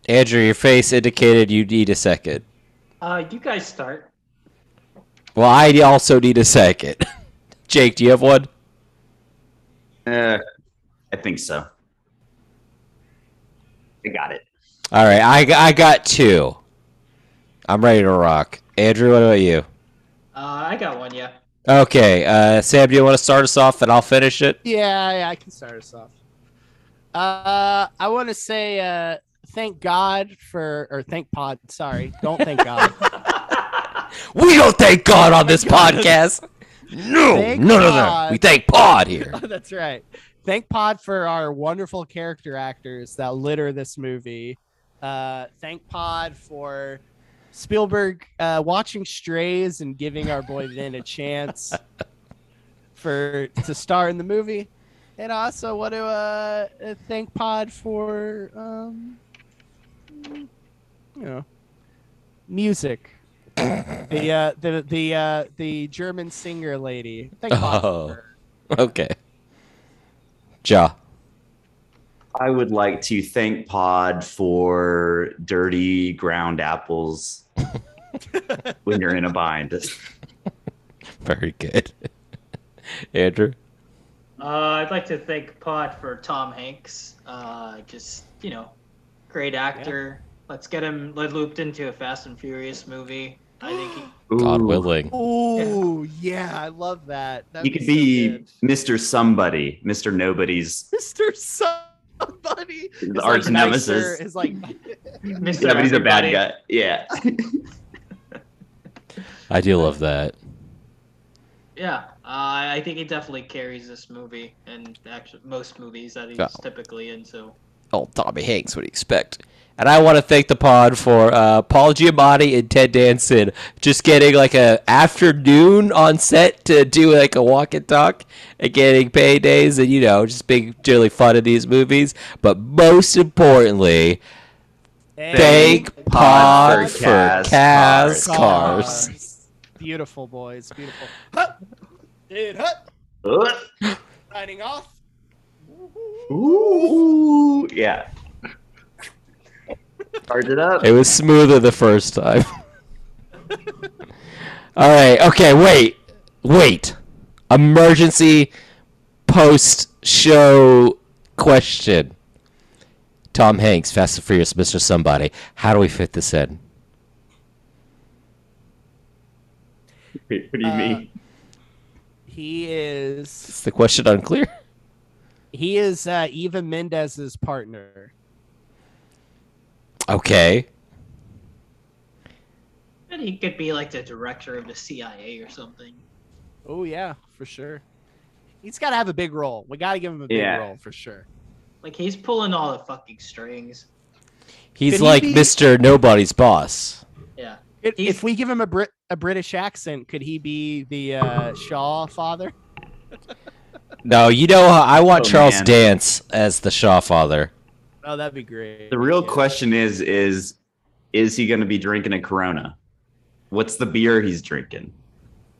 [SPEAKER 1] Andrew, your face indicated you need a second.
[SPEAKER 4] Uh, you guys start.
[SPEAKER 1] Well, I also need a second. Jake, do you have one?
[SPEAKER 3] Uh, I think so. I got it.
[SPEAKER 1] All right, I, I got two. I'm ready to rock. Andrew, what about you?
[SPEAKER 4] Uh, I got one, yeah.
[SPEAKER 1] Okay, uh, Sam, do you want to start us off and I'll finish it?
[SPEAKER 2] Yeah, yeah, I can start us off. Uh, I want to say uh, thank God for, or thank Pod. Sorry, don't thank God.
[SPEAKER 1] We don't thank God on this podcast. No,
[SPEAKER 2] Thank
[SPEAKER 1] no, no, no.
[SPEAKER 2] God.
[SPEAKER 1] We thank Pod here.
[SPEAKER 2] Oh, That's right. Thank Pod for our wonderful character actors that litter this movie. Uh, thank Pod for Spielberg uh, watching Strays and giving our boy Vin a chance for to star in the movie. And I also want to uh, uh, thank Pod for um, you know music. the uh, the the uh, the German singer lady. Thank Pod
[SPEAKER 1] Oh.
[SPEAKER 2] for her.
[SPEAKER 1] Okay. Ja.
[SPEAKER 3] I would like to thank Pod for dirty ground apples when you're in a bind.
[SPEAKER 1] Very good. Andrew?
[SPEAKER 4] Uh, I'd like to thank Pod for Tom Hanks. Uh, just you know, great actor. Let's get him let looped into a Fast and Furious movie. I think he,
[SPEAKER 1] God
[SPEAKER 3] Ooh,
[SPEAKER 1] willing.
[SPEAKER 2] Oh yeah, I love that. That'd
[SPEAKER 3] You could
[SPEAKER 2] so
[SPEAKER 3] be Mr. Somebody, Mr. Nobody's.
[SPEAKER 2] good. Mr. Somebody. is
[SPEAKER 3] The
[SPEAKER 2] like
[SPEAKER 3] arch
[SPEAKER 2] nicer,
[SPEAKER 3] nemesis.
[SPEAKER 2] Is like
[SPEAKER 4] Mr.
[SPEAKER 3] Nobody's a bad
[SPEAKER 4] Everybody.
[SPEAKER 3] guy. Yeah.
[SPEAKER 1] I do love that.
[SPEAKER 4] Yeah, uh, I think he definitely carries this movie and actually most movies that he's
[SPEAKER 1] Oh.
[SPEAKER 4] typically in. So
[SPEAKER 1] Oh, Tommy Hanks, what do you expect? And I want to thank the pod for uh, Paul Giamatti and Ted Danson just getting like a afternoon on set to do like a walk and talk and getting paydays and you know just being really fun in these movies. But most importantly, thank Pod for
[SPEAKER 3] Cars.
[SPEAKER 1] Cars
[SPEAKER 2] Cars.
[SPEAKER 1] Cars.
[SPEAKER 2] Beautiful boys, beautiful. Hup. Dude, hup. Signing off.
[SPEAKER 3] Ooh. Yeah. Charge it up.
[SPEAKER 1] It was smoother the first time. All right. Okay. Wait. Wait. Emergency post show question. Tom Hanks, Fast and Furious, Mr. Somebody. How do we fit this in?
[SPEAKER 3] Wait, What do you
[SPEAKER 2] Uh,
[SPEAKER 3] mean?
[SPEAKER 2] He is
[SPEAKER 1] Is the question unclear?
[SPEAKER 2] he is uh, Eva Mendez's partner.
[SPEAKER 1] Okay.
[SPEAKER 4] and he could be like the director of the CIA or something.
[SPEAKER 2] Oh yeah, for sure. He's got to have a big role. We got to give him a big
[SPEAKER 3] Yeah.
[SPEAKER 2] role for sure.
[SPEAKER 4] Like he's pulling all the fucking strings.
[SPEAKER 1] He's
[SPEAKER 2] Could he
[SPEAKER 1] like
[SPEAKER 2] be-
[SPEAKER 1] Mr. Nobody's boss.
[SPEAKER 4] Yeah.
[SPEAKER 2] If-
[SPEAKER 4] He's-
[SPEAKER 2] if we give him a Brit a British accent, could he be the uh, Shaw father?
[SPEAKER 1] No, you know I want
[SPEAKER 3] Oh,
[SPEAKER 1] Charles
[SPEAKER 3] man.
[SPEAKER 1] Dance as the Shaw father.
[SPEAKER 2] Oh, that'd be great.
[SPEAKER 3] The real
[SPEAKER 2] Yeah.
[SPEAKER 3] question is is is he going to be drinking a Corona? What's the beer he's drinking?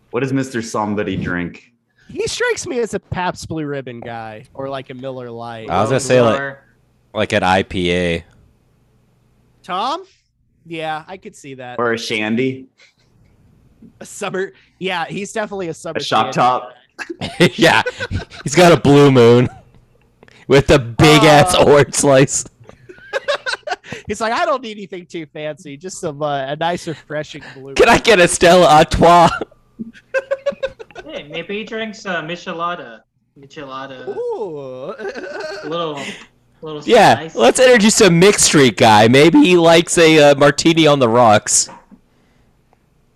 [SPEAKER 3] What does Mr. Somebody drink?
[SPEAKER 2] He strikes me as a Pabst Blue Ribbon guy, or like a Miller Lite. Oh,
[SPEAKER 1] I was gonna say like like an IPA.
[SPEAKER 2] Tom? Yeah, I could see that.
[SPEAKER 3] Or a shandy?
[SPEAKER 2] a summer. Yeah, he's definitely a summer.
[SPEAKER 3] A shop
[SPEAKER 2] kid.
[SPEAKER 3] top?
[SPEAKER 1] yeah, he's got a blue moon with a big ass orange slice.
[SPEAKER 2] He's like, I don't need anything too fancy, just some uh, a nice refreshing blue.
[SPEAKER 1] Can I get a Stella Artois?
[SPEAKER 4] Hey, maybe he drinks uh, michelada. Michelada.
[SPEAKER 2] Ooh.
[SPEAKER 4] A little, little.
[SPEAKER 1] Yeah,
[SPEAKER 4] spice.
[SPEAKER 1] let's introduce a mixed street guy. Maybe he likes a uh, martini on the rocks.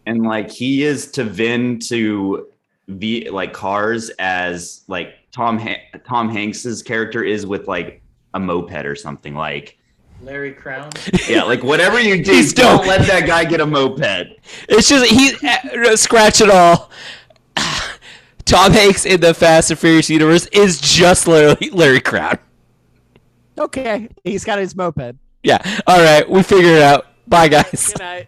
[SPEAKER 3] and like he is to Vin to V like cars as like Tom ha- Tom Hanks's character is with like a moped or something like
[SPEAKER 4] Larry Crown.
[SPEAKER 3] yeah like whatever you do
[SPEAKER 1] Please
[SPEAKER 3] don't
[SPEAKER 1] don't.
[SPEAKER 3] let that guy get a moped
[SPEAKER 1] It's just he uh, scratch it all. Tom Hanks in the Fast and Furious universe is just literally Larry Crown.
[SPEAKER 2] okay, he's got his moped.
[SPEAKER 1] Yeah. All right, we figured it out. Bye, guys.
[SPEAKER 2] night.